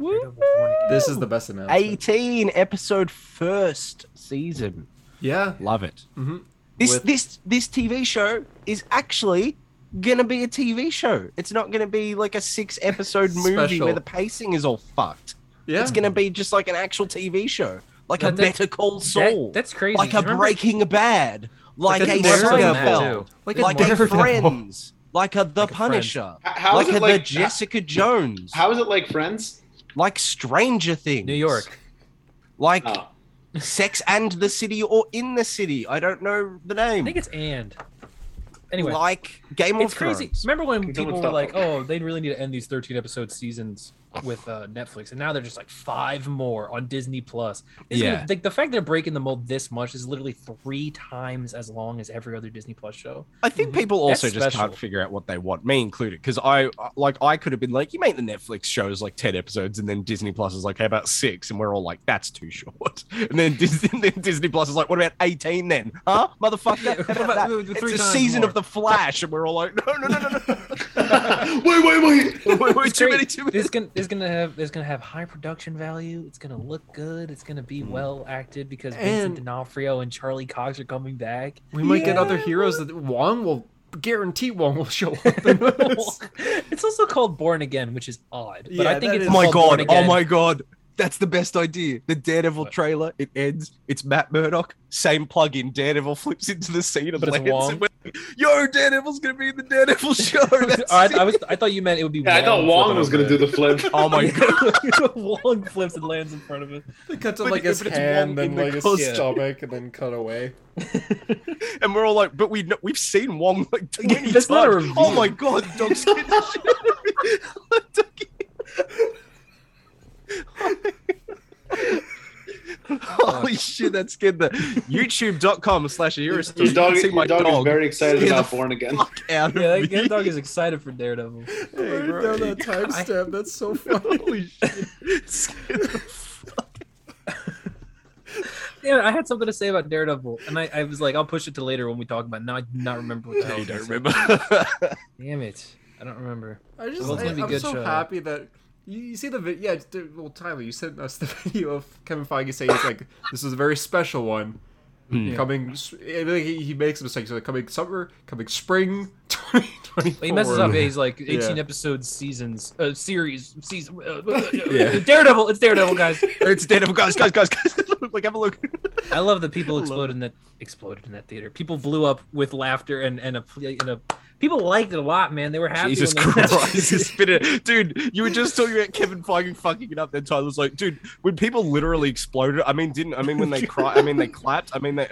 C: Daredevil Born Again.
B: This is the best announcement.
D: 18 episode first season.
B: Yeah.
D: Love it.
B: hmm
D: This
B: With-
D: this this TV show is actually gonna be a TV show. It's not gonna be like a six episode movie
B: Special.
D: where the pacing is all fucked.
B: Yeah.
D: It's gonna be just like an actual TV show, like a
C: That- that-
D: Better Call
C: That-
D: Saul,
C: that's crazy.
D: like
C: Do you
D: a
C: remember-
D: Breaking Bad, like
B: that's
D: a
B: more than that,
D: Seinfeld,
C: too.
D: like,
C: That's more
D: a
C: than that.
D: Friends, like a The
C: Like a Friends.
D: Punisher,
A: H- How
D: like
A: is
D: a
A: it like
D: The Jessica Jones,
A: How is it like Friends?
D: like Stranger Things,
C: New York.
D: like
C: [LAUGHS]
A: Oh, [LAUGHS]
D: [LAUGHS] Sex and the City or In the City. I don't know the
C: I
D: name.
C: think it's and. Anyway,
D: like Game
C: it's
D: of
C: crazy.
D: Thrones.
C: Remember when
A: Can someone
C: people were like,
A: stop?
C: "Oh, they really need to end these 13 episode seasons with uh, Netflix," and now they're just like five more on Disney Plus. This is
D: Yeah.
C: gonna- like the fact they're breaking the mold this much is literally three times as long as every other Disney Plus show.
D: I think people
C: That's
D: also just
C: special.
D: can't figure out what they want, me included, because I like I could have been like, you make the Netflix shows like ten episodes, and then Disney Plus is like, how about six? And we're all like, that's too short. [LAUGHS] And then Disney, then Disney Plus is like, what about eighteen then? Huh, motherfucker?
C: Yeah, [LAUGHS]
D: How
C: what
D: about
C: about
D: that?
C: the- the
D: It's
C: three
D: a
C: times
D: season
C: more?
D: of the Flash, and we're all like, no, no, no, no, no.
A: wait, wait, wait.
D: Wait,
C: [LAUGHS]
D: wait,
C: It's
D: too
C: great.
D: many, too many.
C: It's gonna it's gonna have it's gonna have high production value. It's gonna look good. It's gonna be well acted because
B: And-
C: Vincent D'Onofrio and Charlie Cox are coming back.
B: We might get
D: Yeah.
B: other heroes that Wong will guarantee Wong will show up. [LAUGHS]
C: [LAUGHS]
B: in this.
C: it's also called Born Again, which is odd. But
B: Yeah,
C: I think
B: that
C: it's
B: is-
D: Oh my
C: called Born
D: god! Oh
C: Again
D: my god! That's the best idea. The Daredevil
C: What?
D: trailer, it ends. It's Matt Murdock. Same plug in. Daredevil flips into the scene of
C: But it's
D: lands
C: Wong.
D: and we're like, Yo, Daredevil's going to be in the [LAUGHS] Daredevil show.
C: [LAUGHS]
D: That's
C: I,
D: sick."
C: I was I thought you meant it would
A: [LAUGHS]
C: be.
A: Yeah, I thought Wong was going to do the
C: [LAUGHS]
A: flip.
D: oh [LAUGHS] my God.
C: the. Wong flips and lands in front of it.
B: They cut to
D: But
B: like
D: if
B: his
D: it's
B: hand,
D: one
B: then
D: in the
B: like his
D: close-
B: stomach, and then cut away.
D: And we're all like, but we know, we've seen Wong [LAUGHS] like 20
C: That's
D: times.
C: not a
D: oh
C: review.
D: my God. The [LAUGHS] dog scared the shit out of me. The doggy- Holy shit, that scared [LAUGHS] the youtube.com slash
A: Your
D: Eurostar. You
A: dog,
D: can see
A: your
D: my
A: dog, is
D: dog
A: very excited
D: Scared the
A: about Born Again.
D: fuck out of
C: Yeah,
D: me.
C: that, that
D: [LAUGHS]
C: dog is excited for Daredevil.
B: Write down that timestamp. That's so
C: [LAUGHS]
B: funny.
D: [LAUGHS] Holy shit. Scared the fuck-
C: Yeah, I had something to say about Daredevil, and I, I was like, I'll push it to later when we talk about. It. Now I do not remember what the hell.
D: No, [LAUGHS] you
C: it
D: [LAUGHS] don't
C: was.
D: remember.
C: Damn it! I don't remember.
B: I just,
C: Well, it's
B: I,
C: gonna be
B: I'm
C: good
B: so
C: show.
B: happy that you, you see the video. Yeah, it's- well, Tyler, you sent us [LAUGHS] the video of Kevin Feige saying it's like [LAUGHS] this is a very special one.
D: Hmm.
B: Coming, s- I mean, he, he makes mistakes. Like coming summer, coming spring, [LAUGHS] 2024.
C: He messes up. eh? Yeah, he's like
B: Yeah.
C: 18 episodes, seasons, uh, series, season. Uh, [LAUGHS]
B: Yeah.
C: Daredevil. It's Daredevil,
D: [LAUGHS]
C: guys.
D: it's dead. Guys, guys, guys, guys. [LAUGHS] Look, like, have a look.
C: I love that
D: [LAUGHS]
C: people
D: Love
C: exploded in that exploded in that theater. People blew up with laughter and and a and a. People liked it a lot, man. They were [LAUGHS] happy.
D: Jesus
C: when they-
D: [LAUGHS]
C: [LAUGHS]
D: Christ, you spit it. Dude, you were just talking about Kevin Feige fucking it up. Then Tyler's like, dude, when people literally exploded, I mean, didn't I mean when [LAUGHS] they cry? I mean they clapped. I mean they.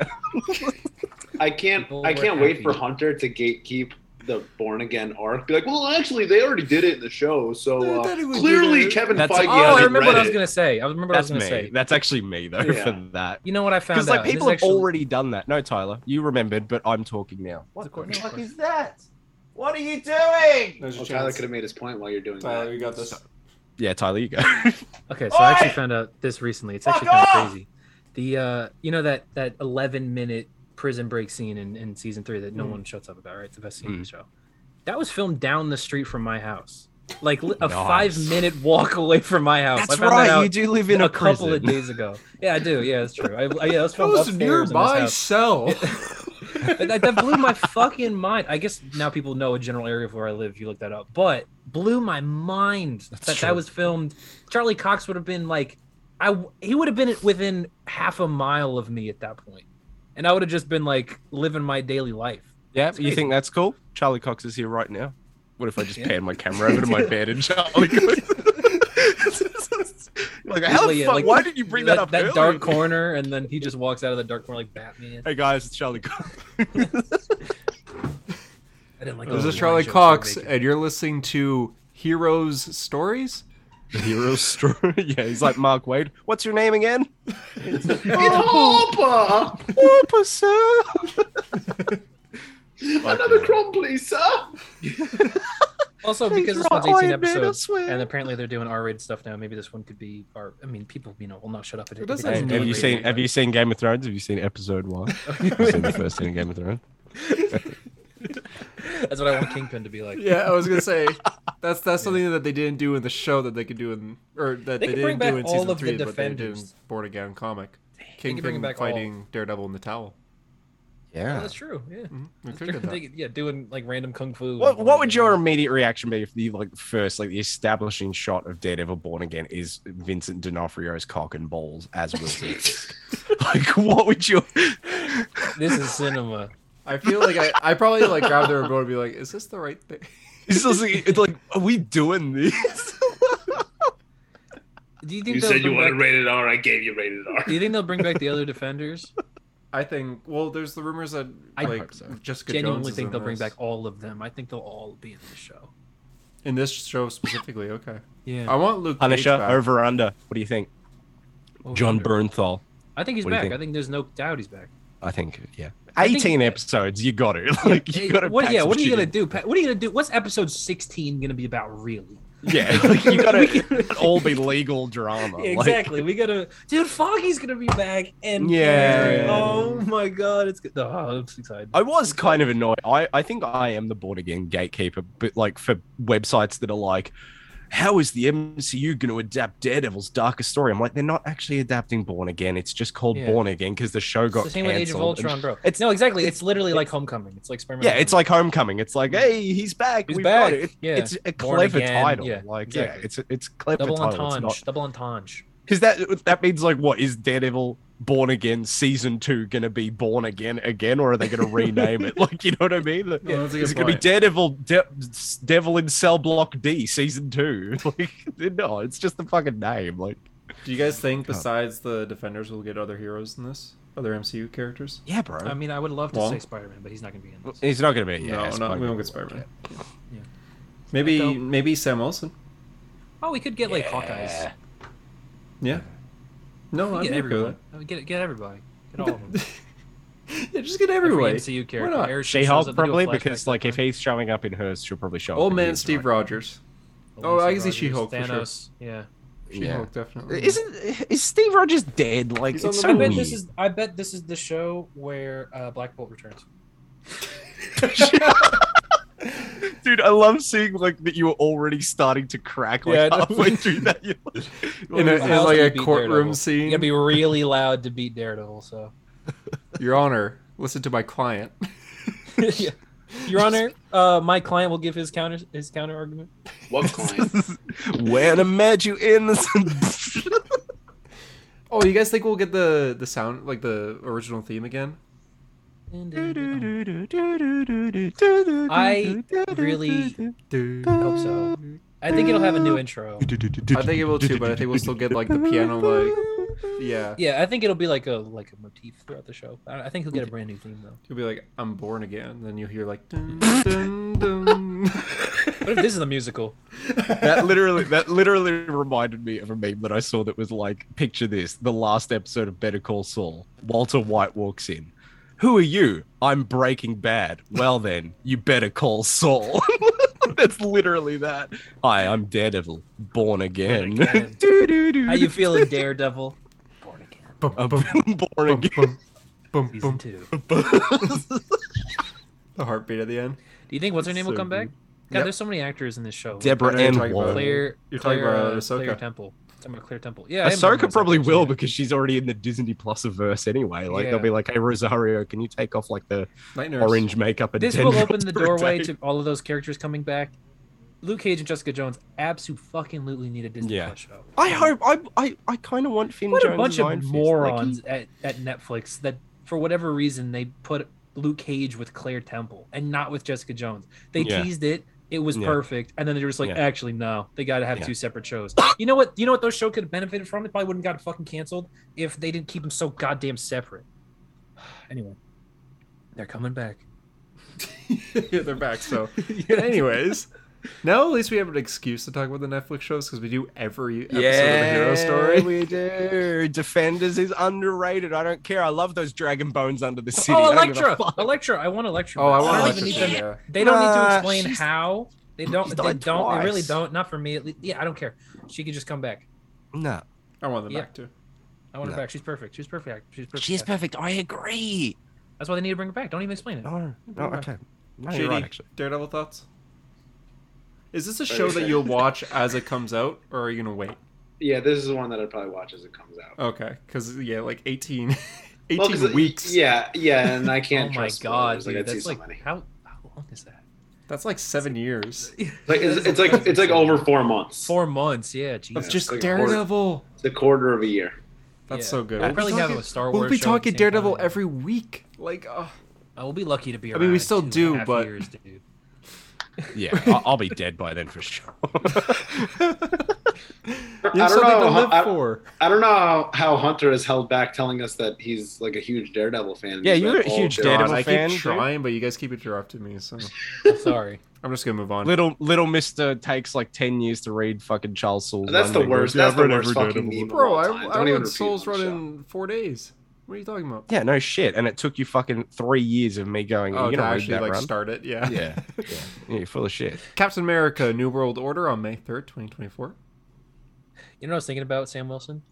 A: I can't.
C: People
A: I
C: were
A: can't wait
C: happy.
A: for Hunter to gatekeep the Born Again arc. Be like, well, actually, they already did it in the show,
B: They
A: so uh,
B: thought it was
A: clearly
B: good.
A: Kevin
D: That's-
A: Feige.
C: Oh,
A: hasn't
C: I remember
A: read
C: what I was
A: it.
C: gonna say. I remember what I was
D: That's
C: gonna
D: me.
C: say.
D: That's actually me though
A: Yeah.
D: for that.
C: You know what I found
D: Because
C: out?
D: like people
C: This
D: have
C: actually-
D: already done that. No, Tyler, you remembered, but I'm talking now.
C: Of course, of course.
D: that? What are you doing?
B: There's
A: Well, Tyler uh, could have Oh, made his point while you're doing
B: Tyler,
A: that.
B: you
A: [LAUGHS]
B: got this.
D: Yeah, Tyler, you go. [LAUGHS]
C: Okay, so I actually
D: Oi!
C: found out this recently. It's
D: Fuck
C: actually kind of
D: off!
C: crazy. The uh, you know that that eleven minute prison break scene in, in season three that no
D: Mm.
C: one shuts up about, right? It's the best scene in the show. That was filmed down the street from my house, like li- a
D: Nice.
C: five minute walk [LAUGHS] away from my house. I
D: That's
C: found that
D: right.
C: out
D: You do live in a,
C: couple of
D: prison.
C: days ago. Yeah, I do. Yeah, that's true. I, I- yeah, that was
B: That
C: filmed
B: was
C: upstairs
B: near
C: in this
B: my
C: house.
B: cell.
C: And that, that blew my fucking mind. I guess now people know a general area of where I live. if You look that up, but blew my mind that
D: true.
C: that was filmed. Charlie Cox would have been like, I w- he would have been within half a mile of me at that point, and I would have just been like living my daily life.
D: Yeah,
C: crazy.
D: you think that's cool? Charlie Cox is here right now. What if I just
C: Yeah.
D: pan my camera over to [LAUGHS] my bed and Charlie Cox? [LAUGHS] like, how
C: Like,
D: the
C: yeah,
D: fuck?
C: like,
D: why did you bring that, up?
C: That
D: earlier?
C: dark corner, and then he just walks out of the dark corner like Batman.
D: Hey guys, it's Charlie [LAUGHS] Cox.
C: I didn't like.
B: this
C: those
B: is
C: line
B: Charlie
C: jokes they were
B: Cox,
C: making.
B: and you're listening to Heroes Stories.
D: Hero story. [LAUGHS] yeah, he's like Mark Wade. What's your name again?
A: It's Harper.
D: [LAUGHS] Whooper, sir.
A: Another crumb, please, sir.
C: Also,
D: Please
C: because this
D: draw
C: one's 18
D: Iron Man, I
C: episodes,
D: swear.
C: and apparently they're doing R-rated stuff now. Maybe this one could be R. I mean, people, you know, will not shut up.
B: It doesn't
D: Hey,
B: That's
D: have you
B: really
D: seen Have you seen Game of Thrones? Have you seen episode one? [LAUGHS] Have you seen the first scene in Game of Thrones?
C: [LAUGHS] That's what I want Kingpin to be
D: [LAUGHS]
C: like.
B: Yeah, I was gonna
C: [LAUGHS]
B: say that's that's something that they didn't do in the show that they could do in or that
C: They
B: they,
C: could
B: didn't
C: bring back
B: do in
C: all
B: season
C: of the
B: three, but they did in
C: Defenders.
B: Born Again comic.
C: could bring
B: Kingpin
C: back all-
B: fighting Daredevil in the towel. Mm-hmm.
C: Oh,
D: Yeah.
C: that's true.
D: Mm,
C: Yeah.
B: We could
C: That's true.
B: get that.
C: [LAUGHS] They- yeah, doing like random kung fu.
D: What What
C: [LAUGHS]
D: would your immediate reaction be if the like first like the establishing shot of Daredevil Born Again is Vincent D'Onofrio's cock and balls as Wilson?
C: [LAUGHS]
D: like, what would you?
C: This is cinema.
B: I feel like I, I probably
C: [LAUGHS]
B: like grab their remote and be like, "Is this the right thing?"
D: It's just like, it's like, are we doing this?
C: Do you think
A: You
C: they'll
A: said you
C: bring
A: wanted
C: back,
A: rated R. I gave you rated
C: [LAUGHS]
A: R.
C: Do you think they'll bring back the other defenders?
B: I think. Well, there's the rumors that
C: I
B: like
C: hope so.
B: Jessica Jones
C: Genuinely
B: is
C: think
B: in
C: they'll bring
B: this.
C: back all of them. I think they'll all be in the show.
B: in this show specifically. Okay,
C: Yeah.
B: I want Luke Cage
D: [LAUGHS] Punisher
B: back.
D: over or under? What do you think? John Bernthal.
C: I think he's
D: What do you
C: back.
D: think?
C: I think there's no doubt he's back.
D: I think, yeah.
C: I think-
D: Eighteen episodes, you got it. [LAUGHS] Like,
C: Hey,
D: you got to.
C: what, yeah, what are you gonna do? Pat? What are you gonna do? What's episode sixteen gonna be about, really?
D: Yeah, [LAUGHS] like, you
C: [LAUGHS]
D: got
C: We
D: to. All be
C: [LAUGHS]
D: legal drama. [LAUGHS] like-
C: exactly. we gotta, dude. Foggy's gonna be back, and
D: Yeah.
C: oh my god, it's good. Oh, I'm so excited.
D: I was kind of annoyed. I, I think I am the born again gatekeeper, but like for websites that are like, how is the MCU going to adapt Daredevil's darkest story? I'm like, they're not actually adapting Born Again. It's just called
C: Yeah.
D: Born Again because the show
C: It's
D: got
C: the same with Age of
D: canceled. and-
C: Ultron, bro. It's
D: It's-
C: no, exactly. It's, literally like Homecoming. It's like Spider-Man.
D: yeah, it's like Homecoming. It's like, hey, he's back.
C: He's
D: We've got
C: back.
D: it. It-
C: Yeah.
D: It's a
C: Born
D: clever
C: Again.
D: title.
C: Yeah,
D: like,
C: exactly.
D: yeah, it's a, it's a clever
C: double
D: title. It's
C: entendre.
D: not-
C: Double entendre.
D: because that that means like what is Daredevil Born Again season two gonna be Born Again again, or are they gonna rename [LAUGHS] it? Like you know what I mean? Like,
B: No, that's a good
D: it's gonna be
B: point.
D: Daredevil De- Devil in Cell Block D season two. [LAUGHS] Like no, it's just the fucking name. Like
B: Do you guys think
D: Oh.
B: besides the Defenders, we'll get other heroes in this? Other MCU characters?
D: yeah, bro.
C: I mean, I would love to
B: Wong?
C: say Spider Man, but he's not going to be in this.
D: He's not gonna be. Yeah,
B: Um, no, no, we won't get
D: Spider-Man.
B: Spider-Man.
C: Yeah. Yeah.
B: Maybe,
C: Echo.
B: maybe Sam Wilson.
C: Oh, we could get like
D: Yeah.
C: Hawkeyes.
B: Yeah. No,
C: We
B: I'd
C: get
B: be okay with
C: everyone. Uh, Get get everybody. Get all of them.
B: that. [LAUGHS] yeah, just get
C: Every
B: everyone.
C: MCU character.
B: not?
C: Eric
D: She
C: shows
D: Hulk
C: up, they do a
D: probably
C: flashback
D: because like if he's showing up in hers, she'll probably show up.
B: Old
D: in
B: man
D: his,
B: Steve
D: right?
B: Rogers.
C: sometime.
B: Oh, I can see
C: Rogers,
B: She-Hulk for sure.
C: Thanos. Yeah.
D: Yeah.
B: She-Hulk, definitely.
D: Isn't is Steve Rogers dead? Like
B: He's on
D: it's
B: the
D: so
C: I bet
D: weird.
C: this is. I bet this is the show where uh, Black Bolt returns.
D: Dude, I love seeing like that you were already starting to crack like
B: Yeah, I know.
D: halfway
C: [LAUGHS]
D: through that. You're like,
B: in, a,
C: How
B: in
C: else
B: like
C: do you
B: a
C: beat
B: courtroom
C: Daredevil? You
B: scene.
C: gotta be really loud to beat Daredevil.
B: [LAUGHS]
C: So, [LAUGHS]
B: Your Honor, listen to my client. [LAUGHS]
C: yeah. Your Honor, uh, my client will give his counter his counter argument.
A: What [LAUGHS] client?
D: [LAUGHS] when I met you in this,
B: Oh, you guys think we'll get the the sound like the original theme again?
D: I
C: really-
B: Dude.
C: I hope so. I think it'll have a new intro.
B: I think it will too, but I think we'll still get like the piano like yeah.
C: Yeah, I think it'll be like a like a motif throughout the show. I, I think he'll get a brand new theme though.
B: You'll be like, I'm born again. Then you'll hear like dun, dun, dun.
C: What if this is a musical?
D: that literally that literally reminded me of a meme that I saw that was like, picture this, the last episode of Better Call Saul. Walter White walks in. Who are you? I'm breaking bad. Well then, you better call Saul. [LAUGHS] That's literally that. Hi, I'm Daredevil, born again.
C: Born
D: [LAUGHS]
C: again.
D: Doo-doo-doo.
C: How you feeling, Daredevil? Born again,
B: Bum,
D: I'm
B: bum,
D: born
B: bum,
D: again.
B: bum, bum,
C: season
B: bum.
C: two.
B: The heartbeat at the end.
C: Do you think what's her name will
D: So
C: come back?
D: good.
C: God,
B: Yep.
C: there's so many actors in this show.
D: [LAUGHS] Deborah
B: I know you're
D: and
B: talking about
D: Wong.
B: it.
C: Claire,
B: You're
C: Claire,
B: talking about
C: uh,
B: Ahsoka.
C: Claire Temple. Talking about Claire Temple. Yeah, I am talking
D: Ahsoka
C: about
D: probably
C: Ahsoka,
D: will
C: yeah.
D: because she's already in the Disney Plus verse anyway. Like
C: Yeah.
D: they'll be like, "Hey Rosario, can you take off like the
B: Night nurse.
D: orange makeup and
C: this
D: ten
C: will open
D: dollars
C: the
D: per
C: doorway
D: day?"
C: to all of those characters coming back. Luke Cage and Jessica Jones absolutely need a Disney
D: Yeah.
C: Plus show.
D: I hope I I, I kind of want Finn
C: What
D: Jones.
C: a bunch of
D: Iron Fist. Like,
C: morons at, at Netflix that, for whatever reason, they put Luke Cage with Claire Temple and not with Jessica Jones. They
D: Yeah.
C: teased it. It was
D: Yeah.
C: perfect, and then they were just like,
D: Yeah.
C: "Actually, no, they got to have
D: Yeah.
C: two separate shows." You know what? You know what? Those shows could have benefited from. It probably wouldn't got fucking canceled if they didn't keep them so goddamn separate. [SIGHS] Anyway, they're coming back.
B: yeah, [LAUGHS] they're back. So,
C: [LAUGHS]
D: Yeah.
B: anyways, now at least we have an excuse to talk about the Netflix shows because we do every episode of the
D: yeah,
B: Hero Story.
D: we do. Defenders is underrated. I don't care. I love those dragon bones under the city.
C: Oh,
D: I don't give a
C: Electra!
D: fuck.
C: Electra! I want Electra.
B: Oh, I
C: back.
B: want
D: Oh,
C: don't
B: Electra.
C: even
B: too,
C: need them-
B: yeah.
C: They don't need
D: Nah,
C: to explain
D: she's-
C: how. They don't.
D: she's
C: They
D: died
C: don't. They really
D: twice.
C: don't. Not for me. At least. Yeah, I don't care. She could just come back.
D: No,
B: I want them
C: Yeah.
B: back too.
C: I want her
D: No.
C: back. She's perfect. She's perfect. She's perfect.
D: she's perfect. I agree.
C: That's why they need to bring her back. Don't even explain it.
D: No, no, okay. No,
B: JD,
D: you're right, actually.
B: Daredevil thoughts? Is this a
A: Very
B: show that
A: fair.
B: you'll watch as it comes out, or are you gonna wait?
A: yeah, this is one that I'd probably watch as it comes out.
B: Okay, because yeah, like [LAUGHS] 18, 18
A: Well, 'cause it-
B: weeks.
A: Yeah, yeah, and I
C: [LAUGHS] Oh
A: can't.
C: my
A: trust
C: god,
A: spoilers,
C: dude,
A: I'd see
C: that's
A: so
C: like
A: many.
C: how how long is that?
B: that's like seven years.
A: Like it's, it's like it's
C: [LAUGHS]
A: like over four months.
C: Four months. Yeah,
B: That's
C: Jesus.
A: Yeah,
B: just
A: like a quarter.
B: Daredevil.
A: It's a quarter of a year.
B: That's
C: Yeah.
B: so good.
D: I
C: We'll probably
B: be
C: have
B: talking-
C: a Star Wars.
B: We'll be
C: show at the
B: talking
C: same
B: Daredevil
C: time.
B: every week. Like, oh,
C: I will be lucky to be.
B: I
C: Around
B: mean, we
C: in
B: still
C: two and a
B: do,
C: half
B: but-
C: years, dude.
D: [LAUGHS] Yeah, I- I'll be dead by then for sure. [LAUGHS]
B: [LAUGHS] you have
A: I don't
B: something
A: know,
B: to live
A: I-
B: for.
A: I don't know how, how Hunter is held back telling us that he's like a huge Daredevil fan.
D: Yeah,
A: He's
D: you're
A: read
D: a
A: all
D: huge
A: of
D: Daredevil
B: God, I
D: fan,
B: keep
D: dude.
B: trying, but you guys keep interrupting me, so
C: Sorry.
B: I'm just gonna move on.
D: Little Little Mister takes like ten years to read fucking Charles Soule's.
A: That's the
D: run. He goes,
A: worst.
D: "Yeah,
A: That's
D: I've
A: the
D: read
A: worst
D: every
A: fucking
D: Daredevil
A: meme.
B: Bro,
A: of
B: I,
A: all time.
B: I
A: Don't even
B: went
A: repeat
B: Souls
A: on the
B: Run
A: show.
B: in four days. What are you talking about?
D: Yeah, no shit. And it took you fucking three years of me going,
B: Oh,
D: you
B: to
D: know,
B: actually
D: that
B: like
D: run.
B: start it, yeah.
D: yeah. [LAUGHS] yeah. Yeah, you're full of shit.
B: Captain America: New World Order on May third, twenty twenty four.
C: You know what I was thinking about Sam Wilson?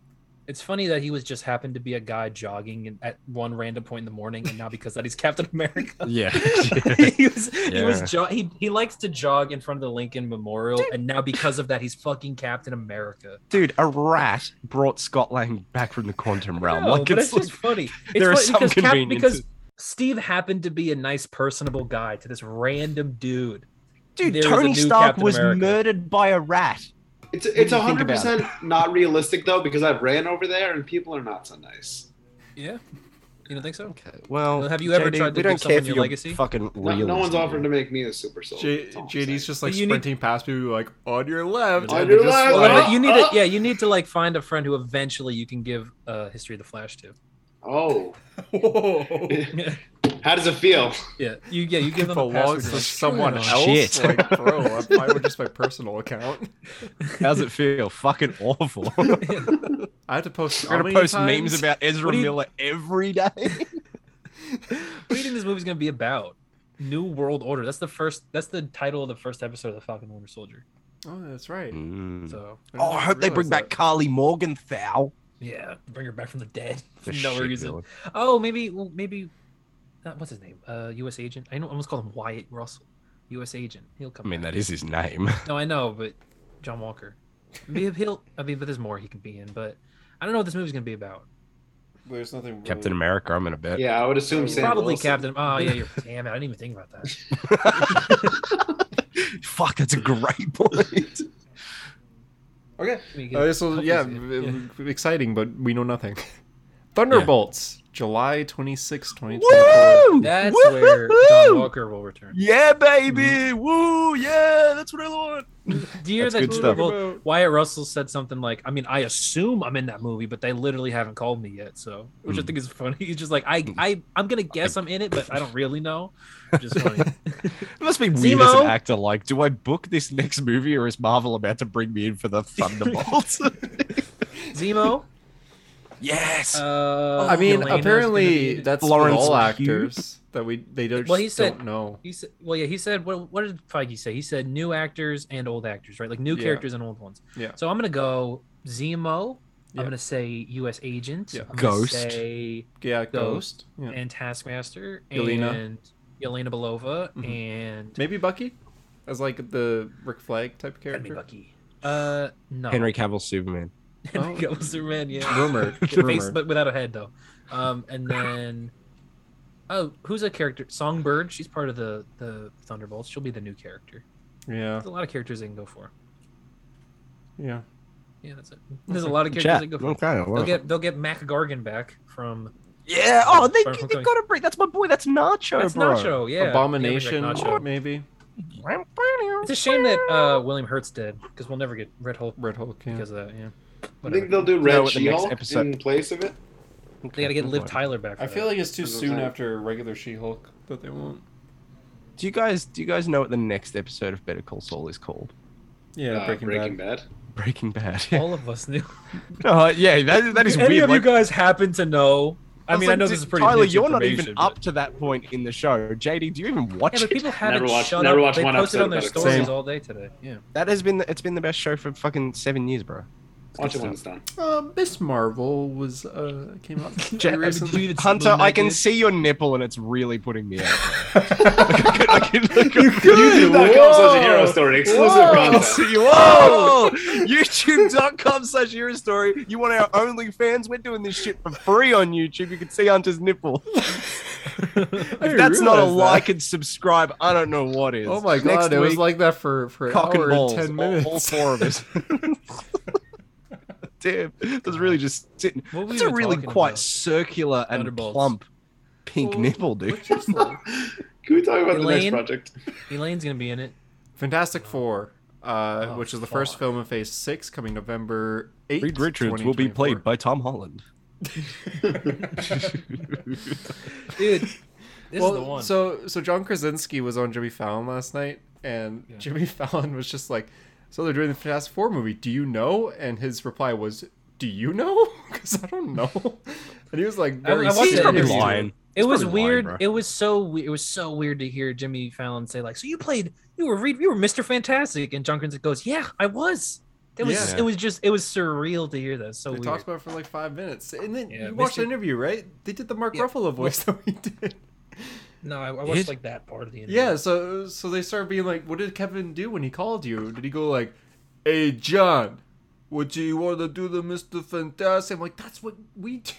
C: It's funny that he was just happened to be a guy jogging in- at one random point in the morning, and now because that he's [LAUGHS] Captain
D: [LAUGHS]
C: America.
D: Yeah.
C: he was, he,
D: Yeah.
C: was jo- he, he likes to jog in front of the Lincoln Memorial, and now because of that, he's fucking Captain America.
D: Dude, a rat brought Scott Lang back from the quantum realm.
C: No,
D: like
C: but
D: it's,
C: it's just
D: [LAUGHS]
C: funny. It's
D: there are
C: funny
D: some
C: because, Cap- because
D: conveniences.
C: Steve happened to be a nice, personable guy to this random dude.
D: dude,
C: there is a
D: Tony
C: new
D: Stark
C: Captain
D: was
C: America.
D: murdered by a rat.
A: It's
E: do
A: it's
E: you think
A: hundred
E: about
A: percent not realistic though because I've ran over there and people are not so nice.
C: Yeah. You don't think so?
D: Okay. Well,
C: Have you ever tried to
D: we
C: give
D: don't care
C: someone
D: for
C: your
D: your
C: legacy?
D: Fucking
A: No,
D: real.
A: no one's offered to make me a super soul.
B: J-
A: that's all I'm
B: JD's
A: saying.
B: just like
C: But you need-
B: sprinting past people, like on your left,
A: On
B: and
A: your
B: they're just
A: left,
B: like-
A: Oh,
C: you need to,
D: uh,
A: oh.
C: yeah, you need to like find a friend who eventually you can give uh, History of the Flash to.
A: Oh,
B: [LAUGHS] Whoa.
A: how does it feel?
C: Yeah, you yeah you give
B: It
C: them a
B: belongs
C: password.
B: to someone
D: it
B: else.
D: on.
B: [LAUGHS]
D: Shit.
B: Like, bro, I- mine were just my personal account.
D: How's it feel? fucking awful. [LAUGHS]
B: I had to post.
D: We're
B: how
D: gonna
B: many
D: post
B: times?
D: memes about Ezra
C: What do you-
D: Miller every day.
C: What do you think this movie's gonna be about? New World Order. That's the first. That's the title of the first episode of the Falcon Winter Soldier.
B: Oh, that's right.
C: So
B: I
D: Oh, I
B: didn't
D: hope they bring
B: realize
D: back
B: that.
D: Carly Morgenthau.
C: yeah, bring her back from the dead [LAUGHS] for
D: The
C: no
D: shit
C: reason.
D: villain.
C: Oh, maybe well, maybe uh, what's his name? Uh, U.S. agent. I know. I almost call him Wyatt Russell. U.S. agent. He'll
D: I
C: come.
D: mean,
C: back.
D: that is his name. [LAUGHS]
C: No, I know, but John Walker. Maybe he'll. I mean, but there's more he can be in. But I don't know what this movie's gonna be about.
B: There's nothing.
D: Captain
B: really-
D: America, I'm gonna bet.
A: Yeah, I would assume Sam
C: Probably
A: Wilson.
C: Captain. Oh yeah, you're, damn it! I didn't even think about that.
D: [LAUGHS] Fuck, that's
C: [LAUGHS]
D: a great point. [LAUGHS]
B: Okay. [LAUGHS]
C: I mean,
B: Uh, this was, yeah,
C: hopefully- yeah.
B: v- v- exciting, but we know nothing. [LAUGHS] Thunderbolts, July 26, 2024.
D: Woo!
C: That's
D: Woo-hoo-hoo!
C: where John Walker will return.
D: Yeah, baby. Woo! Yeah, that's what I want.
C: Do you hear
D: That's
C: that?
D: good stuff.
C: Well, Wyatt Russell said something like, "I mean, I assume I'm in that movie, but they literally haven't called me yet." So, which I
D: Mm.
C: think is funny. [LAUGHS] He's just like,
D: Hmm.
C: "I, I, I'm gonna guess I'm in it, but I don't really know." Which is
D: [LAUGHS]
C: funny.
D: It must be weird as
C: Zemo?
D: an actor. Like, do I book this next movie, or is Marvel about to bring me in for the [LAUGHS] Thunderbolts?
C: Zemo.
D: yes.
C: Uh,
B: I mean,
C: Yelena's gonna be
B: apparently
C: in it.
B: that's
D: Lawrence
B: all
D: Pugh?
B: actors that we they don't,
C: Well,
B: just
C: he said-
B: don't know.
C: He said, "Well, yeah." He said, "What? What did Feige say?" He said, "New actors and old actors, right? Like new
B: Yeah.
C: characters and old ones."
B: Yeah.
C: So I'm gonna go Zemo.
B: Yeah.
C: I'm gonna say U.S. Agent.
B: Yeah.
C: I'm gonna
D: Ghost.
C: Say
B: Yeah, Ghost.
C: Ghost.
B: Yeah.
C: and Taskmaster
B: Yelena.
C: and Yelena Belova
B: Mhm.
C: and
B: Maybe Bucky, as like the Rick Flag type
C: That'd be
B: character.
C: Bucky. Uh, no,
D: Henry Cavill Superman.
C: [LAUGHS] Henry
B: Oh.
C: Cavill Superman, yeah,
B: Rumored.
C: With [LAUGHS] face,
B: rumored.
C: but without a head though. Um, and then oh, who's a character? Songbird. She's part of the the Thunderbolts. She'll be the new character.
B: Yeah.
C: There's a lot of characters they can go for.
B: Yeah.
C: Yeah, that's it. There's a lot of characters
D: Chat.
C: they can go for.
D: Okay.
C: They'll
D: Well.
C: get they'll get Mac Gargan back from
D: yeah. Oh, they
C: From- from-
D: they got to bring. That's my boy. That's Nacho,
C: that's
D: bro.
C: Nacho. Yeah,
B: Abomination,
C: Yeah, bring back Nacho.
B: maybe.
C: It's a shame that uh, William Hurt's dead because we'll never get Red Hulk
B: Red Hulk. Yeah.
C: because of that. Yeah,
A: I
C: Whatever.
A: think they'll do
D: know
A: Red
D: what the next
A: She-Hulk
D: episode-
A: in place of it.
C: They gotta get Liv Tyler [LAUGHS] back. For
B: I feel like it's too
A: That's what
B: soon
A: I'm-
B: after regular She Hulk that they won't.
D: Do you guys do you guys know what the next episode of Better Call Saul is called?
B: Yeah,
A: Uh,
B: Breaking, Bad.
A: Bad.
D: Breaking Bad.
C: that. all of us
B: [LAUGHS]
C: knew.
D: [LAUGHS] oh, yeah, that, that is
C: Any
D: weird.
C: of
D: like-
C: you guys happen to know? I,
D: was
C: mean, I
D: like,
C: know
D: "D-
C: this is pretty.
D: Tyler,
C: niche
D: you're not even
C: information, but-
D: up to that point in the show. JD, do you even watch
C: Yeah, but
D: it?
C: people haven't
A: Never watched-
C: shut
A: never
C: up.
A: watched
C: they
A: one
C: posted
A: episode
C: on their
A: about it.
C: stories
B: Same.
C: all day today. Yeah.
D: That has been the, it's been the best show for fucking seven years, bro.
A: Watch it when it's [LAUGHS] done.
B: Uh, Miss Marvel was uh came
D: [LAUGHS]
B: out
D: Jack-
B: pretty recently.
D: Hunter, I can see your nipple and it's really putting me out. [LAUGHS] I can, I can, I can,
A: YouTube.com slash a hero story. Exclusive
D: Whoa!
A: content.
D: Whoa! YouTube.com slash hero story. You want our only fans? We're doing this shit for free on YouTube. You can see Hunter's nipple. If that's not a like and subscribe, I don't know what is.
B: Oh my god,
D: Next
B: it was
D: week,
B: like that for for an
D: cock and
B: hour and
D: balls.
B: ten
D: all-
B: minutes.
D: All, four
B: [LAUGHS]
D: of us. Damn, it was really just sitting.
C: What were
D: It's
C: we
D: a
C: even
D: really
C: talking
D: quite
C: about?
D: circular and
C: Thunderbolts.
D: plump pink
B: Well,
D: nipple, dude.
B: Which is the-
A: Can we talk about the next
C: Elaine?
A: project?
C: [LAUGHS] Elaine's gonna be in it.
B: Fantastic Four, uh,
C: Oh,
B: which is the first
C: fuck.
B: film in Phase Six, coming November eighth.
D: Reed Richards will be played by
B: [LAUGHS]
D: Tom Holland.
A: [LAUGHS]
C: Dude, this
B: well,
C: is the one.
B: So, so John Krasinski was on Jimmy Fallon last night, and
C: Yeah.
B: Jimmy [LAUGHS] Fallon was just like, "So they're doing the Fantastic Four movie. Do you know?" And his reply was, "Do you know?" [LAUGHS] Because I don't know. [LAUGHS] And he was like,
C: I- I
B: very
C: watched
B: serious.
C: He's probably
B: He's
D: lying.
C: it was
D: probably lying,
C: weird.
D: bro.
C: it was so we- it was so weird to hear Jimmy Fallon say like, "So you played you were Reed, you were Mister Fantastic," and John Krasinski goes, "Yeah, I was." It was
D: Yeah.
C: it was just it was surreal to hear that. It's So
B: They
C: weird.
B: talked about it for like five minutes, and then
C: Yeah,
B: you watched the
C: Mr.
B: interview, right? They did the Mark
C: Yeah.
B: Ruffalo voice [LAUGHS] that we did.
C: no, I, I
D: Did?
C: watched like that part of the interview.
B: Yeah, so so they started being like, "What did Kevin do when he called you? Did he go like, "Hey John, what do you want to do to Mister Fantastic?" I'm like, "That's what we do."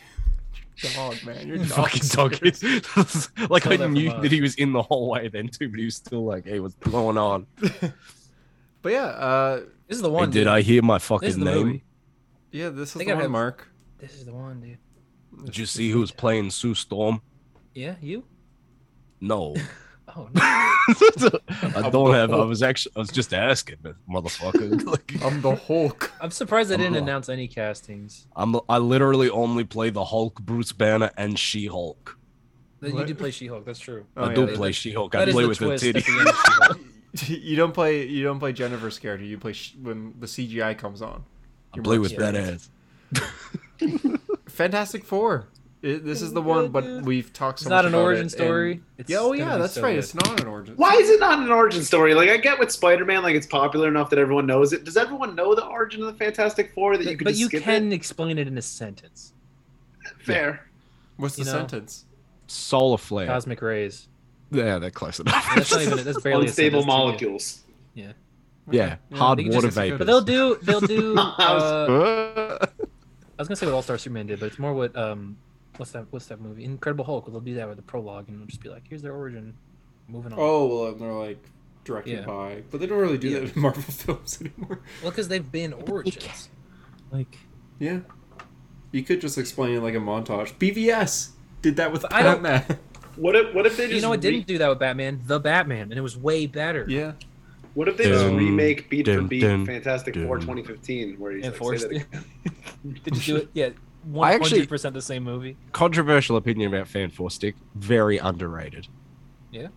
B: [LAUGHS] Dog man, you're dog.
D: Fucking dog. [LAUGHS] like
C: Stole
D: I
C: that from
D: knew
C: us.
D: that he was in the hallway then too, but he was still like, "Hey, what's going on?"
B: But yeah, uh,
C: This is the
D: Hey,
C: one.
D: did
C: dude.
D: I hear my
C: This is
D: fucking
C: the
D: name?
C: movie.
B: yeah, this is
C: Think
B: the
C: I've
B: one,
C: had-
B: Mark.
C: This is the one, dude.
D: Did you see who's playing Sue Storm?
C: [LAUGHS] Yeah, you. [LAUGHS]
D: No,
C: Oh, no.
D: I don't have. I was actually. I was just asking, but
C: [LAUGHS]
D: motherfucker. Like,
B: I'm the Hulk.
C: I'm surprised they didn't
D: Ugh.
C: announce any castings.
D: I'm. I literally only play the Hulk, Bruce Banner, and She Hulk.
C: Then You
B: What?
C: did play She-Hulk. That's true.
B: Oh,
D: [LAUGHS] I
B: yeah,
D: do
B: they-
D: play She Hulk.
C: That
D: I
C: is
D: play
C: the
D: with her
C: twist at
D: titty.
C: the end of She-Hulk.
B: [LAUGHS] You don't play. You don't play Jennifer's character. You play sh- when the CGI comes on.
D: I play with that
B: Yeah.
D: ass.
B: Fantastic Four. It, this is the one, but we've talked so
C: It's
B: much
C: not an
B: about
C: origin
B: it,
C: story.
B: and-
C: It's
B: Yeah, oh
C: gonna
B: yeah,
C: be
B: that's
C: so
B: right.
C: good.
B: It's not an origin.
A: Why is it not an origin story? Like I get with Spider-Man, like it's popular enough that everyone knows it. Does everyone know the origin of the Fantastic Four that you
C: But
A: could
C: but
A: just
C: you
A: skip
C: can explain it in a sentence.
A: it? Fair.
B: What's the
C: You know?
B: sentence?
D: Solar flare.
C: Cosmic rays.
B: [LAUGHS]
D: yeah, they're close
C: Yeah, That's not
D: enough.
C: even. That's barely a
A: Unstable
C: sentence, too.
A: molecules.
D: [LAUGHS]
C: [LAUGHS]
D: yeah,
B: Yeah,
D: hard
C: you can
D: water
B: just-
D: vapor.
C: But they'll do.
B: [LAUGHS]
C: They'll do. uh,
D: Uh,
C: I was gonna say what All Star Superman did, but it's more what um, what's that? What's that movie? Incredible Hulk. They'll do that with the prologue, and it'll just be like, "Here's their origin." Moving on. Well,
B: Oh well, and they're like directed
C: Yeah.
B: by, but they don't really do
C: Yeah.
B: that in [LAUGHS] Marvel films anymore.
C: because they've been origins. Like,
B: Yeah, you could just explain it like a montage. BVS did that with
C: But I don't-
B: Batman.
C: [LAUGHS]
A: What if what if they just
C: you know, it
A: re-
C: didn't do that with Batman. The Batman, and it was way better.
B: yeah,
A: What if they just
D: Dun,
A: remake beat for
D: dun,
A: beat
D: dun,
A: Fantastic Four
D: dun.
A: 2015, where he's
C: And
A: like,
C: forced
A: say that
C: it.
A: again.
D: [LAUGHS]
C: Did you do it? Yeah.
D: I
C: One
D: actually-
C: hundred percent the same movie.
D: controversial opinion about Fan Four Stick. Very underrated.
C: Yeah.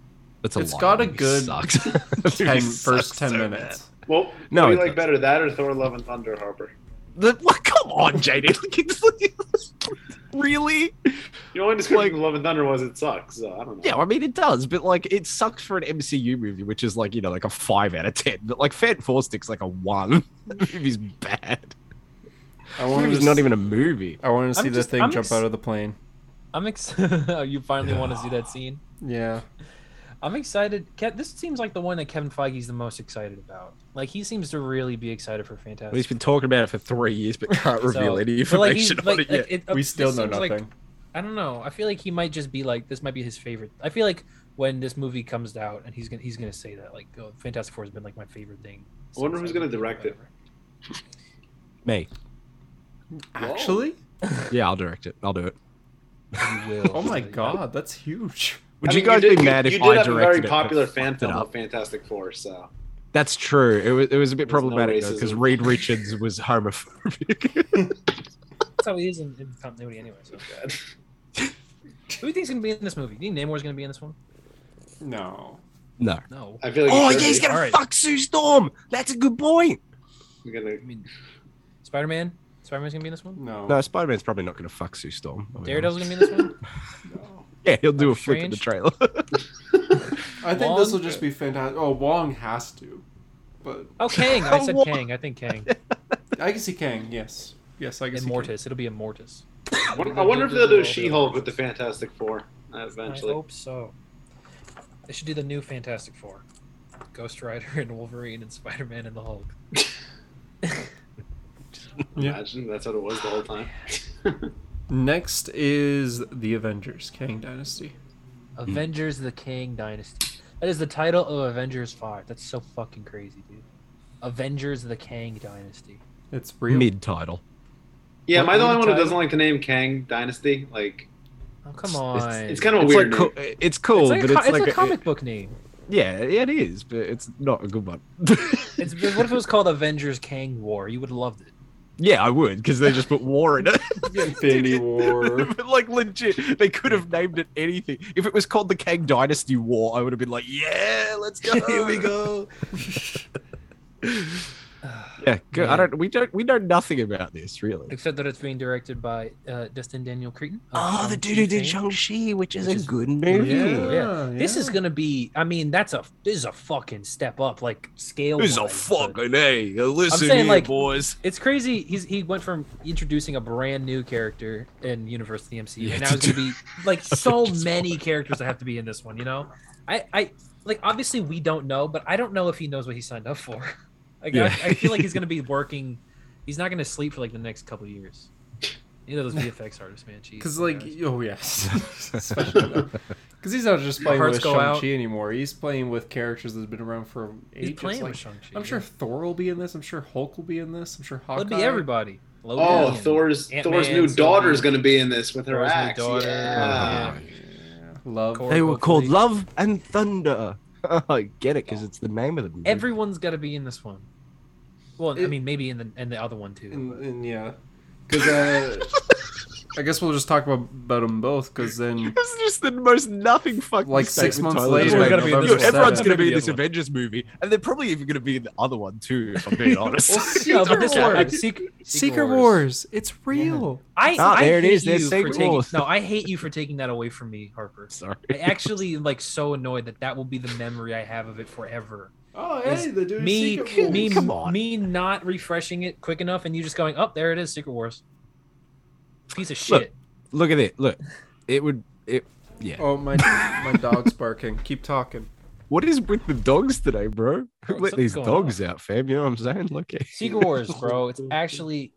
D: That's a
B: It's
D: lie.
B: got a
D: It
B: good
D: sucks. It
B: ten
D: sucks
B: first ten
D: so
B: minutes.
A: Well,
D: [LAUGHS]
A: no, what
D: No,
A: do
D: it
A: you like
D: doesn't.
A: better, that or Thor: Love and Thunder, Harper?
D: bad. The- what- come on,
C: [LAUGHS]
D: Jaden. really?
A: Your only description of Love and Thunder was it sucks. So I don't know.
D: Yeah, I mean it does, but like it sucks for an MCU movie, which is like you know like a five out of ten. But like Fan Four Stick's like a one. [LAUGHS] the movie's bad.
B: I
D: The
B: wanted
D: movie's
B: to
D: not
B: s-
D: even a movie.
B: I wanted to
C: I'm
B: see the
C: just-
B: thing
C: I'm
B: jump
C: ex-
B: out of the plane.
C: I'm [LAUGHS] excited. you finally want to see that scene.
B: Yeah,
C: I'm excited. Ke- This seems like the one that Kevin Feige's the most excited about. Like he seems to really be excited for Fantastic.
D: Well, he's been talking about it for three years, but can't
C: [LAUGHS]
D: reveal
C: So-
D: any
C: but, like, he's-
D: information on
C: like,
D: it yet.
C: like, it-
B: we
C: this
B: still know
C: seems like-
B: nothing.
C: I don't know. I feel like he might just be like this might be his favorite. I feel like when this movie comes out and he's gonna he's gonna say that like oh, Fantastic Four has been like my favorite thing.
A: I wonder who's
C: since I was
A: gonna
C: a kid,"
A: direct it.
C: whatever.
D: Me.
B: Actually,
D: Yeah, I'll direct it. I'll do it.
C: You will.
B: oh my
C: So, yeah.
B: god, that's huge.
D: Would
A: I
D: you
A: mean,
D: guys
A: did-
D: be mad if
A: you,
D: I
A: did have
D: directed
A: a very
D: it, but
A: popular
D: fucked
A: fan
D: it
A: film
D: up?
A: of Fantastic Four? So
D: That's true. It was, it was a bit
A: There's no
D: problematic because
A: racism.
D: Reed Richards was homophobic. [LAUGHS]
C: That's how he is in, in continuity anyway.
A: [LAUGHS]
C: So. Who do you think's gonna be in this movie? Do you think Namor's gonna be in this one?
B: No,
D: no.
C: No.
A: I feel like
D: oh,
A: it
D: yeah,
A: should
D: he's
A: be.
D: gonna
C: Alright.
D: fuck Sue Storm. That's a good point.
A: We're gonna-
C: I mean, Spider Man. Spider Man's gonna be in this one.
B: no,
D: No, Spider Man's probably not gonna fuck Sue Storm. I'll be
C: Daredevil's
D: honest.
C: gonna be in this one.
B: no.
D: Yeah, he'll do a
C: Doctor
D: flip in the trailer. [LAUGHS]
B: I think this will
C: Wong-
B: just be fantastic. Oh, Wong has to, but
C: Oh, Kang. I said
D: What?
C: Kang. I think Kang.
B: I can see Kang. Yes, yes, I can
C: And
B: see Kang.
C: Mortis. It'll be a Mortis.
A: I wonder- I wonder if they'll do She-Hulk with the Fantastic Four uh,
C: I
A: eventually.
C: hope so. They should do the new Fantastic Four: Ghost Rider [LAUGHS] and Wolverine and Spider Man and the Hulk.
B: Yeah.
A: Imagine that's what it was the whole
C: [LAUGHS]
A: time. [LAUGHS]
B: Next is the Avengers, Kang Dynasty.
C: [LAUGHS] Avengers: The Kang Dynasty. That is the title of Avengers Five. That's so fucking crazy, dude. Avengers: The Kang Dynasty.
B: It's real.
D: Mid title.
A: yeah, am I the
C: What
A: only one who
C: time?
A: doesn't like the name Kang Dynasty? Like,
C: Oh come on!
A: it's kind of a weird.
D: like
A: name.
D: cool. It's cool,
C: like
D: but
C: a, co-
D: it's like
C: a comic book name.
D: Yeah, it is, but it's not a good one. [LAUGHS]
C: It's, what if it was called Avengers Kang War? You would have loved it.
D: yeah, I would because they just put war
C: [LAUGHS]
D: in it. [LAUGHS]
B: Infinity War.
D: But, like legit, they could have named it anything. If it was called the Kang Dynasty War, I would have been like, "Yeah, let's go."
C: Here we go.
D: [LAUGHS] Yeah, good. I
C: Man.
D: don't. We don't. We know nothing about this really.
C: Except that it's being directed by uh, Dustin Daniel Cretton. of
D: Oh, the
C: Shang-Chi
D: dude who did
C: fame.
D: Shang Chi, which is
C: Which
D: a
C: is-
D: good movie.
B: Yeah,
C: Yeah. This is
B: Oh, yeah.
C: gonna be. I mean, that's a this is a fucking step up, like scale.
D: Who's a
C: wise, but-
D: fucking a? Listen
C: saying,
D: here,
C: like-
D: boys.
C: It's crazy. He's he went from introducing a brand new character in Universe of the MCU,
D: Yeah,
C: and now
D: to
C: he's gonna
D: do-
C: be
D: [LAUGHS]
C: like so
D: Just
C: many characters that have to be in this one. You know, I I like obviously we don't know, but I don't know if he knows what he signed up for. [LAUGHS] Like
D: Yeah. [LAUGHS]
C: I, I feel like he's gonna be working. He's not gonna sleep for like the next couple of years. You know those VFX artists, man.
B: [LAUGHS]
C: Jeez.
B: Because
C: you
B: like,
C: know, it's-
B: oh yes, [LAUGHS] because he's not just playing
C: Hearts
B: with
C: go
B: Shang
C: out.
B: Chi anymore. He's playing with characters that've been around for ages.
C: he's playing
B: like,
C: with Shang-Chi.
B: I'm sure
C: yeah.
B: Thor will be in this. I'm sure Hulk will be in this. I'm sure Hawkeye.
C: It'll be everybody. Logan
A: Oh,
C: and
A: Thor's
C: Ant-Man,
A: Thor's new
C: Sylvie.
A: daughter is going to be in this with her
C: Thor's new
A: axe.
C: daughter.
A: Yeah.
D: Uh-huh.
B: Yeah. Love.
C: Korg.
D: They were called
C: hopefully.
D: Love and Thunder. [LAUGHS] I get it because it's the name of the movie.
C: Everyone's got to be in this one. Well, I
B: It-
C: mean, maybe in the and the other one too. [LAUGHS]
B: And, and yeah, because uh, [LAUGHS] I guess we'll just talk about about them both. Because then,
D: It's just the most nothing fucking.
B: Like, six
D: statement
B: months
D: Tyler
B: later,
D: just
C: we're
D: made.
C: gonna be in
D: Yo,
C: this one.
D: everyone's
C: Seven.
D: going to be
C: Gonna
D: in
C: be
D: this
C: the other
D: Avengers movie, and they're probably even going to be in the other one too. If I'm [LAUGHS] being honest.
C: no, but this
B: Secret
C: one,
B: Wars.
C: Secret,
B: Secret Wars. It's real.
C: I,
D: Ah,
C: I
D: there it
C: hate
D: is, there's
C: you for
D: Secret
C: taking-
D: Wars.
C: No, I hate you for taking that away from me, Harper.
D: Sorry.
C: I actually like so annoyed that that will be the memory I have of it forever.
B: Oh,
C: It's
B: hey, they're doing
C: me,
B: Secret Wars.
C: me,
D: Come on.
C: me not refreshing it quick enough, and you just going, "Up oh, there it is, Secret Wars." Piece of shit.
D: Look. Look at it. Look, it would. It. Yeah.
B: Oh my, my dog's barking. Keep talking.
D: What is with the dogs today, bro? Who
C: Oh,
D: let these
C: something's going on.
D: dogs out, fam? You know what I'm saying? Look at
C: Secret Wars, bro. It's actually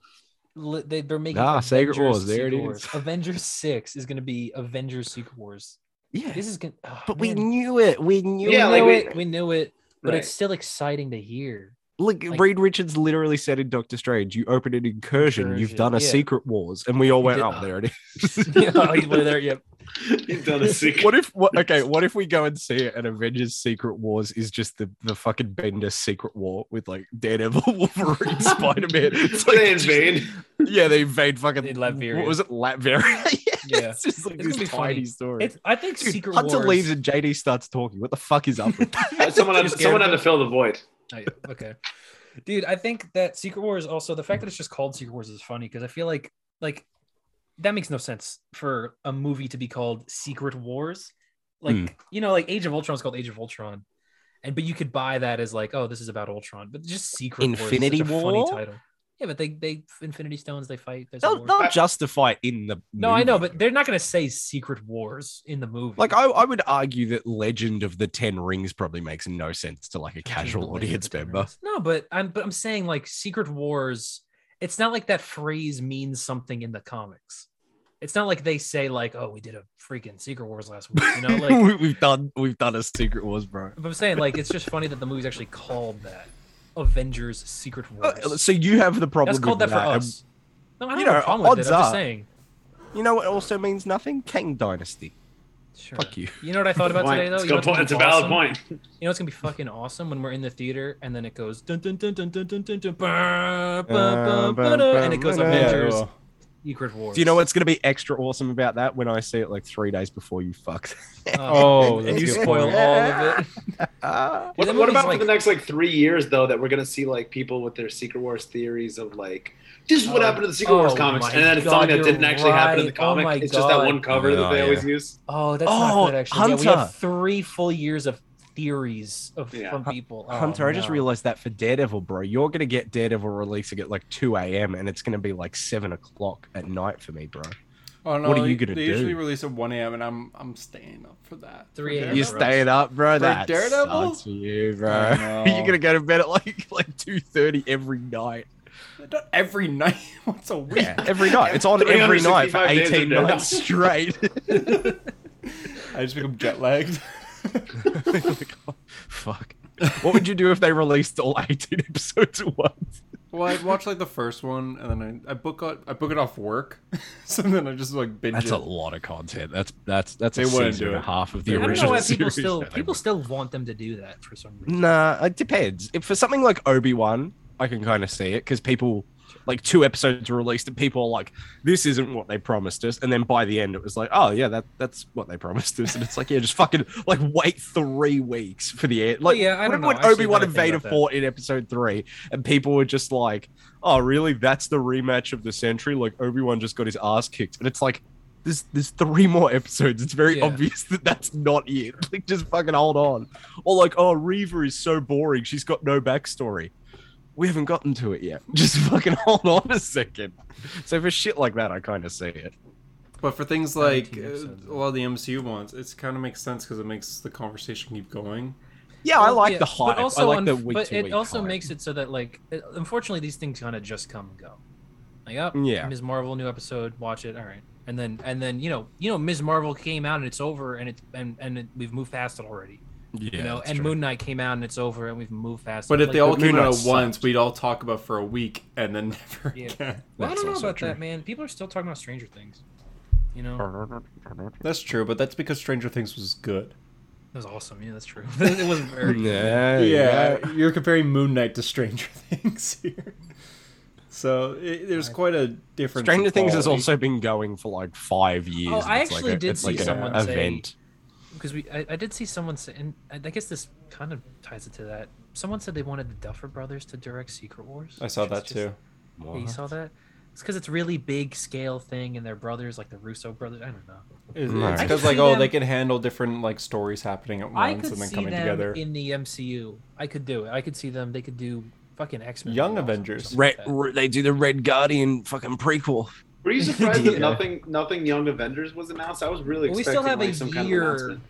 C: li- they, they're making
D: Nah, Secret
C: Avengers
D: Wars, there it
C: Secret
D: is.
C: Wars. Avengers Six is gonna be Avengers Secret Wars.
D: [LAUGHS] Yeah.
C: This is gonna. oh,
D: But we
C: man.
D: knew it. We knew
A: Yeah,
D: it.
A: like,
C: knew
A: we-
C: it. We knew it. But
A: Right.
C: it's still exciting to hear. [LAUGHS]
D: Look,
C: Like-
D: Reed Richards literally said in Doctor Strange, "You opened an incursion. You've
C: Incursion,
D: done a
C: yeah.
D: Secret Wars," and we all went,
C: did-
D: "Oh, there it
C: oh,
D: is."
C: he's way there. Yep.
A: [LAUGHS] He's done
D: [LAUGHS]
A: a secret.
D: what if? What, okay, what if we go and see it, and Avengers: Secret Wars is just the the fucking Bender Secret War with like Daredevil, [LAUGHS]
A: [LAUGHS]
D: Wolverine, Spider Man. It's like
A: they invade.
D: yeah, they invade fucking
C: In Latveria.
D: What was it, Latveria? [LAUGHS] yeah,
C: Yeah.
D: it's just like
C: It's
D: this
C: gonna be
D: tiny
C: funny.
D: story.
C: It's, I think
D: Dude,
C: Secret
D: Hunter
C: Wars.
D: leaves and JD starts talking. What the fuck is [LAUGHS] up with that?
A: Uh, Someone had,
C: Just
A: someone had
C: Gary.
A: to fill the void.
C: Oh, yeah. Okay. Dude, I think that Secret Wars also the fact that it's just called Secret Wars is funny because I feel like like that makes no sense for a movie to be called Secret Wars. Like
D: Hmm.
C: you know, like Age of Ultron is called Age of Ultron, and but you could buy that as like, oh, this is about Ultron, but just Secret War. is
D: Infinity
C: such a
D: War?
C: Funny title. Yeah, but they they Infinity Stones they fight. There's a
D: they'll,
C: war.
D: they'll justify it in the
C: no, I know,
D: movie.
C: but they're not gonna say Secret Wars in the movie.
D: Like I, I would argue that Legend of the Ten Rings probably makes no sense to like a
C: Fucking
D: casual
C: Legend
D: audience
C: of the Ten
D: member.
C: Rings. No, but I'm but I'm saying like Secret Wars. It's not like that phrase means something in the comics. It's not like they say like, "Oh, we did a freaking Secret Wars last week," you know.
D: [LAUGHS]
C: Like,
D: we, we've done we've done a Secret Wars, bro.
C: but I'm saying like it's just funny that the movie's actually called that. Avengers Secret
D: Uh,
C: Wars.
D: So you have the problem
C: That's called
D: with
C: that
D: that,
C: for us. No, I don't
D: you
C: have
D: know,
C: a problem with
D: odds
C: it. I'm just
D: are-
C: saying.
D: and you know what also means nothing? Kang Dynasty.
C: Sure.
D: Fuck you.
C: You know what I thought about
A: Point.
C: today though?
A: It's,
C: You
A: good
C: know what's
A: point.
C: gonna
A: It's a
C: be
A: valid
C: awesome?
A: point.
C: You know it's gonna be fucking awesome when we're in the theater and then it goes dun dun dun dun dun dun dun dun bah, bah, bah, bah, da, and it goes
D: Yeah,
C: Avengers Secret Wars.
D: Do you know what's going to be extra awesome about that? When I see it like three days before you [LAUGHS] fucked.
B: Oh,
C: Um, Uh, and
B: that's
C: you
B: a good
C: spoil
B: point.
C: all of it.
D: Ah.
A: What,
C: that
A: what
C: movie's
A: about
C: like-
A: for the next like three years though that we're gonna see like people with their Secret Wars theories of like this is what
C: Oh,
A: happened to the Secret Wars
C: oh
A: comics,
C: my
A: and then it's
C: God,
A: something that
C: you're
A: didn't actually happen in the
C: right. Oh
A: comic.
C: my
A: it's just that
C: God.
A: one cover that
D: Yeah,
A: they
D: yeah.
A: always use.
C: [LAUGHS] Oh, that's
D: Oh,
C: not good actually. Yeah, we
D: Hunter.
C: have three full years of theories of
A: Yeah.
C: from people. Oh,
D: Hunter, I just
C: no.
D: realized that for Daredevil, bro, you're gonna get Daredevil releasing at like 2 a.m. and it's gonna be like seven o'clock at night for me, bro.
B: Oh no!
D: What are
B: they-
D: you gonna
B: they
D: do?
B: usually release at 1 a.m. and I'm I'm staying up for that.
C: 3 a.m.
D: You're
C: bro.
D: staying up, bro.
B: For
D: That
B: Daredevil?
D: sucks for you,
B: I
D: [LAUGHS] bro.
B: know.
D: You're gonna go to bed at like like 2:30 every night.
B: Not every night. [LAUGHS] Once a week.
D: Yeah, every night. It's on every night for
A: 365 days a
D: 18
A: day.
D: nights [LAUGHS] straight.
B: I just become jet lagged.
D: [LAUGHS] oh, Fuck. What would you do if they released all 18 episodes at once?
B: [LAUGHS] well, I'd watch like the first one and then I, I book out, I book it off work, [LAUGHS] so then I just like binge
D: That's
B: it.
D: a lot of content. That's that's that's
B: They
D: a
B: wouldn't
D: season
B: do
D: and a
B: it.
D: half of
B: I
D: the
C: I don't
D: original
C: know why people
B: [LAUGHS]
D: series.
C: still
D: No, they
C: people
D: wouldn't.
C: still want them to do that for some reason.
D: Nah, it depends. If for something like Obi Wan, I can kind of see it because people like two episodes were released and people are like, "This isn't what they promised us," and then by the end it was like, "Oh yeah, that that's what they promised us," and it's like, "Yeah, just fucking like wait three weeks for the end." Like,
C: yeah, I don't
D: remember
C: know.
D: when
C: Actually,
D: Obi Wan
C: now that I
D: and
C: think
D: Vader
C: about that.
D: fought in episode three, and people were just like, "Oh really? That's the rematch of the century?" Like Obi Wan just got his ass kicked, and it's like. There's, there's three more episodes. It's very
C: Yeah.
D: obvious that that's not it. [LAUGHS] Like, just fucking hold on. Or like, oh, Reaver is so boring. She's got no backstory. We haven't gotten to it yet. [LAUGHS] Just fucking hold on a second. So for shit like that, I kind of see it.
B: But for things like
C: 19
B: uh,
C: episodes.
B: a lot of the MCU ones, it's kind of makes sense because it makes the conversation keep going.
D: Yeah, I
C: Well,
D: like
C: yeah,
D: the hype.
C: But also,
D: I like the
C: unf-
D: week
C: but
D: to
C: it
D: week
C: also
D: hype.
C: makes it so that like, it- unfortunately, these things kind of just come and go. Like, oh,
D: Yeah.
C: Ms. Marvel new episode, watch it. All right. And then and then, you know, you know Ms. Marvel came out and it's over and it's and and it, we've moved past it already.
D: Yeah,
C: you know,
D: that's
C: and
D: true.
C: Moon Knight came out and it's over and we've moved past
B: But
C: it.
B: if they
C: Like,
B: all
D: Moon
B: came out
D: Knight
B: at
D: sucked.
B: once, we'd all talk about for a week and then [LAUGHS] never
C: Yeah.
B: again.
C: well, I
D: That's
C: don't know
D: also
C: about that,
D: true.
C: man. People are still talking about Stranger Things. You know, that
D: Yeah,
B: That's true, but that's because Stranger Things was good.
C: was awesome. Yeah, that's
D: [LAUGHS]
C: true. [LAUGHS] it wasn't very
B: Yeah, you're comparing Moon Knight to Stranger [LAUGHS] Things here. So it, there's quite a difference. in
D: Stranger Things has
B: quality.
D: also been going for like five years.
C: Oh, I
D: It's like
C: actually
D: a-
C: did
D: it's
C: see
D: like a
C: someone say-
D: event.
C: because we I, I did see someone say and I I guess this kind of ties it to that. Someone said they wanted the Duffer Brothers to direct Secret Wars.
B: I saw
C: which is
B: that
C: just-
B: too.
C: Yeah, you saw that? It's because it's really big scale thing, and their brothers, like the Russo brothers, I don't know.
B: It's
D: Right. I
B: because
C: could
B: like
C: see
B: oh
C: them-
B: they can handle different like stories happening at
C: I
B: once
C: could
B: and then
C: see
B: coming
C: them
B: together.
C: in the MCU. I could do it. I could see them. They could do fucking X Men.
B: Young Avengers.
D: Red, re- they do the Red Guardian fucking prequel.
A: Were you surprised
D: [LAUGHS]
A: that
B: Yeah.
A: nothing, nothing Young Avengers was announced? I was really
C: Well, we
A: expecting
C: still have
A: like,
C: a
A: some kind of
C: year
A: announcement.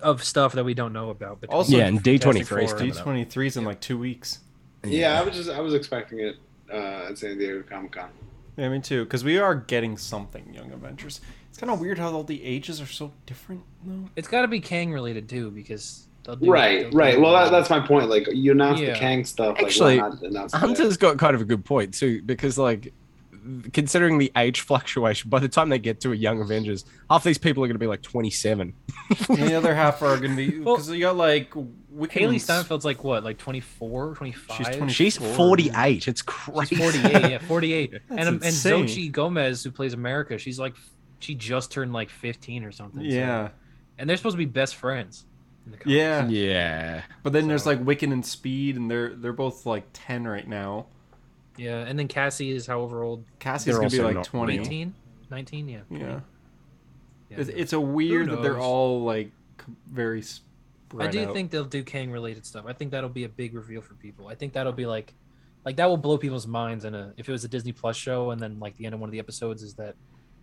C: of stuff that we don't know about. But
B: Also, Yeah,
D: and D23
C: Fantastic Four.
D: coming up.
B: D23's in like two weeks.
A: Yeah, I was just, I was expecting it uh, at San Diego Comic Con.
B: Yeah, me too. Because we are getting something Young Avengers. It's kind of weird how all the ages are so different though.
C: it's got to be Kang related too, because they'll do
A: Right,
C: they'll do-
A: right. Well, that, that's my point. Like you announced
C: Yeah.
A: the Kang stuff.
D: Actually,
A: like, why not announce it there?
D: Hunter's got kind of a good point too, because like considering the age fluctuation, by the time they get to a Young Avengers, half these people are going to be like 27.
B: And the other half are gonna be because you got like Wiccan
C: Haley
B: and-
C: Steinfeld's like what, like 24, 25?
B: She's 20.
D: [LAUGHS] She's 48. It's crazy.
C: She's 48, yeah, 48. and
B: [LAUGHS] That's
C: and
B: insane.
C: Zochi Gomez, who plays America, she's like, she just turned like 15 or something. so-
B: Yeah,
C: and they're supposed to be best friends. In the comics.
B: yeah.
D: [LAUGHS] Yeah. [LAUGHS]
B: But then there's
C: So-
B: like Wiccan and Speed, and they're they're both like ten right now.
C: Yeah, and then Cassie is however old?
B: Cassie's
D: They're
B: gonna be
D: also
B: like
D: not
B: twenty.
C: 18? 19? Yeah.
B: Yeah,
C: yeah.
B: it's, it's a weird that they're
C: knows?
B: all like c- very.
C: I
B: Spread
C: do
B: out.
C: think they'll do Kang related stuff. I think that'll be a big reveal for people. I think that'll be like, like that will blow people's minds. And if it was a Disney Plus show, and then like the end of one of the episodes is that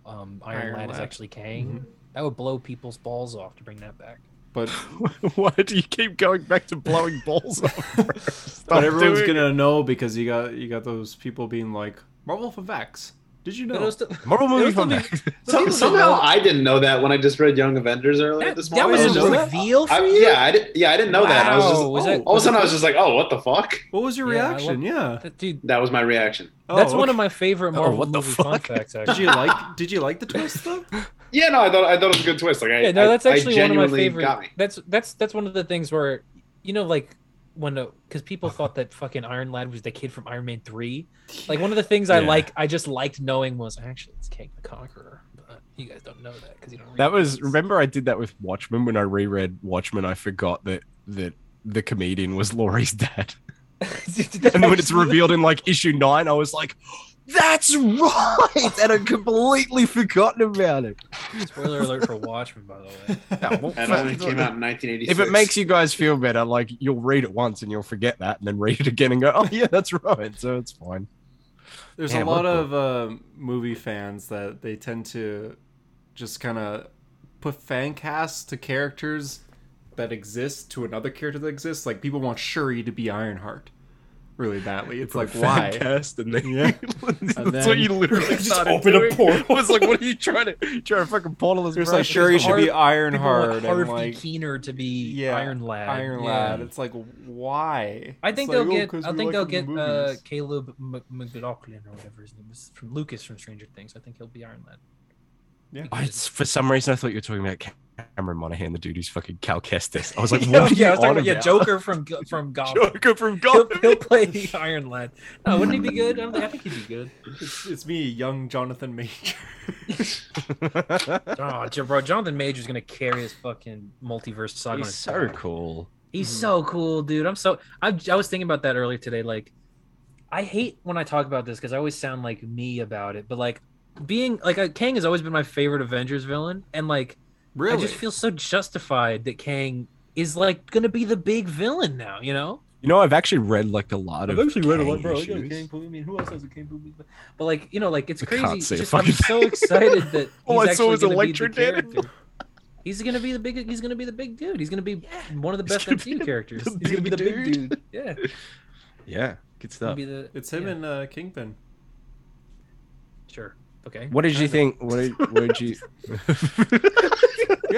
C: um, Iron,
B: Iron
C: Lad, is
B: Lad. Mm-hmm.
C: actually Kang. That would blow people's balls off to bring that back. [LAUGHS]
B: but
D: Why do you keep going back to blowing balls off?
B: but everyone's
D: doing
B: gonna know because you got you got those people being like Marvel for Vax. Did you
C: But
B: know?
C: it'll still-
D: Marvel
C: it'll
D: movie
C: still
D: from
C: be-
D: back.
A: So-
C: people
A: somehow
C: don't know-
A: I didn't know that when I just read Young Avengers earlier
C: That,
A: this
C: that
A: morning.
B: I
C: was
B: didn't
C: a
B: know that.
C: reveal for
A: I,
C: you.
A: yeah, I didn't. Yeah, I didn't know that. I was just
C: Wow, was
A: oh, oh."
C: that-
A: all of a sudden I was just like, oh, what the fuck?
B: what was your
C: Yeah, I
B: reaction?
C: [LAUGHS]
B: Yeah,
C: That- Dude,
A: That was my reaction.
B: Oh,
C: that's one
B: okay.
C: of my favorite Marvel
D: what the
C: movie fun
D: fuck?
C: facts. Actually.
B: Did you like? Did you like the twist though?
D: [LAUGHS]
A: Yeah, no, I thought I thought it was a good twist. Like, I,
C: yeah,
A: I-
C: no, that's
A: I
C: actually one of my
A: genuinely
C: favorite.
A: Got me.
C: That's that's that's one of the things where, you know, like when because people thought that fucking Iron Lad was the kid from Iron Man three. Like one of the things I
D: Yeah.
C: like, I just liked knowing was actually it's Kang the Conqueror. But you guys don't know that because you don't. read
D: [LAUGHS] That was
C: [LAUGHS] comics.
D: remember I did that with Watchmen when I reread Watchmen I forgot that that the comedian was Laurie's dad.
C: Did that
D: And then when it's
C: actually-
D: revealed in like issue 9 I was like that's right and I'd completely forgotten about it.
C: Spoiler alert for Watchmen, by the way.
A: And it only came out in 1986.
D: if it makes you guys feel better like you'll read it once and you'll forget that and then read it again and go oh yeah that's right so it's fine.
B: There's
D: Man,
B: a lot
D: what the-
B: of uh, movie fans that they tend to just kind of put fan casts to characters that exist to another character that exists. Like people want Shuri to be Ironheart really badly. It's like why?
D: Fancast and then
B: Yeah.
D: [LAUGHS] that's
B: And
D: what
B: then-
D: you literally
B: [LAUGHS] Just
D: started
B: open a
D: doing.
B: portal.
D: [LAUGHS] I was like what are you trying to trying to fucking portal this
B: There's
D: bro?
B: like Shuri should
D: [LAUGHS]
B: be
C: People want
B: Ironheart and
C: Harvey
B: like
C: Keener to be
B: Yeah,
C: Iron Lad.
B: Iron
C: Yeah.
B: Lad. It's like why?
C: I
B: It's
C: think
B: like,
C: they'll
B: oh,
C: get.
B: 'cause
C: I
B: we
C: think
B: like
C: they'll
B: him in
C: get
B: the
C: uh,
B: movies.
C: Caleb M- McLaughlin or whatever his name is from Lucas from Stranger Things. I think he'll be Iron Lad.
B: Yeah.
D: I,
C: Because-
D: for some reason, I thought you were talking about Cameron Monahan, the dude who's fucking Cal Kestis. I [LAUGHS] was like,
C: yeah,
D: what are
C: [LAUGHS] yeah, I
D: you
C: was talking
D: on
C: about, yeah,
D: about?
C: Joker from
D: [LAUGHS]
C: Go- from Gotham.
D: Joker from
C: He'll,
D: Gotham.
C: he'll play [LAUGHS] the Iron Lad. No, wouldn't he be good? I, don't think, I think he'd be good.
B: It's, it's me, young Jonathan Major. [LAUGHS]
C: Oh, Jo- bro, Jonathan Major's gonna carry his fucking multiverse saga. on
D: He's
C: his
D: so
C: back.
D: cool. Mm-hmm.
C: He's
B: Mhm.
C: so cool, dude. I'm so I, I was thinking about that earlier today. Like, I hate when I talk about this because I always sound like me about it. But like, being like a, Kang has always been my favorite Avengers villain, and like,
B: really?
C: I just feel so justified that Kang is like gonna be the big villain now. You know?
D: You know, I've actually read like a lot of. Kang issues.
C: movie. I mean, who else has a Kang movie? But, but, like, you know, like it's
D: I
C: crazy.
D: can't say a
C: Just, I'm
D: fucking
C: so
D: thing.
C: excited that
D: [LAUGHS] All
C: he's
D: I saw
C: actually
D: was
C: gonna be
D: Electro
C: the
D: Daddy.
C: character. He's gonna be the big. He's gonna be the big dude. He's gonna be one of the
D: He's
C: best
D: gonna be
C: MCU characters.
D: the
C: He's gonna be the
D: big
C: big
D: dude.
C: dude. Yeah,
D: Yeah, good
C: He'll
D: stuff.
C: be the,
B: It's him
C: yeah.
B: and uh, Kingpin.
C: Sure. Okay.
D: What did you
C: Kinda.
D: think? What did, [LAUGHS] what did you?
B: You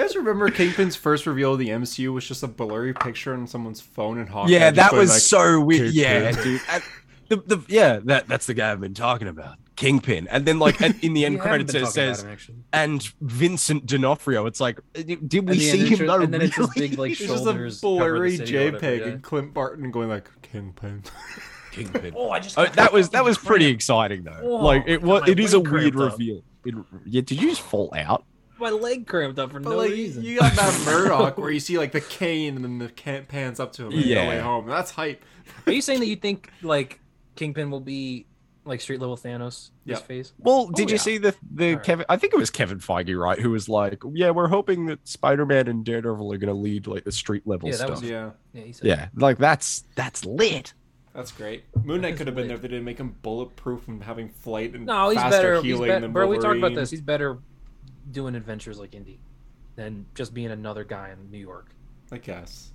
B: guys remember Kingpin's first reveal of the MCU was just a blurry picture on someone's phone and Hawkeye?
D: yeah,
B: just
D: that
B: going
D: was
B: like,
D: so weird. Yeah,
B: Kingpin.
D: dude. And the, the, yeah, that that's the guy I've been talking about, Kingpin. And then like and in [LAUGHS] the end
C: We haven't
D: credits
C: been
D: it
C: talking about
D: says
C: him, actually.
D: and Vincent D'Onofrio. It's like, uh, did we
C: And the-
D: see
C: and
D: him
C: then
D: though?
C: it's- and then it's his
D: really?
C: big, like,
D: [LAUGHS]
B: It's just a
C: shoulders cover the
B: blurry
C: city or
B: JPEG
C: whatever, yeah.
B: and Clint Barton going like Kingpin. [LAUGHS]
D: Kingpin.
C: Oh, I just.
D: Oh,
C: got
D: that was that
C: fucking
D: was pretty
C: cramp.
D: exciting though.
C: Oh,
D: like it
C: God,
D: was.
C: my
D: It is a
C: leg
D: weird
C: cramped up.
D: reveal. It, yeah, did you just fall out?
C: My leg cramped up for no reason.
B: you got that Murdoch where you see like the cane and then the can pans up to him yeah.
D: Yeah.
B: the way home. That's hype.
C: Are you saying that you think like Kingpin will be like street level Thanos
B: Yeah.
C: this phase?
D: Well, did you
C: Oh, yeah.
D: see the the
C: Alright.
D: Kevin? I think it was Kevin Feige, right? Who was like, "Yeah, we're hoping that Spider Man and Daredevil are going to lead like the street level
C: Yeah, that
D: stuff."
C: was-
B: Yeah,
C: Yeah, he said.
D: yeah, like that's that's lit.
B: that's great. Moon Knight
C: is
B: could have been
C: lit.
B: there if they didn't make him bulletproof and having flight and
C: No, he's
B: faster
C: better. He's
B: healing
C: be-
B: than
C: bro, we talked about
B: Wolverine.
C: this. He's better doing adventures like Indy than just being another guy in New York.
B: I guess.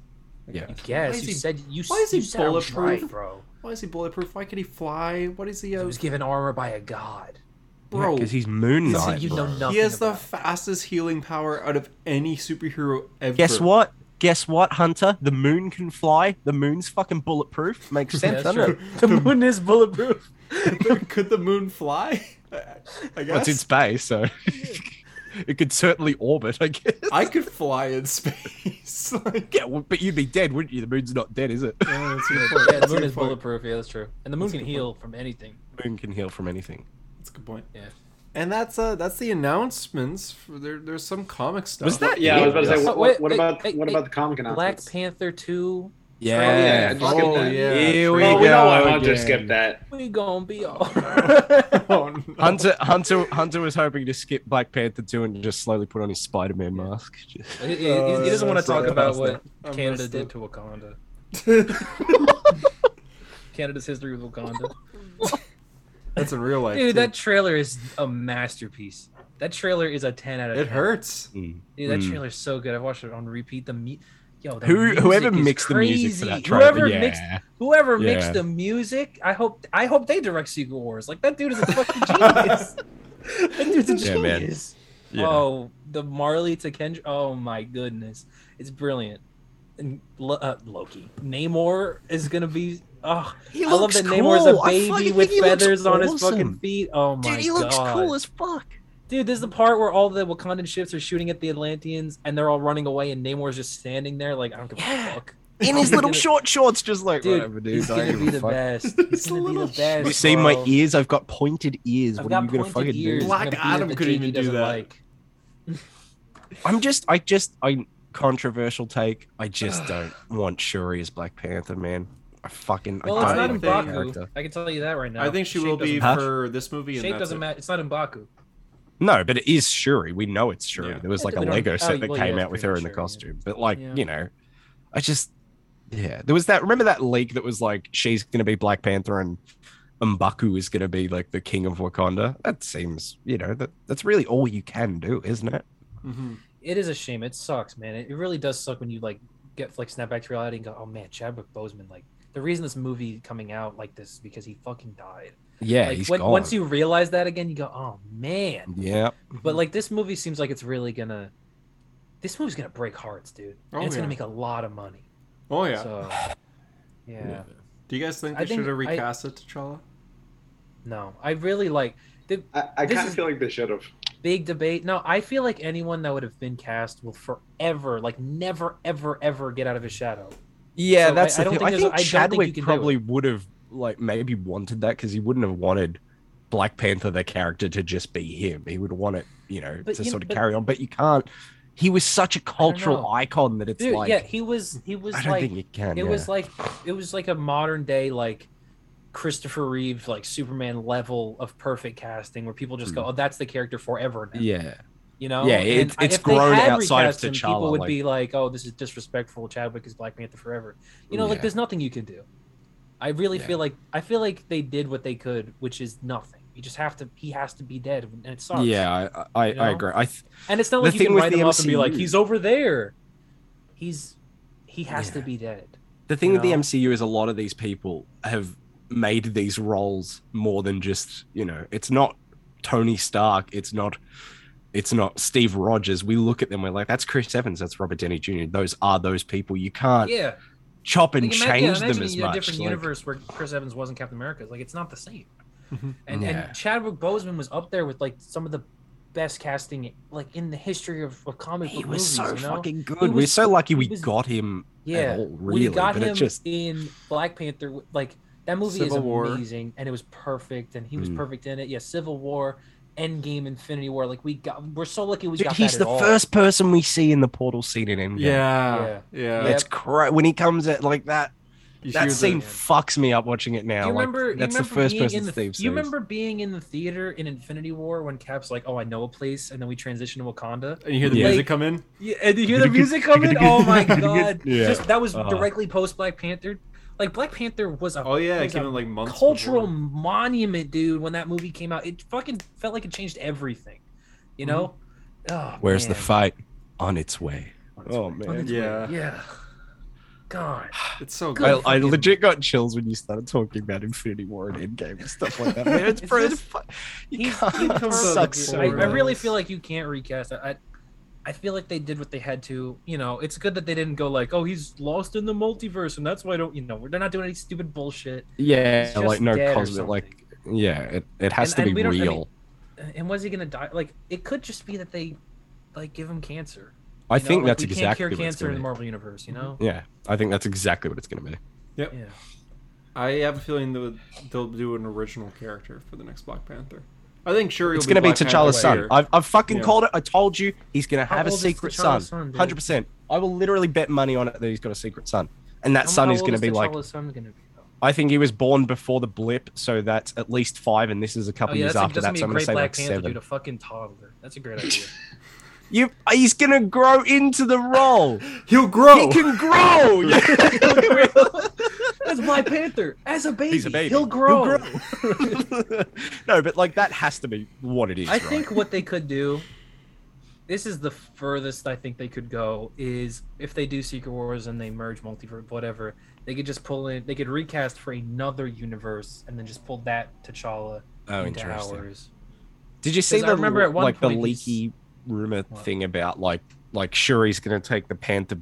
B: I
D: Yeah.
B: guess. Why
C: Yes,
B: is
C: you
B: he-
C: said you.
B: why is he
C: you said I was
B: bulletproof?
C: right, bro?
B: Why is he bulletproof? Why can he fly? What is he?
C: He
B: A,
C: was given armor by a god.
B: [LAUGHS] bro,
D: because he's Moon
C: You said
D: Knight.
C: you
D: bro.
C: know nothing.
B: he has the
C: about it.
B: fastest healing power out of any superhero ever.
D: Guess what? Guess what, Hunter? The moon can fly. The moon's fucking bulletproof. [LAUGHS] Makes
C: Yeah,
D: sense,
C: that's
D: doesn't it?
C: true. The moon is bulletproof.
B: [LAUGHS] Could the moon fly? I
D: Well, it's in
B: guess
C: [LAUGHS]
D: space, so it could certainly orbit. I guess. [LAUGHS]
B: I could fly in space. [LAUGHS] like,
D: Yeah, well, but you'd be dead, wouldn't you? The moon's not dead, is it?
B: [LAUGHS] yeah, that's a good point.
C: yeah, the
B: That's a
C: moon
B: good
C: is
B: point.
C: bulletproof. Yeah, that's true. And the moon
B: That's a
C: can
B: good
C: heal from anything.
D: moon can heal from anything.
B: That's a good point.
C: Yeah.
B: And that's uh that's the announcements. For there there's some comic stuff.
D: Was that-
A: Yeah, I was about to say,
D: Yeah.
A: what,
C: Wait,
A: what, what
C: wait,
A: about
C: wait,
A: what
C: wait.
A: about the Comic Con
C: Black
A: outfits?
C: Panther two.
A: Yeah.
B: Oh
A: Look at
B: yeah.
A: that.
D: Here we
A: Well,
D: go.
A: we know why Hunter
D: again.
A: skipped that.
C: We gonna be
B: [LAUGHS]
C: all.
B: oh, no.
D: Hunter, Hunter, Hunter was hoping to skip Black Panther 2 and just slowly put on his Spider Man mask. Just-
C: He, he- he
B: Oh,
C: doesn't want
B: that's
C: to talk
B: right.
C: about what
B: I
C: Canada
B: messed
C: did
B: up.
C: to Wakanda. Canada's history with Wakanda.
B: [LAUGHS] That's in real life.
C: Dude,
B: too.
C: that trailer is a masterpiece. That trailer is a ten out of.
B: it
C: 10.
B: hurts.
C: Dude, that
D: Mm.
C: trailer is so good. I've watched it on repeat. The mu- yo, the
D: Who,
C: music
D: whoever
C: is
D: mixed the music for that
C: crazy.
D: trailer,
C: Whoever
D: yeah.
C: mixed, whoever
D: Yeah.
C: mixed the music. I hope, I hope they direct Secret Wars. Like that dude is a fucking
D: [LAUGHS]
C: genius. that dude's a
D: Yeah, man.
C: genius.
D: Yeah.
C: Oh, the Marley to Kendrick. Oh my goodness, it's brilliant. And Lo- uh, Loki, Namor is gonna be. Oh,
D: He
C: I love
D: looks
C: that Namor's a
D: cool. I
C: baby
D: fucking
C: with
D: think he looks
C: feathers on his
D: awesome.
C: fucking feet. Oh my
D: Dude, he looks
C: God.
D: cool as fuck.
C: Dude, this is the part where all the Wakandan ships are shooting at the Atlanteans and they're all running away and Namor's just standing there like I don't give
D: Yeah.
C: a fuck.
D: [LAUGHS] In his
C: He's
D: little
C: gonna-
D: short shorts, just like,
C: Dude,
D: whatever, dude.
C: he's
D: I don't
C: gonna
D: give
C: be
D: a
C: the
D: fuck. [LAUGHS]
C: best.
B: It's
C: He's
B: a
C: gonna be
B: little
C: the
B: sh-
C: best.
D: You see my
C: bro.
D: ears? I've got pointed ears.
C: I've
D: what
C: got
D: are you gonna
C: pointed
D: fucking
C: ears.
D: do?
B: Black
C: I'm gonna be
B: Adam
C: the
B: couldn't
C: JD
B: even do
C: doesn't
B: that.
C: Like.
D: I'm just, I just, I controversial take. I just
C: [SIGHS]
D: don't want Shuri as Black Panther, man. I fucking,
C: Well,
D: I
C: it's
D: don't
C: not
D: like
C: in
B: think-
D: that
C: Baku.
D: character.
C: I can tell you that right now.
B: I think she
C: Shape
B: will be
C: doesn't-
D: Huh?
B: for this movie. And
C: Shape
B: that's
C: doesn't
B: it.
C: matter. It's not in Baku.
D: No, but it is Shuri. We know it's Shuri.
B: Yeah.
D: There was
C: Yeah,
D: like a
C: but we don't-
D: Lego
C: oh,
D: set that
C: well, yeah,
D: came
C: it's
D: out with
C: pretty
D: her
C: much
D: in the
C: Shuri, yeah.
D: costume. But like,
C: Yeah.
D: you know, I just yeah. There was that remember that leak that was like she's gonna be Black Panther and Mbaku is gonna be like the king of Wakanda. That seems, you know, that that's really all you can do, isn't it?
B: Mhm.
C: It is a shame. It sucks, man. It, it really does suck when you like get like snap back to reality and go, oh man, Chadwick Boseman. Like the reason this movie coming out like this is because he fucking died.
D: Yeah,
C: like
D: he's
C: when,
D: gone.
C: once you realize that again, you go, oh man.
D: yeah,
C: But like this movie seems like it's really gonna. This movie's gonna break hearts, dude.
B: Oh,
C: and it's
B: yeah.
C: gonna make a lot of money.
B: Oh yeah.
D: [LAUGHS]
C: So, yeah.
B: Do you guys think
C: I
B: they should
C: think I-
B: have recast it, T'Challa?
C: No, I really like the
A: I, I
C: This
A: kind of
C: is-
A: feel like they should have.
C: big debate. No, I feel like anyone that would have been cast will forever, like never, ever, ever get out of his shadow.
D: yeah.
C: So
D: that's
C: I- I
D: the
C: don't
D: thing.
C: think
D: I
C: there's- I
D: think
C: don't think you
D: Chadwick
C: can do it.
D: probably would have like maybe wanted that because he wouldn't have wanted Black Panther the character to just be him. He would want it, you know,
C: But
D: to
C: you-
D: sort of
C: but-
D: carry on. But you can't. He was such a
C: know.
D: cultural icon that it's
C: Dude,
D: like
C: yeah, he was he was
D: I don't
C: like
D: think you can.
C: it
D: yeah.
C: was like it was like a modern day like Christopher Reeve like Superman level of perfect casting where people just go, "Oh, that's the character forever now."
D: Hmm. yeah.
C: You know?
D: Yeah, it-
C: And I-
D: it's
C: if they
D: grown
C: had
D: outside of
C: recast him,
D: T'Challa,
C: People would
D: like-
C: be like, "Oh, this is disrespectful. Chadwick is Black Panther forever." You know, like
D: Yeah.
C: there's nothing you can do. I really
D: Yeah.
C: feel like I feel like they did what they could, which is nothing. You just have to. He has to be dead, and it sucks.
D: Yeah, I I,
C: You
D: I
C: know?
D: agree. I th-
C: and it's not
D: The
C: like you
D: thing
C: can
D: with
C: write
D: the
C: him off and be like,
D: MCU
C: "He's over there." He's he has to
D: Yeah.
C: be dead.
D: the thing
C: You
D: with the
C: know?
D: MCU is a lot of these people have made these roles more than just you know. It's not Tony Stark. It's not it's not Steve Rogers. We look at them, we're like, that's Chris Evans, that's Robert Denny Jr. Those are those people. You can't
C: yeah,
D: chop and
C: Like, ima- yeah,
D: change them
C: imagine
D: as
C: a
D: much.
C: different
D: like-
C: universe where Chris Evans wasn't Captain America. Like it's not the same.
D: Mm-hmm.
B: Mhm.
C: And
D: Yeah.
C: and Chadwick Boseman was up there with like some of the best casting like in the history of, of comic
D: he
C: book
D: was
C: movies,
D: so
C: you know?
D: fucking good.
C: He
D: we're
C: was-
D: so lucky we
C: he was-
D: got him
C: yeah.
D: at all, really.
C: we got
D: but
C: him
D: it just
C: in Black Panther. Like that movie
B: Civil
C: is
B: War.
C: amazing, and it was perfect, and he was
D: Mm.
C: perfect in it. Yeah, Civil War, Endgame, Infinity War. Like we got, we're so lucky we
D: Dude,
C: got.
D: he's
C: that
D: the
C: at all.
D: first person we see in the portal scene in Endgame.
B: Yeah, yeah.
C: Yeah.
D: That's cra- when he comes at like that.
B: You hear
D: That
B: the-
D: scene
C: the-
D: fucks me up watching it now.
C: Do you
D: like,
C: remember? you
D: that's the
C: remember
D: first
C: being
D: person
C: in the,
D: Steve sees.
C: You remember being in the theater in Infinity War when Cap's like, "Oh, I know a place," and then we transition to Wakanda.
B: and you hear the
D: Yeah.
B: music come in.
C: Yeah, and you hear the [LAUGHS] music coming. Oh my god!
D: Yeah.
C: Just that was
D: Uh-huh.
C: directly post Black Panther. Like Black Panther was a
B: Oh yeah, it
C: was
B: came
C: a
B: in like months.
C: cultural
B: before.
C: monument, dude. When that movie came out, it fucking felt like it changed everything. You know? Oh,
D: Where's the
C: man.
D: fight? On its way.
C: On its
D: Oh,
C: way-
D: man.
C: on its way.
B: Yeah.
C: Yeah. God.
B: It's so good.
D: I,
C: Good
D: I
C: fucking-
D: legit got chills when you started talking about Infinity War and Endgame and stuff
C: [LAUGHS]
D: like that. Man, it's,
C: It's
D: pretty.
C: just-
D: fu- you
C: he's-
D: can't-
C: he
D: it
B: comes out
D: sucks
B: of
D: so
C: I, I
B: nowhere.
D: much.
C: really feel like you can't recast it. I, I feel like they did what they had to. You know, it's good that they didn't go like, "Oh, he's lost in the multiverse," and that's why I don't. You know, they're not doing any stupid bullshit.
D: Yeah,
C: He's
D: like
C: just
D: no
C: dead or
D: cosmic. Like
C: something.
D: yeah, it, it has
C: And-
D: to
C: and
D: be
C: we don't- I mean-
D: real. I,
C: and was he gonna die? Like, it could just be that they, like, give him cancer. you know?
D: think
C: Like,
D: that's
C: we
D: exactly
C: can't
D: what
C: cure
D: it's
C: cancer in
D: gonna
C: the
D: be.
C: Marvel universe. You know?
D: Yeah, I think that's exactly what it's gonna be. Mm-hmm.
C: Yeah.
B: I have a feeling that they'll do an original character for the next Black Panther. I think Shuri.
D: It's
B: will
D: gonna be
B: Black Panther
D: T'Challa's son.
B: later.
D: I've, I've fucking
B: Yeah.
D: called it. I told you he's gonna
C: How
D: have a
C: old is
D: secret son.
C: T'Challa's son, dude?
D: Hundred percent. I will literally bet money on it that he's got a secret son, and that
C: How-
D: son
C: how
D: is
C: old
D: gonna be like.
C: T'Challa's son gonna be, though?
D: I think he was born before the blip, so that's at least five, and this is a couple
C: Oh yeah,
D: years
C: that's,
D: after
C: that's
D: that. So
C: gonna
D: I'm
C: be a great
D: gonna say
C: Black
D: like
C: Panther
D: seven.
C: dude, a fucking toddler. That's a
D: [LAUGHS]
C: great idea.
D: You, he's gonna grow into the role.
B: He'll grow.
D: He can grow.
C: [LAUGHS] As Black Panther, as a baby,
D: He's a baby.
C: he'll grow.
D: [LAUGHS] no, but like that has to be what it is.
C: I
D: right?
C: think what they could do. This is the furthest I think they could go. Is if they do Secret Wars and they merge multiverse, whatever, they could just pull in. They could recast for another universe and then just pull that T'Challa
D: Oh,
C: into
D: interesting.
C: ours.
D: Did you see
C: Because I
D: the
C: remember at one
D: like the
C: point he's-
D: leaky rumor
C: What?
D: thing about like like Shuri's gonna take the Panther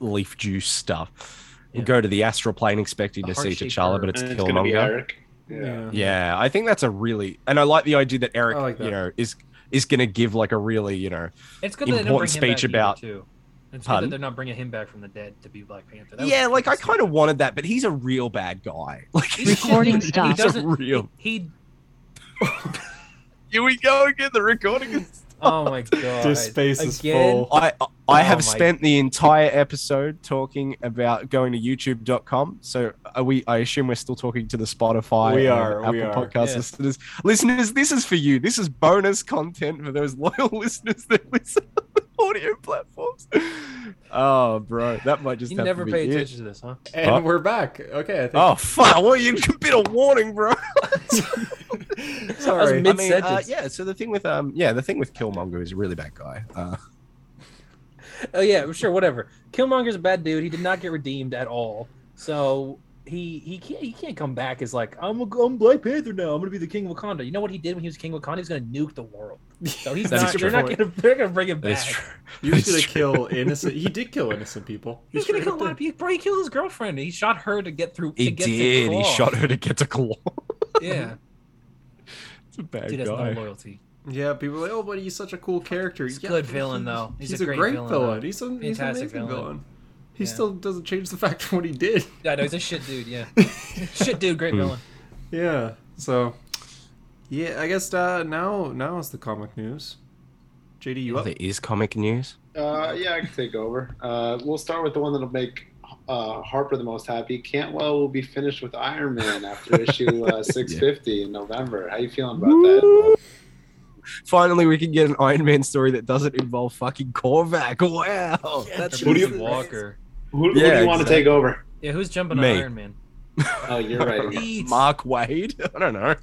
D: leaf juice stuff and
C: Yeah.
D: go to the astral plane expecting
C: The
D: to see
C: heart-shaped
D: T'Challa,
C: herb.
D: but it's
A: And it's gonna be
D: Killmonger.
A: Eric. Yeah.
D: Yeah, I think that's a really and I like the idea that Eric,
B: I like that.
D: you know, is is gonna give like a really you know
C: It's good that they didn't bring
D: Important
C: him back
D: speech
C: either,
D: about-
C: too. It's good
D: Pardon?
C: that they're not bringing him back from the dead to be Black Panther. That was
D: yeah like I
C: stupid.
D: kind of wanted that, but he's a real bad guy. [LAUGHS] Like
C: He's a shit
E: Recording
C: dude.
E: stopped.
D: He's a
C: doesn't-
D: real.
C: He.
D: Here we go again. The [LAUGHS] recording is
C: Oh
D: [LAUGHS]
C: my god.
B: This space is
C: Again?
B: full.
D: I I
C: Oh
D: have
C: my-
D: spent the entire episode talking about going to YouTube.com. So are we, I assume we're still talking to the Spotify,
B: We
D: and
B: are,
D: Apple
B: we are,
D: Podcast
C: yeah.
D: listeners. Listeners, this is for you. This is bonus content for those [LAUGHS] loyal listeners that listen on the audio platforms. Oh, bro, that might just
C: You
D: have
C: never
D: to be
C: pay
D: it.
C: attention to this, huh?
B: and
D: Huh?
B: we're back. Okay, I think.
D: Oh fuck! Well, you a bit of warning, [LAUGHS] bro.
B: Sorry.
C: mid-
D: I mean, uh,
C: Mid-sentence.
D: yeah. So the thing with um, yeah, the thing with Killmonger is a really bad guy. Uh,
C: Oh yeah, sure, whatever. Killmonger's a bad dude. He did not get redeemed at all. So he he can't he can't come back as like I'm a, I'm Black Panther now. I'm gonna be the King of Wakanda. You know what he did when he was King of Wakanda? He was gonna nuke the world. So he's
D: That is
C: not.
D: true.
C: You're not gonna. They're gonna bring him back.
D: that's true.
B: You
D: That's
B: should have
D: true.
B: kill innocent. He did kill innocent people.
C: He's gonna kill a lot of people. Bro, he killed his girlfriend. He shot her to get through.
D: He
C: to get to
D: did. He
C: Claw.
D: shot her to get to claw. [LAUGHS]
C: Yeah,
D: It's a bad
C: dude has no loyalty.
B: Yeah, people are like, oh, buddy, he's such a cool character.
C: He's a
B: Yeah,
C: good
B: but
C: villain, though. He's a great villain, though.
B: He's, a, he's an
C: Fantastic
B: amazing villain.
C: villain.
B: He
C: Yeah.
B: still doesn't change the fact of what he did.
C: Yeah, I know he's a shit dude.
D: [LAUGHS]
C: Yeah, shit dude, great
D: Hmm.
C: villain.
B: Yeah. So, yeah, I guess uh, now now is the comic news. JD, you up?
D: There is comic news.
A: Uh, yeah, I can take over. Uh, we'll start with the one that'll make uh, Harper the most happy. Cantwell will be finished with Iron Man
D: [LAUGHS]
A: after issue uh, 650 in November. How you feeling about that?
D: Finally, we can get an Iron Man story that doesn't involve fucking Korvac. [LAUGHS] Wow, that's
A: Who do you-
C: Jason Walker.
A: Who, who
D: Yeah,
A: do you want to
D: exactly.
A: take over?
C: Yeah, who's jumping
D: Me.
C: on Iron Man?
A: Oh, you're right.
C: Eats.
D: [LAUGHS] Mark Wade. I don't know.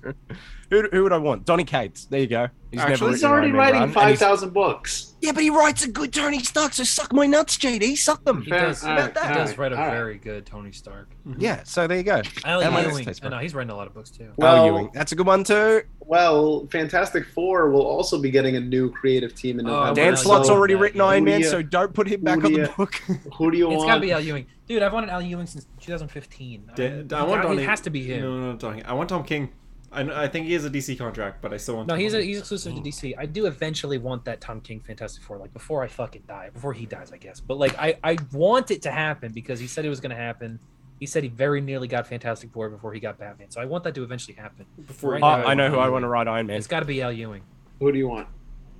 D: Who, who would I want? Donny Cates. There you go. [LAUGHS] He's
B: Actually,
D: never
B: he's
A: He's
D: written an
A: already
D: Iron Man run,
A: writing
D: and he's-
A: five thousand books.
D: Yeah, but he writes a good Tony Stark, so suck my nuts, JD. Suck them.
C: He
A: Fair-
C: does,
A: all
C: he
A: right,
C: does
A: all right,
C: write a
A: all right.
C: very good Tony Stark.
D: Yeah, so there you go.
C: I like
D: Am I-
C: Ewing.
D: Taste
C: I know he's writing a lot of books too.
A: Well-
D: Al Ewing. That's a good one, too.
A: Well, Fantastic Four will also be getting a new creative team in
C: Oh,
A: November.
D: Dan
C: Dan
D: Slott's
C: Slott.
D: already
C: yeah,
D: written
A: yeah.
D: Iron
A: Who
D: Man,
A: do you-
D: so don't put him back
A: who
D: on
A: do
D: the
A: you-
D: book.
A: Who do you
C: It's
A: want?
C: got to be Al Ewing, dude. I've wanted Al Ewing since 2015. I-
B: Dan- I want Donnie.
C: It has to be him.
B: No, no, no, Donnie. I want Tom King. I, kn- I think he has a DC contract, but I still want.
C: No,
B: Tom
C: he's a,
B: King.
C: he's exclusive to DC. I do eventually want that Tom King Fantastic Four, like before I fucking die, before he dies, I guess. But like I I want it to happen because he said it was going to happen. He said he very nearly got Fantastic Four before he got Batman, so I want that to eventually happen.
B: Before
C: Right
B: he
D: Uh,
C: now,
B: died.
D: I know who I want to write Iron Man.
C: It's got to be Al Ewing.
A: Who do you want?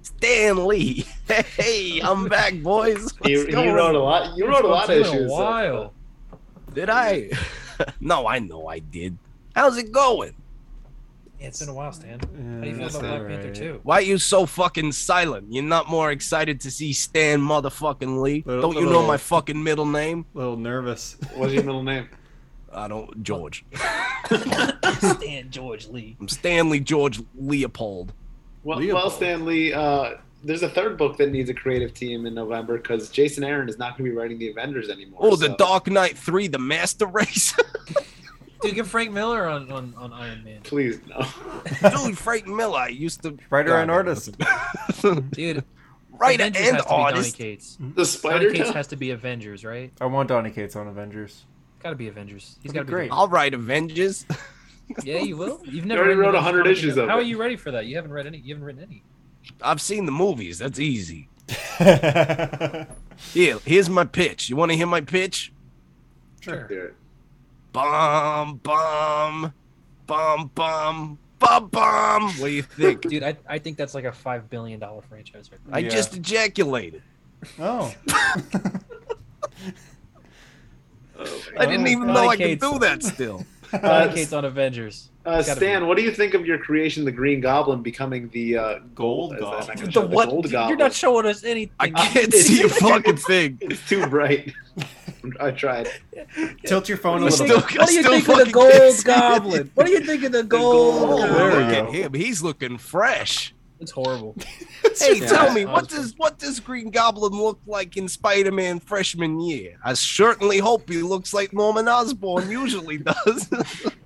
D: Stan Lee. [LAUGHS] Hey, I'm back, boys.
A: He,
D: What's
A: he
D: going
A: wrote
D: on?
A: a lot. You wrote a lot of
C: It's
A: issues.
C: been
A: so-
C: while.
D: Did I? no, I know I did. How's it going?
C: Yeah, it's been a while, Stan.
B: Yeah,
C: How do you feel
B: that's
C: about Black
B: not
C: Panther
B: right.
D: [LAUGHS]
C: too?
D: Why you so fucking silent? You're not more excited to see Stan motherfucking Lee?
B: Little-
D: don't you know
B: little-
D: my fucking middle name?
B: A little nervous. [LAUGHS]
A: What's your middle name?
D: I don't, George.
C: Stan George Lee.
D: I'm Stanley George Leopold.
A: Well, well
B: Leopold.
A: Stanley, uh, there's a third book that needs a creative team in November because Jason Aaron is not going to be writing the Avengers anymore.
D: Oh, the
A: so-
D: Dark Knight 3, the Master Race. [LAUGHS]
C: Dude, get Frank Miller on, on, on Iron Man.
A: Please
C: [LAUGHS]
A: no.
C: Mm-hmm.
D: Dude, Frank Miller I used to
B: Writer
D: God,
B: and artist.
C: Dude,
D: write and
C: Avengers has to be Donny
D: artist.
C: Cates.
A: The
C: Donny
A: Spider
C: Cates
A: Town.
C: has to be Avengers, right?
B: I want Donny Cates on Avengers.
C: Got to be Avengers. He's got to
B: That'd
C: be
B: be great.
C: great.
D: I'll write Avengers.
C: Yeah, you [LAUGHS] will. You've never
A: already
C: written
A: wrote
C: a
A: 100
C: comic
A: issues
C: yet.
A: of
C: How
A: it.
C: are you ready for that? You haven't read any. You haven't written any.
D: I've seen the movies. That's easy.
B: Sure.
D: Here, here's my pitch. You want to hear my pitch?
C: Sure.
A: Dude,
D: Bum, bum, bum, bum, bum, bum. What do you think?
C: Dude, I, I think that's like a five billion dollar franchise right now.
D: I
B: Yeah.
D: just ejaculated.
B: [LAUGHS] [LAUGHS] Oh.
A: oh my
D: I didn't
C: Oh,
D: even know I could
C: Cates.
D: do that still.
A: Uh,
C: Donny Cates on Avengers.
A: Uh,
C: It's gotta
A: Stan, what do you think of your creation, the Green Goblin, becoming the uh,
B: Gold
A: as-
B: Goblin.
A: as-
B: The
A: as-
C: The
A: the
C: what?
A: Gold
C: Dude, You're
A: Goblin.
C: not showing us anything. [LAUGHS]
D: I can't see a fucking thing.
A: It's too bright. I tried.
B: Tilt your phone a
D: I
C: What
B: little
C: do you
D: still-
B: bit.
C: think- what do you think
D: I still
C: of the
D: fucking
C: [LAUGHS]
D: can't
C: Gold
D: see
C: Goblin? What do you think of the Gold?
A: Gold
D: Oh,
C: Goblin?
B: There we
D: look
B: go.
D: at him. He's looking fresh.
C: It's horrible.
D: Hey,
C: Yeah.
D: tell me,
C: Oh,
D: what
C: it's pretty-
D: does what does Green Goblin look like in Spider-Man freshman year? I certainly hope he looks like Norman Osborn usually does.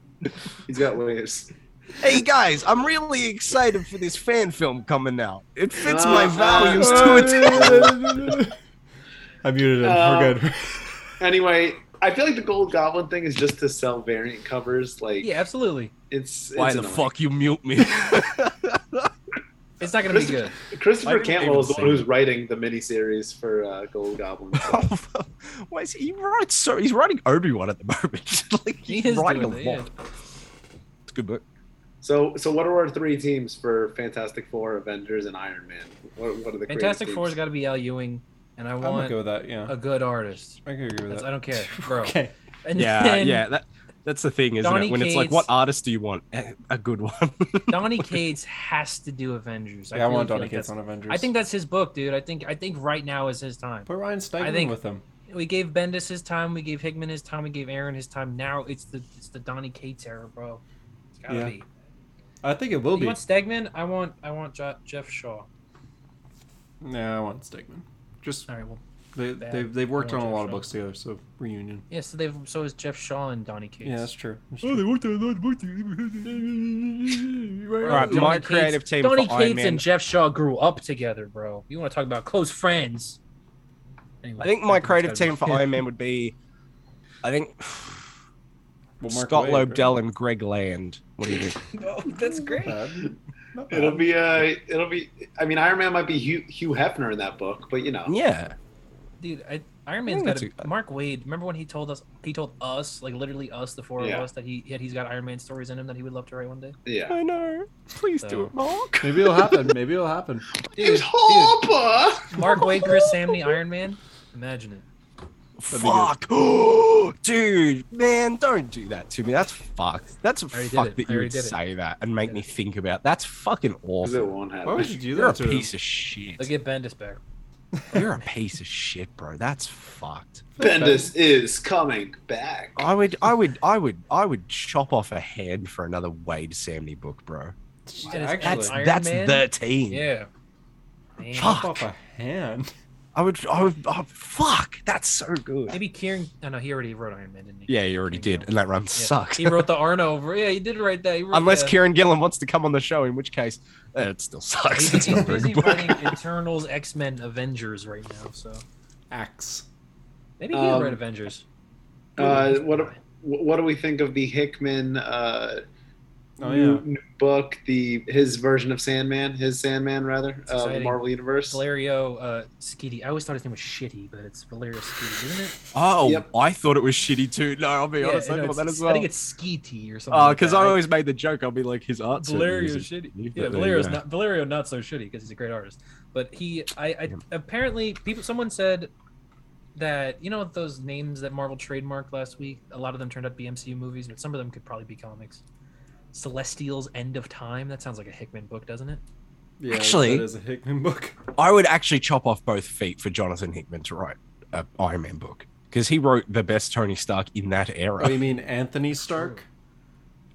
D: [LAUGHS]
A: He's got waves.
D: hey guys, I'm really excited for this fan film coming out. It fits
A: Uh,
D: my
A: uh,
D: values to a T.
B: [LAUGHS] I muted him.
A: Um,
C: Uh,
B: We're good.
A: Anyway, I feel like the Gold Goblin thing is just to sell variant covers. Like,
C: Yeah, absolutely.
A: it's, it's
D: Why the
A: annoying.
D: fuck you mute me?
C: It's not gonna be
A: Christopher-
C: good.
A: Christopher
D: Why did you
A: Cantwell is the
D: even
A: one
D: say
A: who's
D: that?
A: writing the miniseries for uh, Gold Goblin.
D: [LAUGHS] Why is he, he writes so he's writing Obi Wan at the moment? [LAUGHS] like
C: He
D: he's
C: is
D: writing
C: doing it,
D: a
C: yeah.
D: lot. It's a good book.
A: so, so what are our three teams for Fantastic Four, Avengers, and Iron Man? What, what are the
C: Fantastic
A: creative
C: Four's
A: teams?
C: got to be Al Ewing, and I
B: I'm gonna
C: want
B: go with that. Yeah,
C: a good artist.
B: I can agree with
C: That's, I
B: that. [LAUGHS]
C: don't care, bro.
B: Okay.
C: And
D: Yeah,
C: then
D: yeah. That, that's the thing, isn't
C: Donny
D: it? When it's like,
C: Cates-
D: what artist do you want? [LAUGHS] Eh, A good one.
C: Donny Cates has to do Avengers.
B: Yeah, I,
C: really
B: want
C: feel
B: Donny
C: like
B: Cates on
C: that's-
B: Avengers.
C: I think that's his book, dude. I think I think right now is his time.
B: put Ryan Stegman
C: I think-
B: with him.
C: We gave Bendis his time. We gave Hickman his time. We gave Aaron his time. Now it's the it's the Donny Cates era, bro. It's gotta
B: Yeah.
C: be.
B: I think it will
C: You
B: be.
C: want Stegman? I want I want jo- Jeff Shaw.
B: Nah, I want Stegman. Just
C: All right, well,
B: they
C: bad.
B: they've, they've worked
C: I
B: on
C: want
B: a lot
C: Jeff
B: of
C: Shaw.
B: books together, so reunion.
C: yeah. So they've so is Jeff Shaw and Donny Cates.
B: Yeah, that's true. That's
D: Oh,
B: true.
D: they
B: worked on a lot of books [LAUGHS] together.
C: Bro,
D: All right,
C: Donny
D: my
C: Cates-
D: creative team for
C: Donny
D: Iron
C: Cates
D: Man-
C: and Jeff Shaw grew up together, bro. You want to talk about close friends? Anyway,
D: I think [LAUGHS] my
C: it's
D: creative
C: gotta be- [LAUGHS]
D: team for Iron Man would be, I think,
B: Well, Mark
D: Scott
B: Waid,
D: Lobdell and Greg Land. What do you think?
C: oh, that's great.
B: right? Not bad.
A: It'll be uh, it'll be. I mean, Iron Man might be Hugh, Hugh Hefner in that book, but you know,
D: yeah.
C: Dude, I, Iron
D: I
C: Man's
D: think
C: got
D: that's
C: a,
D: a-
C: Mark Wade. Remember when he told us he told us like literally us the four
A: Yeah.
C: of us that he had he's got Iron Man stories in him that he would love to write one day.
D: [LAUGHS]
A: yeah.
D: I know. Please do
C: So-
D: it, Mark.
B: Maybe it'll happen. Maybe it'll happen.
A: He's Hopper.
C: Mark Wade, Chris Samney, Iron Man. Imagine it.
D: Fuck. [GASPS] Dude, man, don't do that to me. That's fucked. That's
C: already did
D: fucked
C: it.
D: that
C: I
D: you
C: already
D: would
C: did it.
D: say that and make me think about. That's fucking
A: 'Cause it
D: awful.
A: won't
B: Why
A: happen.
B: would you do
D: You're a
B: that to him?
D: piece
C: They'll
D: of shit.
C: get Bendis back.
D: You're a piece of shit, bro. That's fucked.
A: Bendis is coming back.
D: I would, I would, I would, I would chop off a hand for another Wade Samney book, bro.
C: And it's
D: That's
C: Iron
D: that's
C: Man?
D: the team.
C: Yeah. Man.
D: Fuck.
B: Chop off a hand.
D: I would. I would. Oh, fuck. That's so good.
C: Maybe Kieran. I know he already wrote Iron Man, didn't he?
D: Yeah, you already did, and that run sucks.
C: He wrote the Arno over. Yeah, he did write that. He wrote
D: [LAUGHS] Unless
C: the,
D: Kieran Gillen wants to come on the show, in which case eh, it still sucks. It's
C: He's
D: [LAUGHS] not a very
C: busy
D: good book.
C: writing Eternals, X Men, Avengers right now. So
B: Axe.
C: maybe he will
A: Um,
C: write Avengers.
A: Uh, what what do we think of the Hickman uh,
B: Oh
A: new,
B: yeah.
A: new book? The his version of Sandman, his Sandman rather,
C: It's
A: uh, the
C: exciting.
A: Marvel Universe.
C: Valerio uh, Skitty. I always thought his name was Shitty, but it's Valerio Skitty, isn't it?
D: Oh,
A: Yep.
D: I thought it was shitty too. No, I'll be
C: Yeah,
D: honest,
C: no,
D: I thought
C: it's-
D: that as
C: I
D: well.
C: think it's Skitty or something.
D: Oh,
C: like
D: because
C: that.
D: I
C: I-
D: always made the joke. I'll be like, his art. certainly
C: Valerio
D: isn't
C: shitty.
D: shitty, but
C: Yeah,
D: there you
C: Valerio's
D: go.
C: not Valerio not so shitty because he's a great artist. But he, I, I
D: Yeah.
C: apparently people. Someone said that you know those names that Marvel trademarked last week. A lot of them turned out to be MCU movies, but some of them could probably be comics. Celestials, End of Time. That sounds like a Hickman book, doesn't
D: [LAUGHS]
C: it?
B: yeah
D: Actually-
B: that is a Hickman book.
D: I would actually chop off both feet for Jonathan Hickman to write a Iron Man book because he wrote the best Tony Stark in
C: [LAUGHS]
D: that
B: Oh,
D: era.
B: you mean Anthony Stark?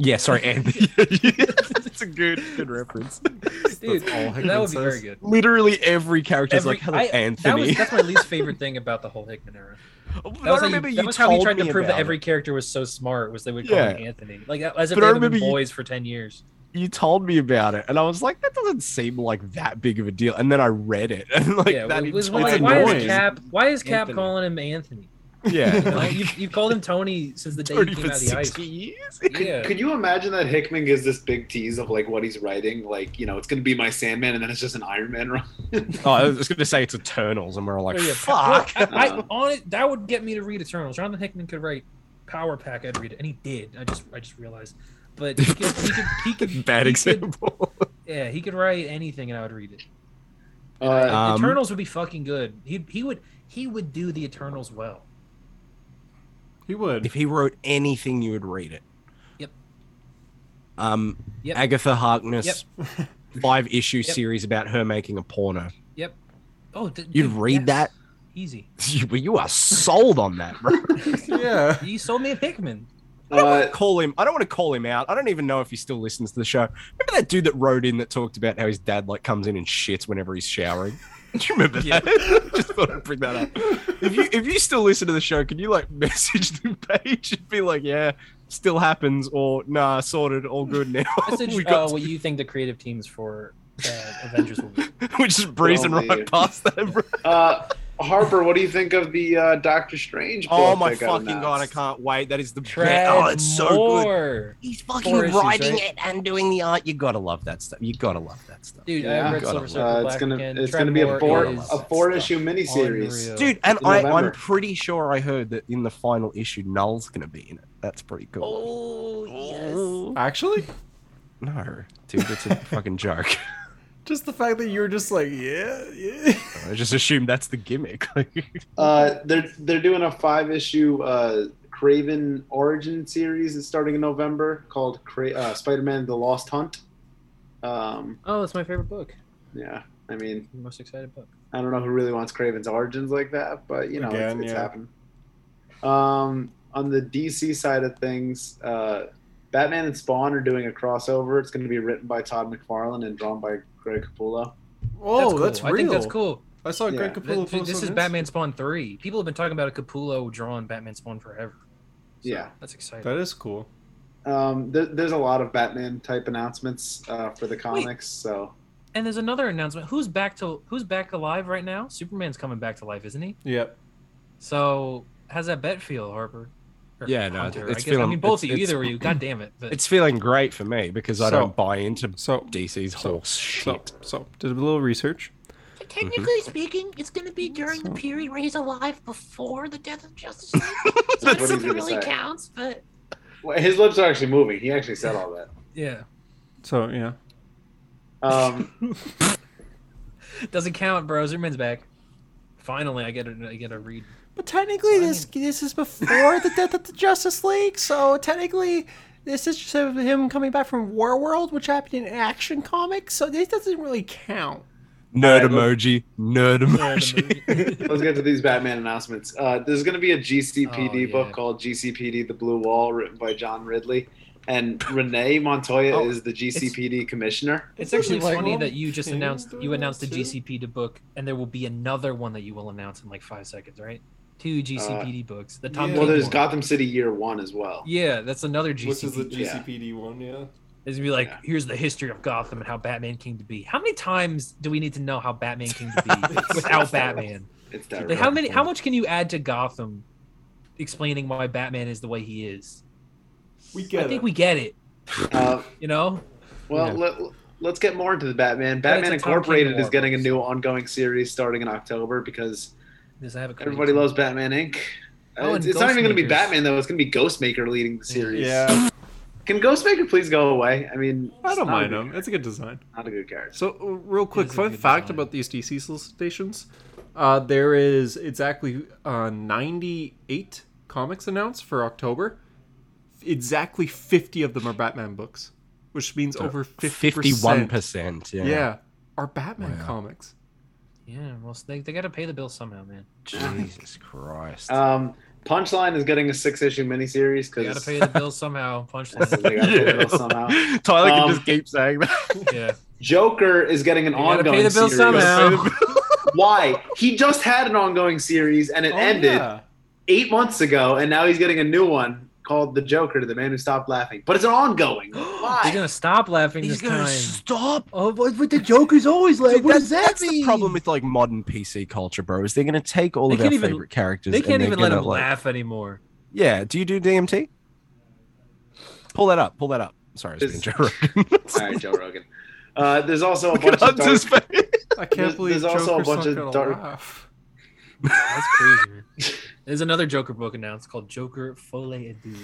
D: Yeah, sorry, Anthony. it's a good good reference.
C: Dude,
B: all Hickman
C: that would be
B: says.
C: very good.
D: [LAUGHS] Literally every character's
C: Every-
D: like, "Hello,
C: I- That
D: Anthony." [LAUGHS]
C: was, that's my least favorite thing about the whole Hickman era.
D: But
C: That
D: I
C: was, how you-
D: remember you,
C: that was how he
D: told
C: tried to
D: me
C: prove that
D: about
C: every
D: it.
C: character was so smart was they would call
D: Yeah.
C: him Anthony, like as if
D: But
C: they
D: I
C: had been
D: remember you-
C: boys for ten years.
D: You told me about it, and I was like, "That doesn't seem like that big of a deal." And then I read it, [LAUGHS] and like
C: yeah,
D: that
C: it was,
D: entire
C: why,
B: it's
C: why
B: annoying.
C: is Cap? Why is Cap
B: Anthony.
C: calling him Anthony?
D: [LAUGHS]
C: You
D: yeah,
C: know, [LAUGHS]
D: like,
C: you, you called him Tony since the day
D: Tony
C: he came
D: for
C: out of the ice.
D: sixty years.
A: Could,
C: Yeah.
A: could you imagine that Hickman gives this big tease of like what he's writing? Like, you know, it's going to be my Sandman, and then it's just an Iron Man [LAUGHS] run.
D: Oh, I was going to say it's Eternals, and we're all like,
C: Oh, yeah, Cap-
D: "Fuck."
C: I, I,
A: Uh.
C: on it, that would get me to read Eternals. Jonathan Hickman could write Power Pack. I'd read it, and he did. I just, I just realized. But he could, he could, he could,
D: [LAUGHS] Bad
C: he could-
D: example.
C: yeah, he could write anything, and I would read it.
A: Uh,
D: Um,
C: Eternals would be fucking good. He, he would, he would do the Eternals well.
B: He would.
D: If he wrote anything, you would read it.
C: Yep.
D: Um,
C: Yep.
D: Agatha Harkness, [LAUGHS] five issue
C: Yep.
D: series about her making a porno.
C: Oh, d-
D: You'd
C: dude,
D: read that?
C: easy.
D: You, you are sold on that, bro.
B: [LAUGHS]
D: [LAUGHS]
B: yeah.
C: You sold me a Hickman.
A: uh,
D: call him. I don't want to call him out. I don't even know if he still listens to the show. Remember that dude that wrote in that talked about how his dad like comes in and shits whenever he's showering. [LAUGHS] Do you remember that? [LAUGHS] Just thought I'd bring that up. If you if you still listen to the show, can you like [LAUGHS] message the page and be like, yeah, still happens, or nah, sorted, all good now.
C: Message
D: [LAUGHS] we
C: uh,
D: got
C: what you think the creative teams for uh, Avengers will
D: [LAUGHS]
C: be.
D: we're just breezing
A: Well,
D: right
A: dude.
D: past
B: [LAUGHS]
D: that, bro.
A: uh, Harper, what do you think of the uh, Doctor Strange? Book
D: Oh my
A: that got
D: fucking god, I
A: announced?
D: can't wait. That is the best.
C: Tread
D: Oh, it's so good.
C: more.
D: He's fucking
C: Four issues,
D: writing
C: right?
D: it and doing the art. You gotta love that stuff. You gotta love that stuff.
C: Dude,
A: Yeah.
C: I read
D: Gotta
C: Silver
D: love
C: Surfer
A: Uh,
C: Black
A: it's gonna
C: again.
A: it's
C: Tread
A: gonna be a
C: More
A: four
C: is
A: a four issue miniseries.
C: unreal.
D: Dude, and
A: In
D: I,
A: November.
D: I'm pretty sure I heard that in the final issue, Null's going to be in it. That's pretty cool.
C: Oh
B: Actually,
D: No, dude, it's a fucking joke.
B: just the fact that you were just like, yeah, yeah.
D: I just assumed that's the gimmick. [LAUGHS]
A: Uh, they're they're doing a five issue uh, Craven origin series that's starting in November called Cra- uh, Spider Man: The Lost Hunt. Um,
C: Oh, it's my favorite book.
A: yeah, I mean,
C: The most excited book.
A: I don't know who really wants Craven's origins like that, but you know,
B: Again,
A: it's, it's
B: yeah.
A: happening. Um, on the DC side of things, uh, Batman and Spawn are doing a crossover. It's going to be written by Todd McFarlane and drawn by Greg Capullo.
B: Oh,
C: cool.
B: that's,
C: I
B: real.
C: think that's cool.
B: I saw Greg
A: Yeah.
B: Capullo
C: Th-
B: post
C: this
B: on
C: is
B: Insta.
C: Batman Spawn 3. People have been talking about a Capullo drawn Batman Spawn forever.
A: Yeah.
C: That's exciting.
B: That is cool.
A: Um, there, there's a lot of Batman type announcements uh, for the comics. So
C: and there's another announcement. Who's back to who's back alive right now? Superman's coming back to life, isn't he?
B: Yep.
C: So how's that bet feel, Harper? Or
D: Yeah, no,
C: Hunter,
D: it's
C: I, guess, I
D: feeling-
C: mean both of
D: it's-
C: you, either
D: it's-
C: of you. God damn it! But
D: it's feeling great for me because I
B: So-
D: don't buy into
B: So,
D: DC's
B: so-
D: horse
B: so,
D: shit.
B: so did a little research.
E: Technically
A: Mm-hmm.
E: speaking, it's going to be during the
B: So-
E: period where he's alive before the death
A: [LAUGHS]
E: of Justice League. so
A: That's
E: that
A: what he's
E: something
A: gonna
E: really
A: say.
E: counts, but
A: Well, his lips are actually moving. He actually said all that.
C: yeah,
B: So yeah.
A: Um,
C: doesn't count, bro. Superman's back. Finally, I get a I get a read.
B: But technically,
C: So, I
B: this this is before the death of the Justice League. So technically, this is just him coming back from War World, which happened in Action Comics. So this doesn't really count.
D: Nerd
A: Alright, well-
D: emoji. Nerd emoji.
A: let's get to these Batman announcements. Uh, there's going to be a GCPD
C: Oh,
A: book
C: yeah.
A: called GCPD: The Blue Wall, written by John Ridley. and Renee Montoya
C: Oh,
A: is the GCPD commissioner.
C: It's actually
B: Isn't it
C: funny
B: small?
C: that you just
B: Can
C: announced
B: do
C: you announced the
B: that too?
C: GCP to book, and there will be another one that you will announce in like five seconds, right? Two GCPD books. The
B: Yeah.
C: Tom yeah.
A: Uh, Well, there's
C: one.
A: Gotham City Year One as well.
C: yeah, that's another
B: Which is the
C: GCP.
A: Yeah.
B: GCPD one, yeah.
C: It's gonna be like,
A: Yeah.
C: here's the history of Gotham and how Batman came to be. How many times do we need to know how Batman came to
A: [LAUGHS]
C: be without Batman?
A: It's
C: Like,
A: terrible.
C: how many? How much can you add to Gotham, explaining why Batman is the way he is?
B: We get
C: I
B: it.
C: think we get it.
A: Uh,
C: You know,
A: well,
D: Yeah.
A: let, let's get more into the Batman.
C: But it's
A: Batman
C: a Tom
A: Incorporated
C: King
A: is
C: war.
A: getting a new ongoing series starting in October because
C: Does I have a crazy
A: everybody
C: time?
A: loves Batman Inc.
C: Oh,
A: Uh,
C: and
A: it's it's not even going to be
C: Ghostmakers.
A: Batman though. It's going to be Ghostmaker leading the series.
B: yeah,
A: Can Ghostmaker please go away? I mean,
B: I
A: it's
B: don't
A: not a
B: mind
A: good-
B: them. It's a good design.
A: Not a good character.
B: So, uh, real quick,
C: is a
B: fun
C: good
B: fact
C: design.
B: about these DC solicitations: uh, there is exactly uh, ninety-eight comics announced for October. Exactly fifty of them are Batman books, which means over
D: [LAUGHS] Fifty-one
B: Uh, fifty-one percent.
D: percent. Yeah.
B: Yeah, are Batman
D: Wow.
B: comics.
C: Yeah, well, they, they got to pay the bill somehow, man.
D: Jesus Christ.
A: Um, Punchline is getting a six-issue miniseries
C: They got to
A: because
C: pay the bill somehow. Punchline.
A: [LAUGHS] they got to pay it somehow.
D: Tyler can
A: Um,
D: just keep saying that.
C: yeah.
A: Joker is getting an
C: They gotta
A: ongoing
C: pay the bill
A: series.
C: somehow.
A: Why? He just had an ongoing series
C: Oh,
A: and it ended eight months ago, and now he's getting a new one called The Joker to the Man Who Stopped Laughing. But it's an
C: [GASPS]
A: ongoing. [LAUGHS]
C: He's
A: Why?
C: gonna stop laughing this time.
D: stop.
C: oh, but, but the Joker's always like,
D: What is that's the problem with like modern PC culture, bro. Is they're gonna take all
C: They
D: of our
C: can't even-
D: favorite characters.
C: They
D: and
C: can't
D: they're
C: even let
D: gonna,
C: him
D: like-
C: laugh anymore.
D: Yeah. Do you do DMT? Pull that up. Pull that up. Sorry, it's
A: Is-
D: been Joe Rogan.
A: All right, Joe Rogan. Uh, there's also a
D: Look
A: bunch
D: at
A: of dark,
D: Hunter's face.
B: I
A: There's-
B: can't believe
A: there's also a
B: Joker's
A: bunch
B: not
A: of
B: gonna
A: dark-
B: laugh.
C: That's crazy.
A: [LAUGHS]
C: man. There's another Joker book announced called Joker Folie Adu.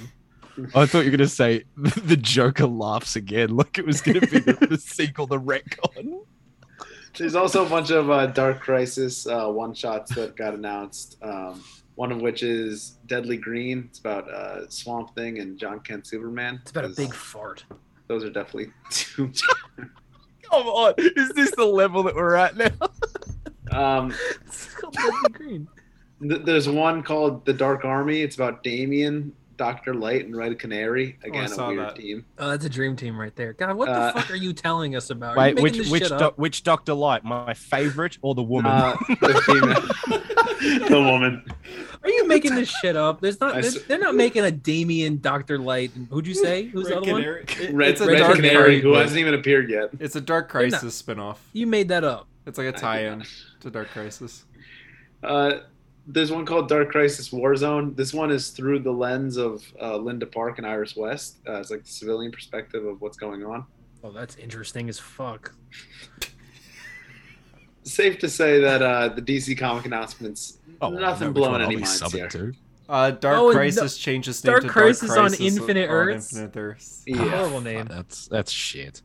D: I thought you were gonna say [LAUGHS] the Joker laughs again, [LAUGHS] like it was gonna be the, the sequel to Retcon.
A: there's also a bunch of uh, Dark Crisis uh, one shots that got announced. Um, one of which is Deadly Green. It's about uh, Swamp Thing and John Kent Superman.
C: It's about a
A: [LAUGHS]
C: big fart.
A: Those are definitely [LAUGHS] two.
D: Come on, [LAUGHS] is this the level that we're at now?
A: Um,
C: It's called Deadly Green.
A: Th- There's one called The Dark Army. It's about Damien, Doctor Light, and Red Canary.
B: I
A: Again, a
B: saw
A: weird
B: that.
A: team.
C: Oh, that's a dream team right there. God, what the
A: Uh,
C: fuck are you telling us about? Are you
D: Wait,
C: making
D: which
C: this
D: which
C: shit
D: do-
C: up?
D: which Doctor Light, my favorite or the woman?
A: Uh, [LAUGHS] the
B: [LAUGHS]
A: female, the woman.
C: Are you
A: [LAUGHS]
C: making this shit up? There's not.
A: I
C: They're,
A: s-
C: they're not making a Damien Doctor Light. and-
A: [LAUGHS]
C: Who'd you say? Who's the
B: Red
C: other one?
B: Canary- it-
A: Red,
B: it's a
A: Red
B: dark
A: Canary,
B: Canary
A: who
B: book.
A: hasn't even appeared yet.
B: It's a Dark
C: They're not-
B: Crisis spin-off.
C: You made that up.
B: It's like a
A: did
B: tie-in
A: not.
B: to Dark Crisis.
A: Uh, there's one called Dark Crisis Warzone. This one is through the lens of uh, Linda Park and Iris West. Uh, it's like the civilian perspective of what's going on.
C: Oh, that's interesting as fuck.
A: Safe to say that uh, the DC comic announcements,
D: Oh, well, I
A: nothing
D: know which
A: blowing
D: one I'll
A: any
D: be
A: minds
D: subbing
A: here.
D: to.
B: Uh, Dark
C: Oh, and
B: Crisis changed its name
C: Dark
B: to
C: Crisis
B: Dark
C: on
B: Crisis uh,
C: Infinite
B: on
C: Earths?
B: Infinite Earths.
A: Yeah.
C: Horrible name.
D: That's that's shit.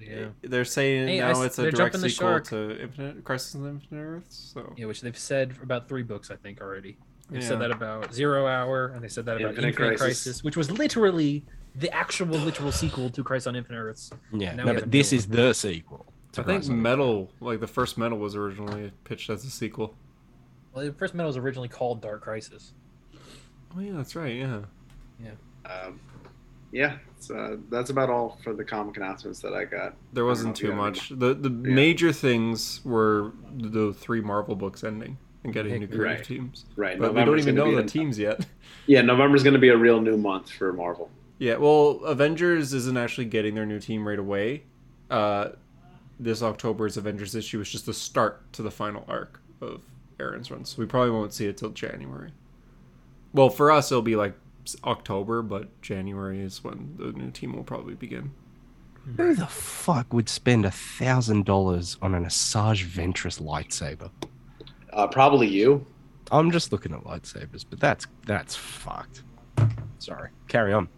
C: Yeah.
B: They're saying
C: Hey, I
B: now
C: s-
B: it's a
C: they're
B: direct
C: jumping the
B: sequel
C: shark.
B: to Infinite Crisis on Infinite Earths. So
C: Yeah, which they've said for about three books, I think, already. They
B: yeah.
C: said that about Zero Hour, and they said that about
A: Infinite
C: Infinite,
A: Crisis.
C: Crisis. which was literally the actual literal sequel to Crisis on Infinite Earths.
D: Yeah,
C: Now
D: no,
C: we
D: but
C: have a
D: this
C: new
D: is the sequel. to
B: I think
D: Rise of the-
B: Metal, like the first Metal, was originally pitched as a sequel.
C: Well, the first metal was originally called Dark Crisis.
B: Oh yeah, that's right. Yeah,
A: Um, yeah, it's, uh, that's about all for the comic announcements that I got.
B: there wasn't
A: Yeah.
B: too much. The the major things were the three Marvel books ending and getting new creative
A: Right.
B: teams,
A: Right,
B: but
A: November's
B: we don't even
A: gonna
B: know
A: be
B: the
A: in-
B: teams yet.
A: Yeah, November's going to be a real new month for Marvel.
B: Yeah, well, Avengers isn't actually getting their new team right away. Uh, this October's Avengers issue is just the start to the final arc of Aaron's run, so we probably won't see it till January. Well, for us, it'll be like s- October, but January is when the new team will probably begin.
D: Who the fuck would spend a thousand dollars on an Asajj Ventress lightsaber?
A: Uh, probably you.
D: I'm just looking at lightsabers, but that's that's fucked. Sorry. Carry on.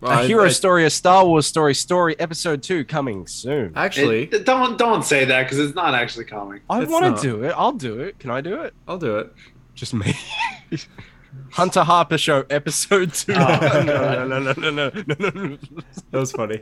B: Well, I-
D: a hero
B: I-
D: story, a Star Wars story, story episode two coming soon. I,
B: Actually,
A: It- don't don't say that because it's not actually comic.
B: it's
D: want
B: not.
D: to do it. I'll do it. Can I do it?
B: I'll do it.
D: Just me. [LAUGHS] Hunter Harper show episode two. [LAUGHS]
A: Oh,
D: no, no, no, no, no, no, no, no.
B: That was funny.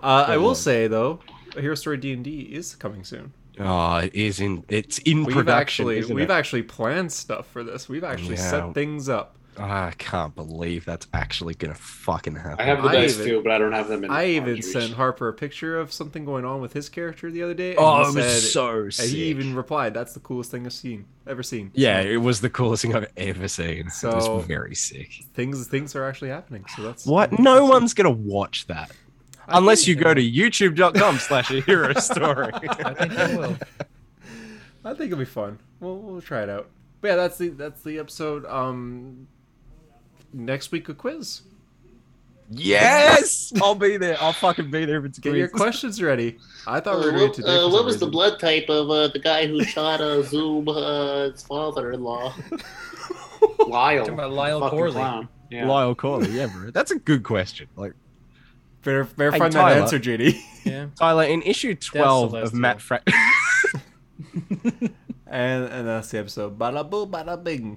B: Uh, I
D: Go
B: will
D: on.
B: say though, a hero story D and D is coming soon.
D: Oh, it is in. It's in
B: We've
D: production.
B: actually
D: isn't
B: we've
D: it?
B: actually planned stuff for this. We've actually
D: Yeah.
B: set things up.
D: I can't believe that's actually gonna fucking happen.
A: I have the
B: I
A: dice
B: even-
A: too, but I don't have them in.
B: I even
A: cartridge.
B: sent Harper a picture of something going on with his character the other day. And
D: oh,
B: he said-
D: it was so
B: and
D: sick.
B: he even replied, "That's the coolest thing I've seen, ever seen."
D: yeah, it was the coolest thing I've ever seen. it
B: So-
D: was very sick.
B: things things are actually happening. So that's
D: What? No one's gonna watch that
B: I
D: unless you
B: think-
D: go to youtube.com slash a
B: [LAUGHS]
D: hero story.
C: I think they will.
B: I think it'll be fun. We'll we'll try it out. But yeah, that's the that's the episode. Um, next week a quiz.
D: Yes, I'll be there. I'll fucking be there if it's
B: Get your
D: quiz.
B: questions ready. I thought we
F: Uh,
B: were going
F: what,
B: to.
F: uh, what was the blood type of uh, the guy who shot uh, Zoom uh, his
C: [LAUGHS]
F: father-in-law?
C: Talking
A: Lyle.
C: about Lyle
A: fucking
C: Corley.
A: clown. Yeah.
D: Lyle Corley, yeah, bro. That's a good question. Like
B: Better, better
D: Hey,
B: find
D: Tyler.
B: that answer, [LAUGHS] JD.
C: Yeah.
D: Tyler, in issue twelve of
C: Celestial.
D: Matt Fra-
B: and and that's the episode. Bada boo, bada bing.